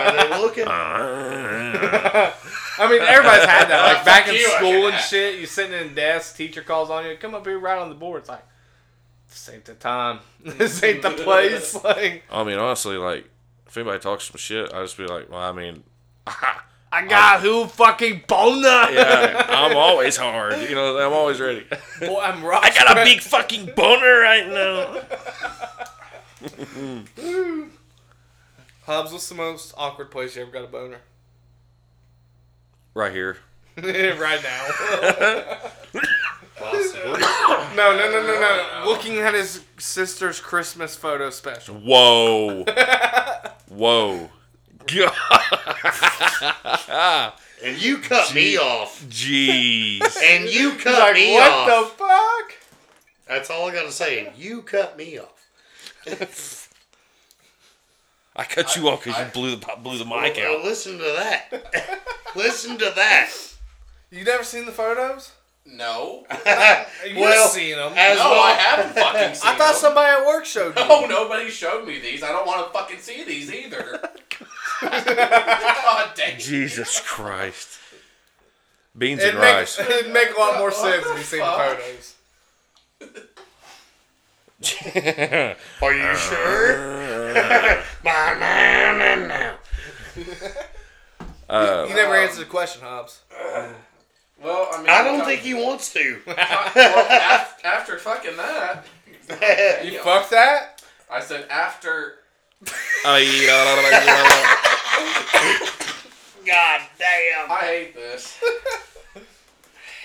S3: are they looking?
S2: I mean, everybody's had that. Like back in
S5: Fuck you, I
S2: school
S5: can
S2: and
S5: have.
S2: shit, you sitting in a desk, teacher calls on you, come up here right on the board. It's like, this ain't the time. this ain't the place. Like,
S1: I mean, honestly, like if anybody talks some shit, I just be like, well, I mean,
S2: I got who fucking boner.
S1: yeah, I'm always hard. You know, I'm always ready.
S2: Boy, I'm right. I got
S1: fucking boner right now.
S2: Hobbs, what's the most awkward place you ever got a boner?
S1: Right here.
S2: right now.
S3: Possibly.
S2: no, no, no, no, no. Looking at his sister's Christmas photo special.
S1: Whoa. Whoa.
S3: And you cut me off.
S1: Jeez.
S3: And you cut
S2: like,
S3: me
S2: what
S3: off.
S2: the fuck?
S3: That's all I gotta say. You cut me off.
S1: I cut you off because you blew the blew the mic
S3: Well,
S1: out.
S3: listen to that. listen to that.
S2: You never seen the photos?
S5: No.
S2: You've
S3: Well,
S2: seen them.
S3: As
S5: No,
S3: well,
S5: I haven't fucking seen
S2: I thought
S5: them.
S2: somebody at work showed you.
S5: No, nobody showed me these. I don't want to fucking see these either. God damn.
S1: Jesus Christ. Beans
S2: It'd
S1: and
S2: make,
S1: rice.
S2: it'd make a lot more
S5: What
S2: sense
S5: the
S2: if you seen the
S5: fuck?
S2: photos.
S3: Are you sure? My man and now.
S1: Oh,
S2: You
S1: Uh,
S2: never answered the question, Hobbs.
S5: Well, I mean,
S3: I don't
S5: I'm-
S3: think he wants to.
S5: well, af- after fucking that,
S2: You
S5: Yeah.
S2: fuck that?
S5: I said after.
S3: God damn.
S5: I hate this.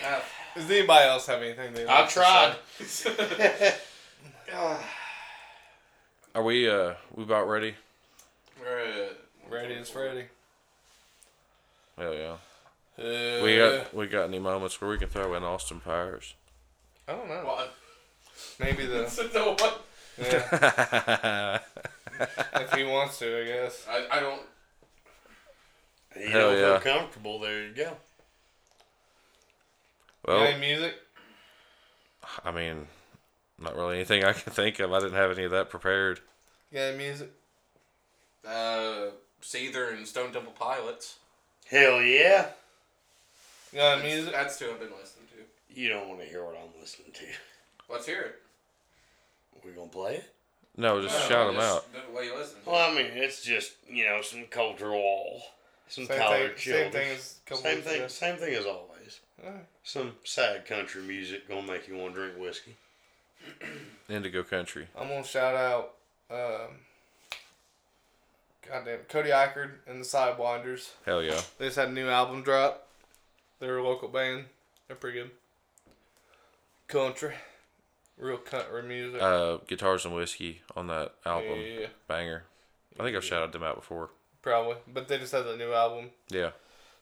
S5: Uh,
S2: Does anybody else have anything they
S3: I tried.
S5: God.
S1: Are we uh we about ready?
S5: uh,
S2: Ready as Freddy.
S1: Hell yeah.
S2: Uh,
S1: We got we got any moments where we can throw in Austin Powers?
S2: I don't know.
S5: What?
S2: Maybe the.
S5: no one.
S1: Hell
S2: Yeah, if he wants to, I guess.
S5: I, I don't.
S4: You
S1: Hell
S4: don't feel
S1: yeah.
S4: comfortable. There you go.
S1: Well,
S2: Any music?
S1: I mean, not really anything I can think of. I didn't have any of that prepared.
S2: Yeah, any music? Uh, Seether and Stone Temple Pilots.
S4: Hell yeah.
S2: Yeah, music. That's two I've been listening to.
S4: You don't want to hear what I'm listening to.
S2: Let's hear it.
S4: We're gonna play it.
S1: No, just shout 'em shout them out.
S2: What you listening? to.
S4: Well, I mean, it's just you know some cultural, some
S2: Same
S4: college
S2: thing- same thing
S4: shoulders.
S2: as a couple
S4: same
S2: weeks
S4: thing.
S2: ago.
S4: Same thing as always.
S2: Alright.
S4: Some sad country music gonna make you want to drink whiskey.
S1: Indigo Country.
S2: I'm gonna shout out, um, goddamn Cody Ackard and the Sidewinders.
S1: Hell yeah.
S2: They just had a new album drop. They're a local band. They're pretty good. Country, real country music.
S1: Uh, Guitars and Whiskey on that album.
S2: Yeah,
S1: Banger. I think I've shouted them out before.
S2: probably. But they just had a new album,
S1: Yeah.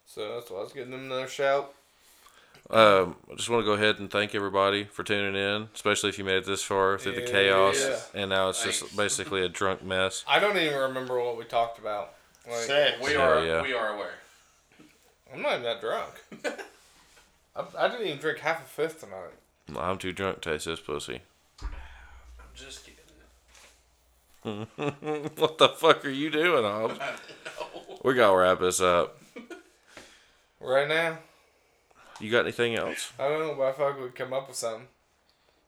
S2: so that's why I was giving them another shout.
S1: Um, I just want to go ahead and thank everybody for tuning in, especially if you made it this far through the chaos.
S2: Yeah.
S1: And now it's
S2: Thanks.
S1: just basically a drunk mess.
S2: I don't even remember what we talked about. Like,
S4: Sex.
S1: Hell are- yeah. we
S2: are aware. I'm not even that drunk. I, I didn't even drink half a fifth tonight.
S1: I'm too drunk to taste this pussy.
S5: I'm just kidding.
S1: what the fuck are you doing, Hobbs? We gotta wrap this up.
S2: Right now,
S1: You got anything else?
S2: I don't know, but I feel like we come up with something.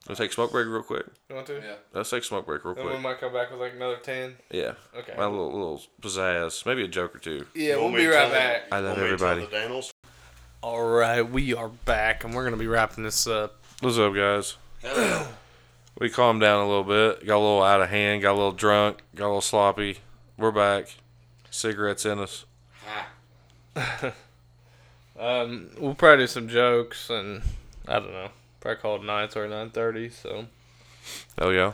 S1: Let's take smoke break real quick.
S2: You want to? Yeah.
S1: Let's take smoke break real
S2: Then we
S1: quick.
S2: might come back with like another 10.
S1: Yeah.
S2: Okay.
S1: My little, little pizzazz, maybe a joke or two.
S2: Yeah,
S4: You
S2: we'll
S4: want me
S2: be
S4: to
S2: right
S4: tell
S2: back.
S4: them-
S1: I
S4: you
S1: love
S4: want me to tell
S1: everybody.
S4: the Daniels?
S9: All right, we are back, and we're gonna be wrapping this up.
S1: What's up, guys? we calmed down a little bit. Got a little out of hand. Got a little drunk. Got a little sloppy. We're back. Cigarettes in us.
S2: Um, we'll probably do some jokes and I don't know. Probably call it 9 or 9.30. So,
S1: Oh yeah.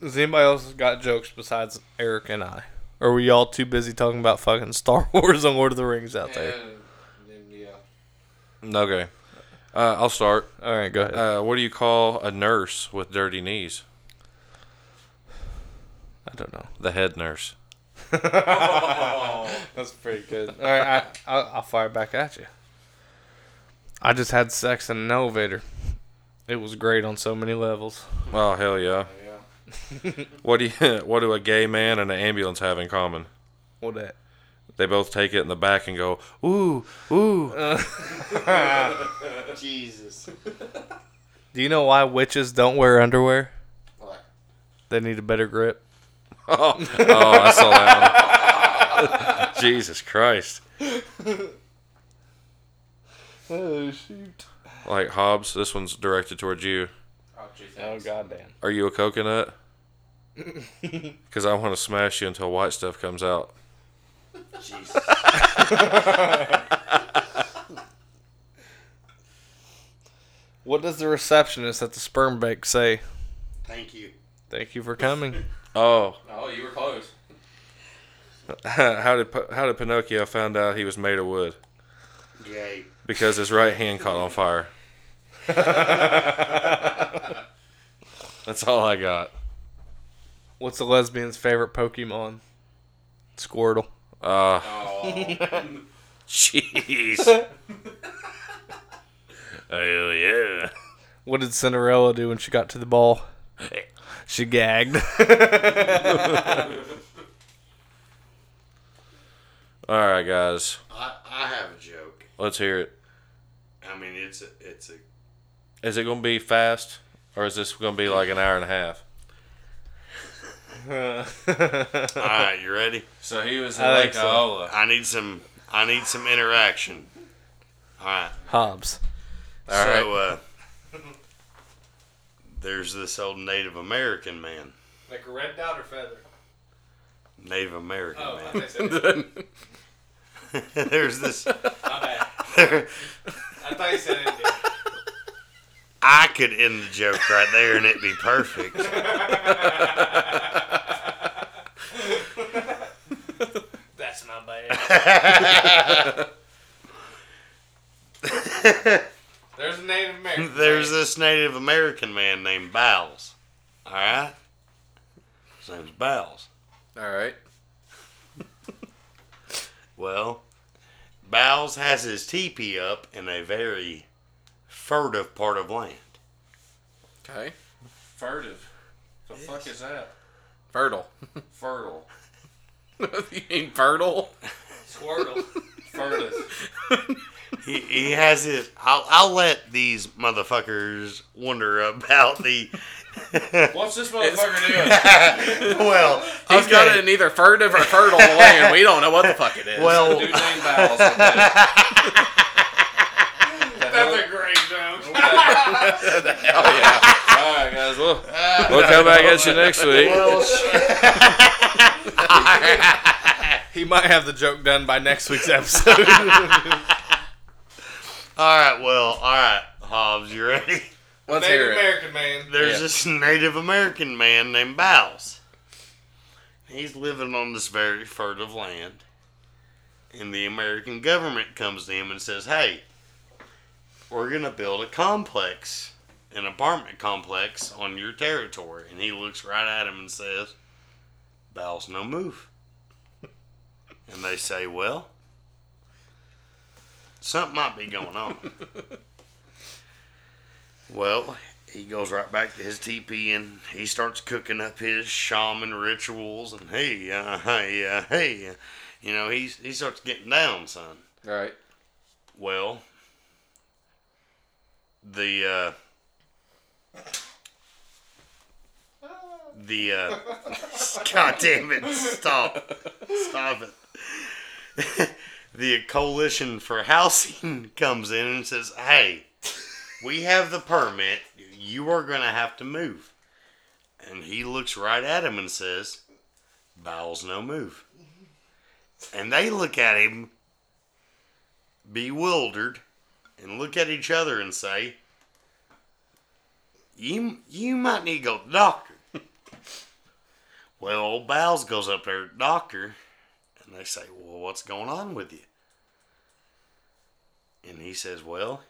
S2: does anybody else got jokes besides Eric and I? Or are we all too busy talking about fucking Star Wars and Lord of the Rings out there?
S1: Okay. Uh, I'll start.
S2: All right, go ahead.
S1: Uh, what do you call a nurse with dirty knees?
S2: I don't know.
S1: The head nurse.
S2: That's pretty good. All right, I, I'll, I'll fire back at you. I just had sex in an elevator. It was great on so many levels.
S1: Oh hell yeah. what do you, what do a gay man and an ambulance have in common?
S2: What that?
S1: They both take it in the back and go, ooh, ooh.
S4: Jesus.
S2: Do you know why witches don't wear underwear? They need a better grip.
S1: Oh, oh, I saw that one. Jesus Christ.
S2: Oh shoot!
S1: Like Hobbs, this one's directed towards you.
S2: Oh goddamn!
S1: Are you a coconut? Because I want to smash you until white stuff comes out.
S4: Jesus.
S2: What does the receptionist at the sperm bank say?
S4: Thank you.
S2: Thank you for coming.
S1: Oh,
S5: Oh, you were close.
S1: how did Pi- how did Pinocchio find out he was made of wood?
S4: Gay.
S1: Because his right hand caught on fire. That's all I got.
S2: What's a lesbian's favorite Pokemon? Squirtle.
S1: Uh, jeez. Hell yeah.
S2: What did Cinderella do when she got to the ball? She gagged.
S1: All right, guys,
S4: I, I have a joke.
S1: let's hear it.
S4: I mean, it's a, it's a.
S1: Is it gonna be fast, or is this gonna be like an hour and a half?
S4: All right, you ready?
S1: So he was
S2: I think so.
S4: I need some. I need some interaction. All right.
S2: Hobbs.
S1: All right.
S4: so, uh, there's this old Native American man.
S2: Like a red dot or feather?
S4: Native American
S3: Oh.
S4: man.
S2: said
S4: there's this.
S2: My bad.
S4: there-
S2: I thought you said it.
S4: I could end the joke right there and it'd be perfect.
S2: my bad. There's a Native American.
S4: There's this Native American man named Bowles. All right? His name's Bowles.
S5: All right.
S4: Well, Bowles has his teepee up in a very furtive part of land.
S5: Okay.
S1: Furtive. The fuck is that?
S5: Fertile.
S1: Fertile.
S5: you mean fertile?
S2: Squirtle.
S1: Furtive.
S4: He, he has his. I'll, I'll let these motherfuckers wonder about the.
S1: What's this motherfucker doing?
S4: well,
S5: He's got
S4: okay.
S5: it in either furtive or fertile land. We don't know what the fuck it is.
S4: Well,
S1: Dude named Bowles. That's a great joke. All
S5: Hell yeah.
S1: Oh, right, guys. We'll, we'll come back at you next week.
S4: well, shit.
S10: He might have the joke done by next week's episode.
S4: all right. Well, all right. Hobbs, you ready?
S5: Let's hear
S2: Native
S5: it.
S2: American man.
S4: There's
S5: Yeah.
S4: this Native American man named Bowles. He's living on this very fertile land. And the American government comes to him and says, Hey, we're going to build a complex, an apartment complex on your territory. And he looks right at him and says, Bowles, no move. And they say, Well, something might be going on. Well, he goes right back to his teepee and he starts cooking up his shaman rituals and hey, uh, hey, uh, hey, uh, you know, he's he starts getting down, son.
S5: Right.
S4: Well, the uh, the uh, God damn it! Stop! Stop it! the coalition for housing comes in and says, "Hey, we have the permit. You are going to have to move." And he looks right at him and says, "Bowels no move." And they look at him bewildered and look at each other and say, "You you might need to go to the doctor." well, old Bowles goes up there to the doctor, and they say, "Well, what's going on with you?" And he says, "Well,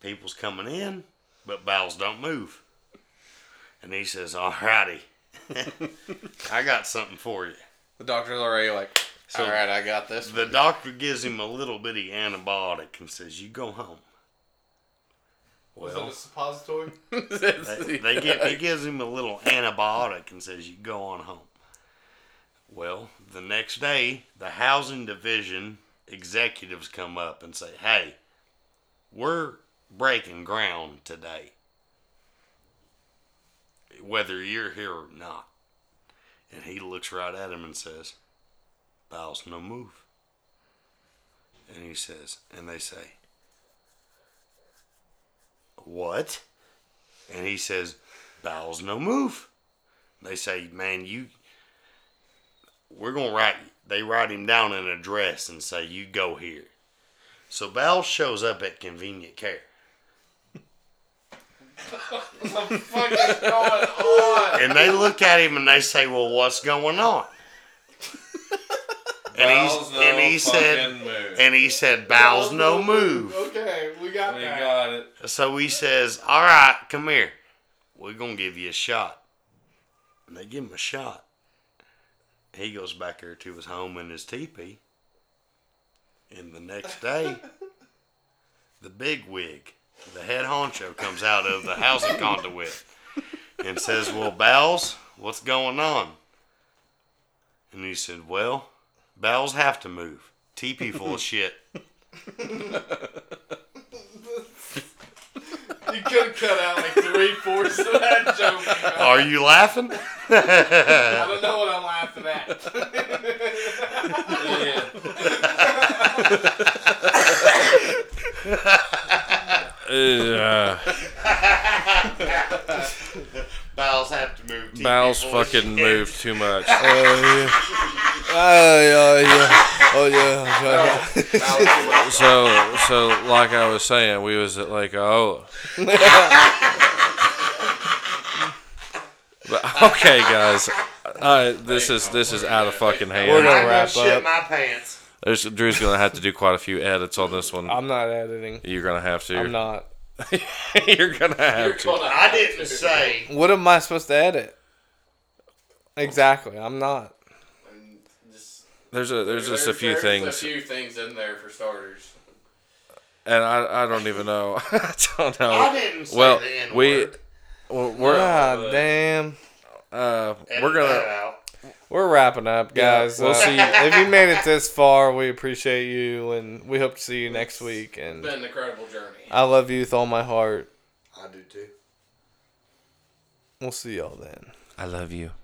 S4: people's coming in, but Bowles don't move." And he says, "All righty, I got something for you."
S5: The doctor's already like,
S4: So-
S5: all right, I got this.
S4: The doctor gives him a little bitty antibiotic and says, "You go home."
S2: Was it a suppository?
S4: They, they give, he gives him a little antibiotic and says, "You go on home." Well, the next day, the housing division executives come up and say, "Hey, we're breaking ground today, whether you're here or not." And he looks right at him and says, "Bowels no move." And he says, and they say, "What?" And he says, Bowels no move. They say, Man, you we're gonna write they write him down an address and say, You go here. So Bowels shows up at convenient care.
S2: What the fuck is going on?
S4: And they look at him and they say, Well, what's going on? And, he's,
S1: Bowels no
S4: and he said,
S1: fucking move.
S4: and he said, Bowels no move.
S2: Okay, we got
S1: We
S2: that.
S1: got it.
S4: So he says, All right, come here. We're going to give you a shot. And they give him a shot. He goes back there to his home in his teepee. And the next day, the big wig, the head honcho, comes out of the housing conduit and says, Well, Bowles, what's going on? And he said, Well, Bowles have to move. Teepee full of shit.
S2: You could have cut out like three fourths of that joke.
S4: Are you laughing?
S2: I don't know what I'm laughing at.
S1: Uh,
S4: Bowels have to move. Teepee
S1: Bowles
S4: full of
S1: fucking
S4: shit.
S1: moved too much.
S10: Oh yeah.
S2: Oh,
S1: So, so like I was saying, we was at Lake Iola. but, okay, guys, uh, this is this is out of fucking hand.
S4: I'm gonna shit my pants.
S1: There's, Drew's gonna have to do quite a few edits on this one.
S2: I'm not editing.
S1: You're gonna have to.
S2: I'm not.
S1: You're gonna have to.
S3: I didn't say.
S2: What am I supposed to edit? Exactly. I'm not.
S11: Just-
S1: There's a there's just a
S11: there-
S1: few
S11: there's
S1: things,
S11: A few things in there for starters.
S1: and I I don't even know. I don't know.
S3: I didn't say
S1: well,
S3: the N
S1: we
S3: word.
S1: well, we're
S2: God Ah, damn.
S1: uh,
S3: Edit
S1: we're gonna
S3: that out.
S2: We're wrapping up,
S1: Yeah,
S2: guys.
S1: we'll
S2: Uh,
S1: see.
S2: if you made it this far, we appreciate you, and we hope to see you next week. And
S11: Been an incredible journey.
S2: I love you with all my heart.
S3: I do too.
S2: We'll see y'all then.
S1: I love you.